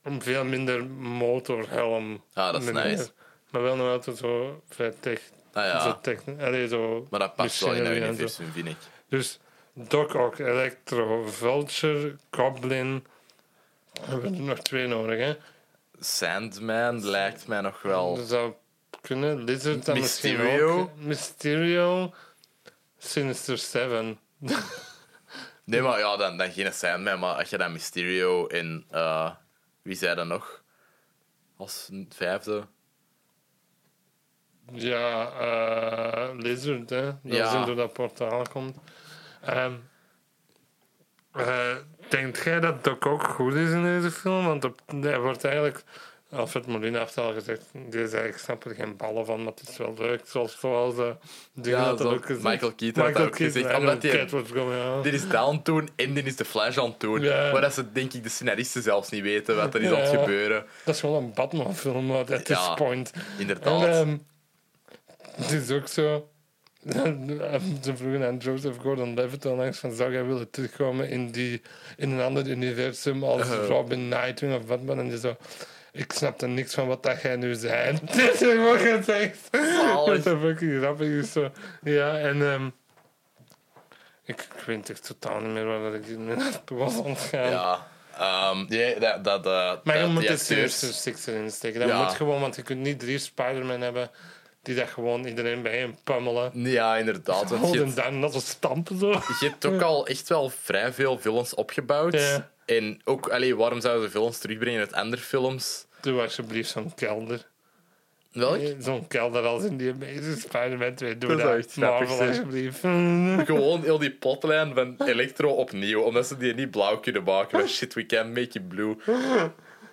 Speaker 2: een veel minder motorhelm.
Speaker 1: Ah, dat is
Speaker 2: Minder.
Speaker 1: nice.
Speaker 2: Maar wel nog altijd zo vrij tech.
Speaker 1: Ah, ja.
Speaker 2: Zo tech allee, zo
Speaker 1: Maar dat past wel in dat
Speaker 2: machinery en zo.
Speaker 1: universum, vind ik.
Speaker 2: Dus Doc Ock, Electro, Vulture, Goblin. We hebben er nog twee nodig, hè?
Speaker 1: Sandman lijkt mij nog wel.
Speaker 2: Dat zou kunnen. Lizard dan misschien
Speaker 1: Mysterio?
Speaker 2: ook. Mysterio. Sinister Seven.
Speaker 1: Nee, maar ja, dan, dan geen Sandman, maar als je dan Mysterio en eh, wie zei dat nog? Als een vijfde?
Speaker 2: Ja, eh Lizard, hè. Dat
Speaker 1: Ja.
Speaker 2: ja. door dat portaal komt. Ehm eh, denkt jij dat Doc ook goed is in deze film? Want op, hij wordt eigenlijk... Alfred Molina heeft al gezegd, die zei, ik snap er geen ballen van, maar het is wel leuk. Zoals, zoals eh, die
Speaker 1: Ja,
Speaker 2: had dat
Speaker 1: zo-
Speaker 2: ook gezegd.
Speaker 1: Michael Keaton had dat ook gezegd,
Speaker 2: I don't
Speaker 1: omdat die-
Speaker 2: care what's going on.
Speaker 1: Dit is down toen en dit is de Flash aan toen.
Speaker 2: Ja.
Speaker 1: Maar dat ze, denk ik, de scenaristen zelfs niet weten wat er is aan het
Speaker 2: Ja.
Speaker 1: gebeuren.
Speaker 2: Dat is gewoon een Batman-film, at this
Speaker 1: Ja.
Speaker 2: point.
Speaker 1: Inderdaad.
Speaker 2: En, ehm, het is ook zo. *laughs* ehm, Ze vroegen aan Joseph Gordon-Levitt onlangs van zou jij willen terugkomen in, die, in een ander universum als
Speaker 1: Eh.
Speaker 2: Robin Nightwing of Batman en die zo ik snap er niks van wat dat jij nu zei. *laughs* Dit is wat gezegd.
Speaker 1: Zalig.
Speaker 2: Wat een fucking grappig is zo. Ja, en ehm, ik, ik weet echt totaal niet meer waar dat ik *laughs* naartoe was ontgaan.
Speaker 1: ja. Ehm, nee, dat, dat, eh,
Speaker 2: Maar je
Speaker 1: dat
Speaker 2: moet
Speaker 1: die
Speaker 2: de
Speaker 1: acteurs-
Speaker 2: Sinister Six erin steken. Dat
Speaker 1: Ja.
Speaker 2: moet gewoon, want je kunt niet drie Spider-Man hebben die dat gewoon iedereen bijeen pummelen.
Speaker 1: Ja, inderdaad. want je-
Speaker 2: Holden dan dat ze stampen zo.
Speaker 1: je hebt ook al echt wel vrij veel films opgebouwd.
Speaker 2: Ja.
Speaker 1: En ook, allee, waarom zouden ze films terugbrengen uit andere films?
Speaker 2: Doe alsjeblieft zo'n kelder.
Speaker 1: Welk?
Speaker 2: Zo'n kelder als in die Amazing Spider-Man 2. Doe
Speaker 1: Dat
Speaker 2: dat.
Speaker 1: zou echt grappig
Speaker 2: Marvel,
Speaker 1: zijn.
Speaker 2: alsjeblieft.
Speaker 1: *laughs* Gewoon heel die plotlijn van Electro opnieuw, omdat ze die niet blauw kunnen maken. Van shit, we can make it blue.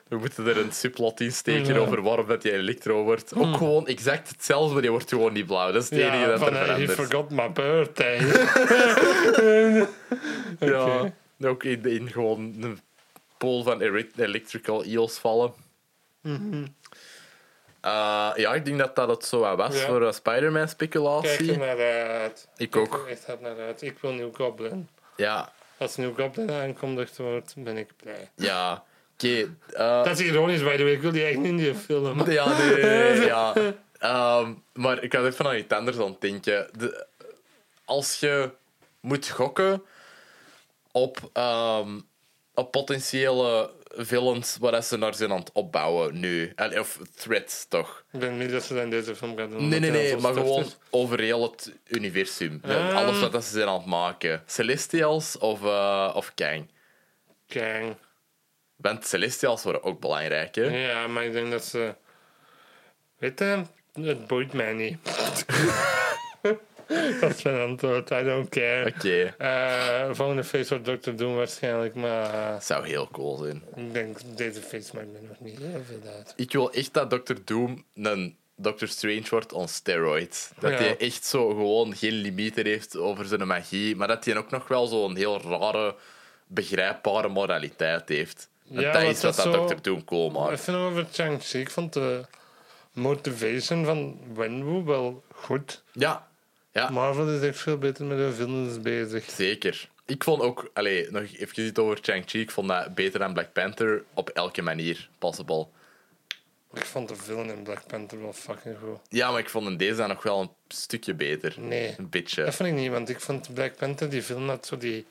Speaker 1: We moeten er een subplot in steken
Speaker 2: Ja. Hm.
Speaker 1: over waarom dat die Electro wordt. Ook gewoon exact hetzelfde, maar die wordt gewoon niet blauw. Dat is het enige
Speaker 2: Ja,
Speaker 1: dat er
Speaker 2: van eh, You
Speaker 1: verandert.
Speaker 2: forgot my birthday.
Speaker 1: *laughs* Ja, ook in, in gewoon een pool van eri- electrical eels vallen. Eh, ja, ik denk dat dat het zo wat was
Speaker 2: Ja.
Speaker 1: voor eh,
Speaker 2: Kijk
Speaker 1: Spider-Man-speculatie.
Speaker 2: er naar uit.
Speaker 1: Ik
Speaker 2: Ik
Speaker 1: ook.
Speaker 2: wil echt hard naar uit. Ik wil New Goblin.
Speaker 1: Ja,
Speaker 2: Als New Goblin aankondigd wordt, ben ik blij.
Speaker 1: ja. Oké. eh,
Speaker 2: Dat is ironisch, by the way. Ik wil die echt niet in die film.
Speaker 1: *laughs* Ja, nee, nee, nee, nee, *laughs* ja. Ehm, maar ik had even aan iets anders aan het denken. De- als je moet gokken op, ehm, op potentiële villains waar dat ze naar zijn aan het opbouwen nu. En- Of threats, toch?
Speaker 2: Ik denk niet dat ze dat in deze film gaan doen.
Speaker 1: Nee,
Speaker 2: omdat
Speaker 1: nee,
Speaker 2: hij
Speaker 1: nee,
Speaker 2: al zo
Speaker 1: maar
Speaker 2: stort
Speaker 1: gewoon
Speaker 2: is.
Speaker 1: over heel het universum.
Speaker 2: Ah.
Speaker 1: Alles wat dat ze zijn aan het maken. Celestials of, eh, of Kang?
Speaker 2: Kang.
Speaker 1: Want Celestials worden ook belangrijk, hè?
Speaker 2: Ja, maar ik denk dat ze... Weet je, het boeit mij niet. *laughs* dat is mijn antwoord. I don't care.
Speaker 1: Oké,
Speaker 2: Eh volgende face wordt Dr. Doom waarschijnlijk, maar eh,
Speaker 1: dat zou heel cool zijn.
Speaker 2: ik denk deze face maakt me nog niet heel veel uit.
Speaker 1: ik wil echt dat Dr. Doom een Dr. Strange wordt on steroids. Dat
Speaker 2: Ja.
Speaker 1: hij echt zo gewoon geen limieter heeft over zijn magie, maar dat hij ook nog wel zo'n heel rare, begrijpbare moraliteit heeft. En
Speaker 2: Ja,
Speaker 1: dat
Speaker 2: want
Speaker 1: is wat
Speaker 2: dat
Speaker 1: dat
Speaker 2: zo-
Speaker 1: Dr. Doom cool maakt.
Speaker 2: Oh, Even over Chang-Chi. Ik vond de motivation van Wenwu wel goed.
Speaker 1: Ja, ja
Speaker 2: Marvel is echt veel beter met de villains bezig.
Speaker 1: zeker. Ik vond ook, allee, nog even iets over Chang-Chi, ik vond dat beter dan Black Panther op elke manier possible.
Speaker 2: Ik vond de film in Black Panther wel fucking goed.
Speaker 1: Ja, maar ik vond in deze nog wel een stukje beter.
Speaker 2: Nee.
Speaker 1: Een beetje.
Speaker 2: Dat vind ik niet, want ik vond Black Panther, die film had zo die,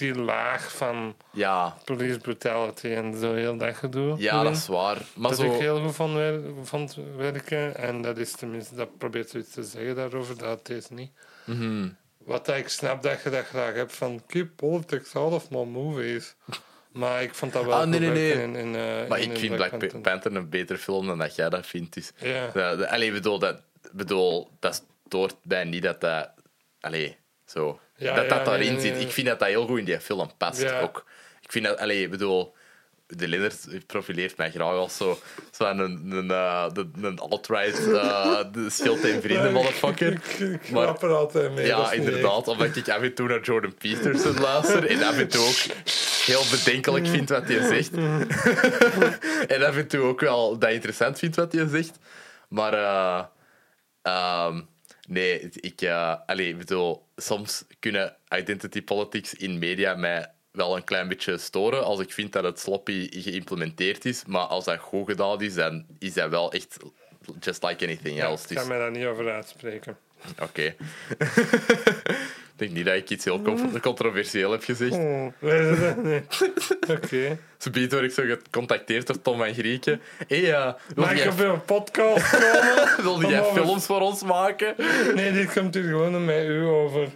Speaker 2: die laag van
Speaker 1: Ja,
Speaker 2: police brutality en zo heel dat gedoe.
Speaker 1: ja
Speaker 2: erin.
Speaker 1: dat is waar. Maar
Speaker 2: dat ik
Speaker 1: zo.
Speaker 2: heel goed vond, wer- vond werken. En dat is tenminste, dat probeert zoiets te zeggen daarover, dat had deze niet.
Speaker 1: Mhm.
Speaker 2: Wat dat ik snap dat je dat graag hebt van keep politics out of my movies. Maar ik vond dat wel
Speaker 1: Ah, nee,
Speaker 2: goed
Speaker 1: nee,
Speaker 2: werken
Speaker 1: nee.
Speaker 2: in, in, eh,
Speaker 1: Maar
Speaker 2: in-
Speaker 1: ik
Speaker 2: in
Speaker 1: vind Black
Speaker 2: Panther.
Speaker 1: Pa- Panther een beter film dan dat jij dat vindt. Dus.
Speaker 2: Ja.
Speaker 1: De- de- allee, bedoel, dat, bedoel, dat stoort mij niet dat dat. Allee, zo.
Speaker 2: Ja,
Speaker 1: dat dat
Speaker 2: ja, nee,
Speaker 1: daarin
Speaker 2: nee,
Speaker 1: zit.
Speaker 2: nee.
Speaker 1: Ik vind dat dat heel goed in die film past
Speaker 2: Ja.
Speaker 1: ook. Ik vind dat, allee, bedoel. De Lennart profileert mij graag als zo, zo een, een, eh, de- een alt-right eh, de schild en vrienden motherfucker.
Speaker 2: *laughs* Ik, ik, ik
Speaker 1: Maar-
Speaker 2: knap er altijd mee. dat
Speaker 1: Ja,
Speaker 2: is niet
Speaker 1: inderdaad. Omdat ik af en toe naar Jordan Peterson luister en af en toe ook heel bedenkelijk vind wat hij zegt. *laughs* en af en toe ook wel dat interessant vind wat hij zegt. Maar eh, ehm, nee, het- ik eh, allee, ik bedoel, soms kunnen identity politics in media mij wel een klein beetje storen als ik vind dat het sloppy geïmplementeerd is. Maar als dat goed gedaan is, dan is dat wel echt just like anything
Speaker 2: echt.
Speaker 1: else.
Speaker 2: Ik
Speaker 1: Dus-
Speaker 2: ga mij daar niet over uitspreken.
Speaker 1: Oké. ik denk niet dat ik iets heel con- controversieel heb gezegd.
Speaker 2: Oh, weet je dat? Nee.
Speaker 1: *laughs*
Speaker 2: Oké.
Speaker 1: Zo biedt word ik zo gecontacteerd door Tom en Grieken. Hé, eh, wil,
Speaker 2: Mag ik
Speaker 1: jij,
Speaker 2: op een podcast komen?
Speaker 1: wil jij
Speaker 2: mogen we-
Speaker 1: films voor ons maken?
Speaker 2: Nee, dit komt hier gewoon met u over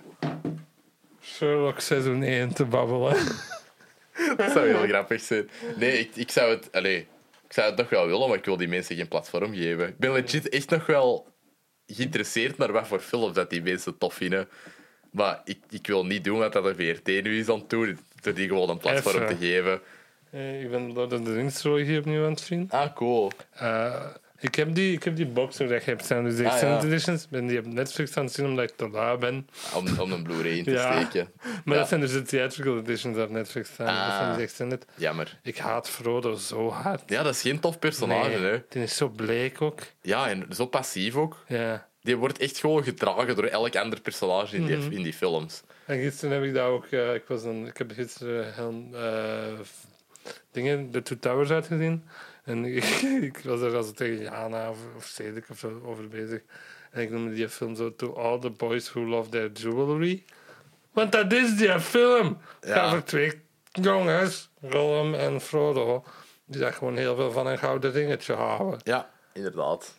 Speaker 2: Sherlock seizoen 1 te babbelen.
Speaker 1: Dat zou heel grappig zijn. Nee, ik, ik zou het... Allee, ik zou het nog wel willen, maar ik wil die mensen geen platform geven. Ik ben legit echt nog wel geïnteresseerd naar wat voor films dat die mensen tof vinden. Maar ik, ik wil niet doen wat dat de VRT nu is aan het doen. Door die gewoon een platform
Speaker 2: Even.
Speaker 1: te geven.
Speaker 2: Eh, ik ben Lord of the Rings trilogie opnieuw aan het zien.
Speaker 1: Ah, cool.
Speaker 2: Eh, ik, heb die, ik heb die boxer dat je hebt staan, dus de
Speaker 1: Ah,
Speaker 2: extended
Speaker 1: ja.
Speaker 2: editions, ben die op Netflix aan het zien omdat ik te laat ben.
Speaker 1: Om, om een Blu-ray in te
Speaker 2: Ja.
Speaker 1: steken.
Speaker 2: Maar
Speaker 1: Ja.
Speaker 2: dat zijn dus de theatrical editions op Netflix staan, dat zijn dus
Speaker 1: Ah.
Speaker 2: de extended.
Speaker 1: Jammer.
Speaker 2: Ik haat Frodo zo hard.
Speaker 1: Ja, dat is geen tof personage, hè.
Speaker 2: die is zo bleek ook.
Speaker 1: Ja, en zo passief ook.
Speaker 2: Ja.
Speaker 1: Die wordt echt gewoon gedragen door elk ander personage in die,
Speaker 2: Mhm.
Speaker 1: in die films.
Speaker 2: En gisteren heb ik dat ook. eh, ik, was een, ik heb gisteren heel, eh, f- dingen, de Two Towers uitgezien. En *laughs* ik, ik was er als tegen Jana of, of Cedric of zo over bezig. En ik noemde die film zo To All the Boys Who Love Their Jewelry. Want dat is die film. Het gaat
Speaker 1: Ja.
Speaker 2: over twee jongens, Gollum en Frodo, die daar gewoon heel veel van een gouden ringetje houden.
Speaker 1: Ja, inderdaad.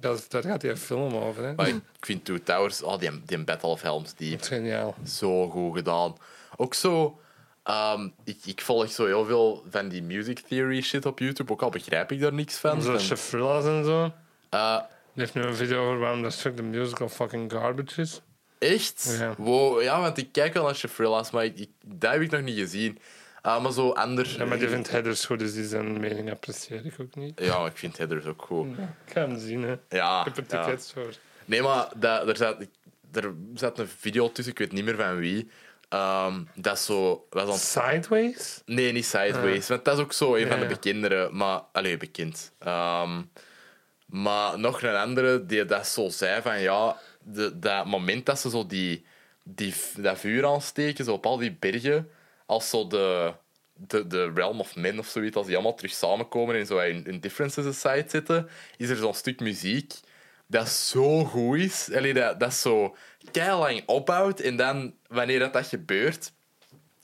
Speaker 2: Dat, is- daar gaat die film over. Hè?
Speaker 1: Maar ik ik vind Two Towers, oh, die, die Battle of Helms Deep,
Speaker 2: Dat is geniaal.
Speaker 1: zo goed gedaan. Ook zo, ehm, ik, ik volg zo heel veel van die music theory shit op YouTube, ook al begrijp ik daar niks van. Eh,
Speaker 2: Zoals
Speaker 1: En,
Speaker 2: Shafrillas en zo.
Speaker 1: eh,
Speaker 2: Er heeft nu een video over waarom dat stuk de musical fucking garbage is.
Speaker 1: Echt?
Speaker 2: Ja.
Speaker 1: Wow, ja, want ik kijk wel naar Shafrillas, maar ik, ik- dat heb ik nog niet gezien. Ah, maar zo anders.
Speaker 2: Ja, maar die vindt headers goed, dus die zijn mening apprecieer ik ook niet.
Speaker 1: Ja, maar ik vind Heathers ook goed.
Speaker 2: Ik ga hem zien, hè. Ik
Speaker 1: Ja,
Speaker 2: heb er
Speaker 1: ja.
Speaker 2: tickets voor.
Speaker 1: Nee, maar dat, er, zat, er zat een video tussen, ik weet niet meer van wie. Ehm, dat is zo. Was aan-
Speaker 2: Sideways?
Speaker 1: nee, niet Sideways, want dat is ook zo een van de
Speaker 2: Ah. Ja.
Speaker 1: bekendere. Maar, allee, bekend. Ehm, maar nog een andere die dat zo zei van ja, de, dat moment dat ze zo die, die, dat vuur aansteken, zo op al die bergen, als zo de, de, de Realm of Men of zoiets, als die allemaal terug samenkomen en zo in, in Differences aside zitten, is er zo'n stuk muziek dat zo goed is. Allee, dat, dat zo lang opbouwt en dan wanneer dat, dat gebeurt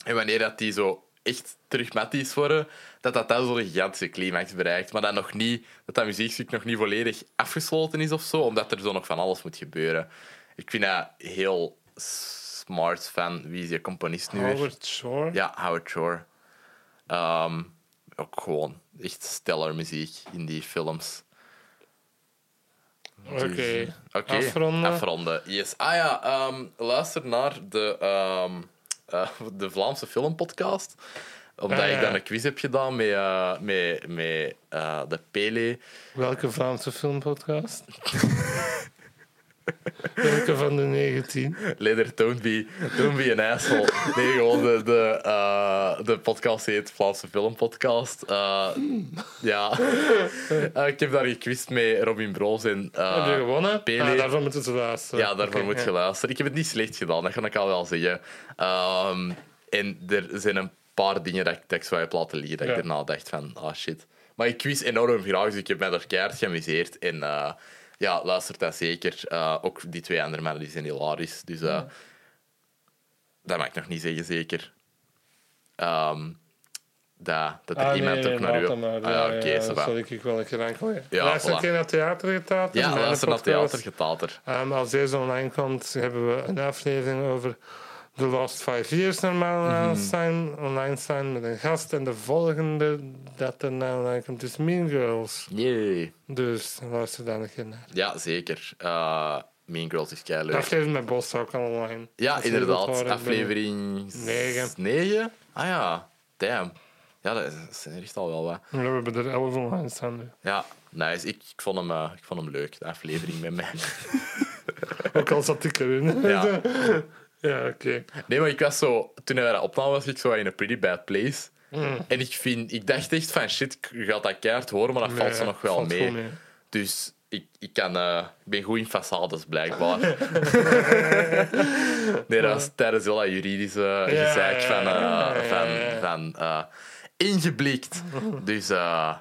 Speaker 1: en wanneer dat die zo echt terug mat is worden, dat dat dan zo'n gigantische climax bereikt. Maar dat, nog niet, dat dat muziekstuk nog niet volledig afgesloten is of zo, omdat er zo nog van alles moet gebeuren. Ik vind dat heel smart van wie is je componist nu weer?
Speaker 2: Howard Shore?
Speaker 1: Ja, Howard Shore. Ehm, ook gewoon echt stellar muziek in die films. Dus, eh,
Speaker 2: Oké.
Speaker 1: Oké,
Speaker 2: Afronden.
Speaker 1: afronden. Yes. Ah ja, ehm, luister naar de, ehm, eh, de Vlaamse filmpodcast. Omdat
Speaker 2: Ah,
Speaker 1: ik
Speaker 2: ja.
Speaker 1: dan een quiz heb gedaan met, eh, met, met eh, de Pele.
Speaker 2: Welke Vlaamse filmpodcast? *laughs* Welke van de 19?
Speaker 1: Leider, don't be, don't be an asshole. Nee, gewoon de, de, eh, de podcast heet Vlaamse Filmpodcast. Eh, ja. Eh, ik heb daar gequist met Robin Broos en... eh,
Speaker 2: heb je gewonnen?
Speaker 1: Pele.
Speaker 2: Ah, daarvan moeten ze luisteren.
Speaker 1: Ja, daarvoor
Speaker 2: Oké,
Speaker 1: moet je luisteren. Ik heb het niet slecht gedaan, dat kan ik al wel zeggen. Ehm, en er zijn een paar dingen dat ik, dat ik zo heb laten liggen, dat
Speaker 2: Ja.
Speaker 1: ik daarna dacht van, ah shit. Maar Maar ik quiz enorm graag, dus ik heb mij er keihard geamuseerd. En eh, ja, luister dat zeker. Eh, ook die twee andere mannen die zijn hilarisch. Dus eh, dat mag ik nog niet zeggen, zeker. Ehm, dat, dat er
Speaker 2: Ah, nee,
Speaker 1: iemand
Speaker 2: nee,
Speaker 1: ook naar u...
Speaker 2: laat maar.
Speaker 1: Ah,
Speaker 2: Ja,
Speaker 1: oké,
Speaker 2: ja,
Speaker 1: ça
Speaker 2: dat
Speaker 1: va.
Speaker 2: zal ik wel een keer aankomen.
Speaker 1: Ja,
Speaker 2: luister een
Speaker 1: voilà.
Speaker 2: keer naar theatergetater.
Speaker 1: Ja,
Speaker 2: mijn
Speaker 1: luister naar
Speaker 2: podcast.
Speaker 1: theatergetater.
Speaker 2: Ehm, als deze online komt, hebben we een aflevering over The Last Five Years normaal
Speaker 1: Mhm.
Speaker 2: online staan, online staan met een gast. En de volgende dat er nou online komt is Mean Girls.
Speaker 1: Jee.
Speaker 2: Dus luister daar een keer naar.
Speaker 1: Ja, zeker. Eh mean Girls is
Speaker 2: De
Speaker 1: leuk.
Speaker 2: aflevering met Bos ook al online.
Speaker 1: Ja,
Speaker 2: Als je wilt
Speaker 1: inderdaad.
Speaker 2: horen, ik ben-
Speaker 1: Aflevering
Speaker 2: Negen.
Speaker 1: 9. Ah ja, damn. Ja, dat is- dat zijn er echt al wel wat.
Speaker 2: We hebben er 11 online staan nu.
Speaker 1: Ja, nice. Ik, ik, vond, hem, eh, ik vond hem leuk, de aflevering met
Speaker 2: *laughs*
Speaker 1: mij.
Speaker 2: Ook al zat ik erin.
Speaker 1: Ja.
Speaker 2: *laughs* Ja, oké.
Speaker 1: Nee, maar ik was zo... Toen wij dat opnamen, was ik zo in een pretty bad place.
Speaker 2: Mm.
Speaker 1: En ik, vind, ik dacht echt van, shit, je gaat dat keihard horen, maar dat valt zo
Speaker 2: Nee,
Speaker 1: nog wel
Speaker 2: valt
Speaker 1: mee.
Speaker 2: goed mee.
Speaker 1: Dus ik, ik, kan, eh, ik ben goed in façades,
Speaker 2: *laughs*
Speaker 1: blijkbaar. nee, dat was tijdens wel dat juridische gezeik van, eh,
Speaker 2: ja, ja, ja, ja.
Speaker 1: van, van eh, ingeblikt. Dus eh,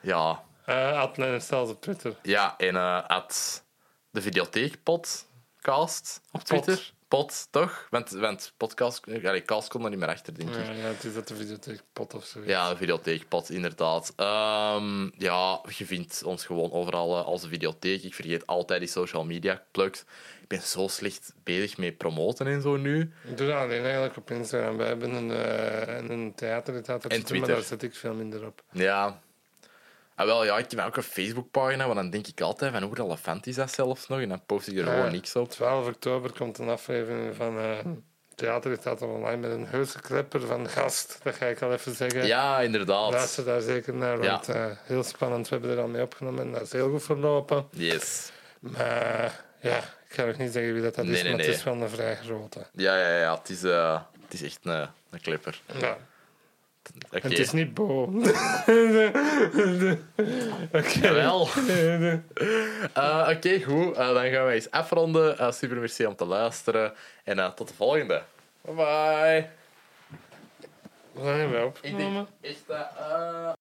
Speaker 1: ja...
Speaker 2: Eh Adlen is zelfs op Twitter.
Speaker 1: Ja, en eh at de videotheek podcast op Twitter. Pot, toch? Want, want podcast, eh, allee, cast kon er niet meer achter, denk
Speaker 2: Ja,
Speaker 1: ik.
Speaker 2: ja, het is dat de videotheek pot of zo.
Speaker 1: Ja, de videotheek, pot, inderdaad. Ehm, ja, je vindt ons gewoon overal eh, als de videotheek. Ik vergeet altijd die social media plugs. Ik ben zo slecht bezig met promoten en zo nu.
Speaker 2: Ik doe dat alleen eigenlijk op Instagram. Wij hebben een, eh een theatertheater
Speaker 1: En
Speaker 2: maar
Speaker 1: Twitter.
Speaker 2: daar zet ik veel minder op.
Speaker 1: Ja. Ah, wel, ja, ik heb ook een Facebookpagina, want dan denk ik altijd van hoe relevant is dat zelfs nog? En dan post ik er
Speaker 2: Ja.
Speaker 1: gewoon Oh, niks op. Hm.
Speaker 2: 12 oktober komt een aflevering van eh theatertheater online met een heuse klepper van gast. Dat ga ik al even zeggen.
Speaker 1: Ja, inderdaad.
Speaker 2: Luister daar zeker naar,
Speaker 1: Ja.
Speaker 2: want eh, heel spannend. We hebben er al mee opgenomen en dat is heel goed verlopen.
Speaker 1: Yes.
Speaker 2: Maar ja, ik ga nog niet zeggen wie dat, dat
Speaker 1: Nee,
Speaker 2: is,
Speaker 1: nee,
Speaker 2: maar
Speaker 1: nee.
Speaker 2: het is wel een vrij grote.
Speaker 1: Ja, ja, ja. Het is, eh, het is echt een, een clipper.
Speaker 2: Ja.
Speaker 1: Oké.
Speaker 2: En het is niet Bo. *laughs*
Speaker 1: Jawel. Eh, Oké, goed. Eh, dan gaan wij eens afronden. Eh, super merci om te luisteren. En eh, tot de volgende. Bye bye.
Speaker 2: We zijn er weer
Speaker 1: Ik denk
Speaker 2: opgenomen.
Speaker 1: echt dat... eh,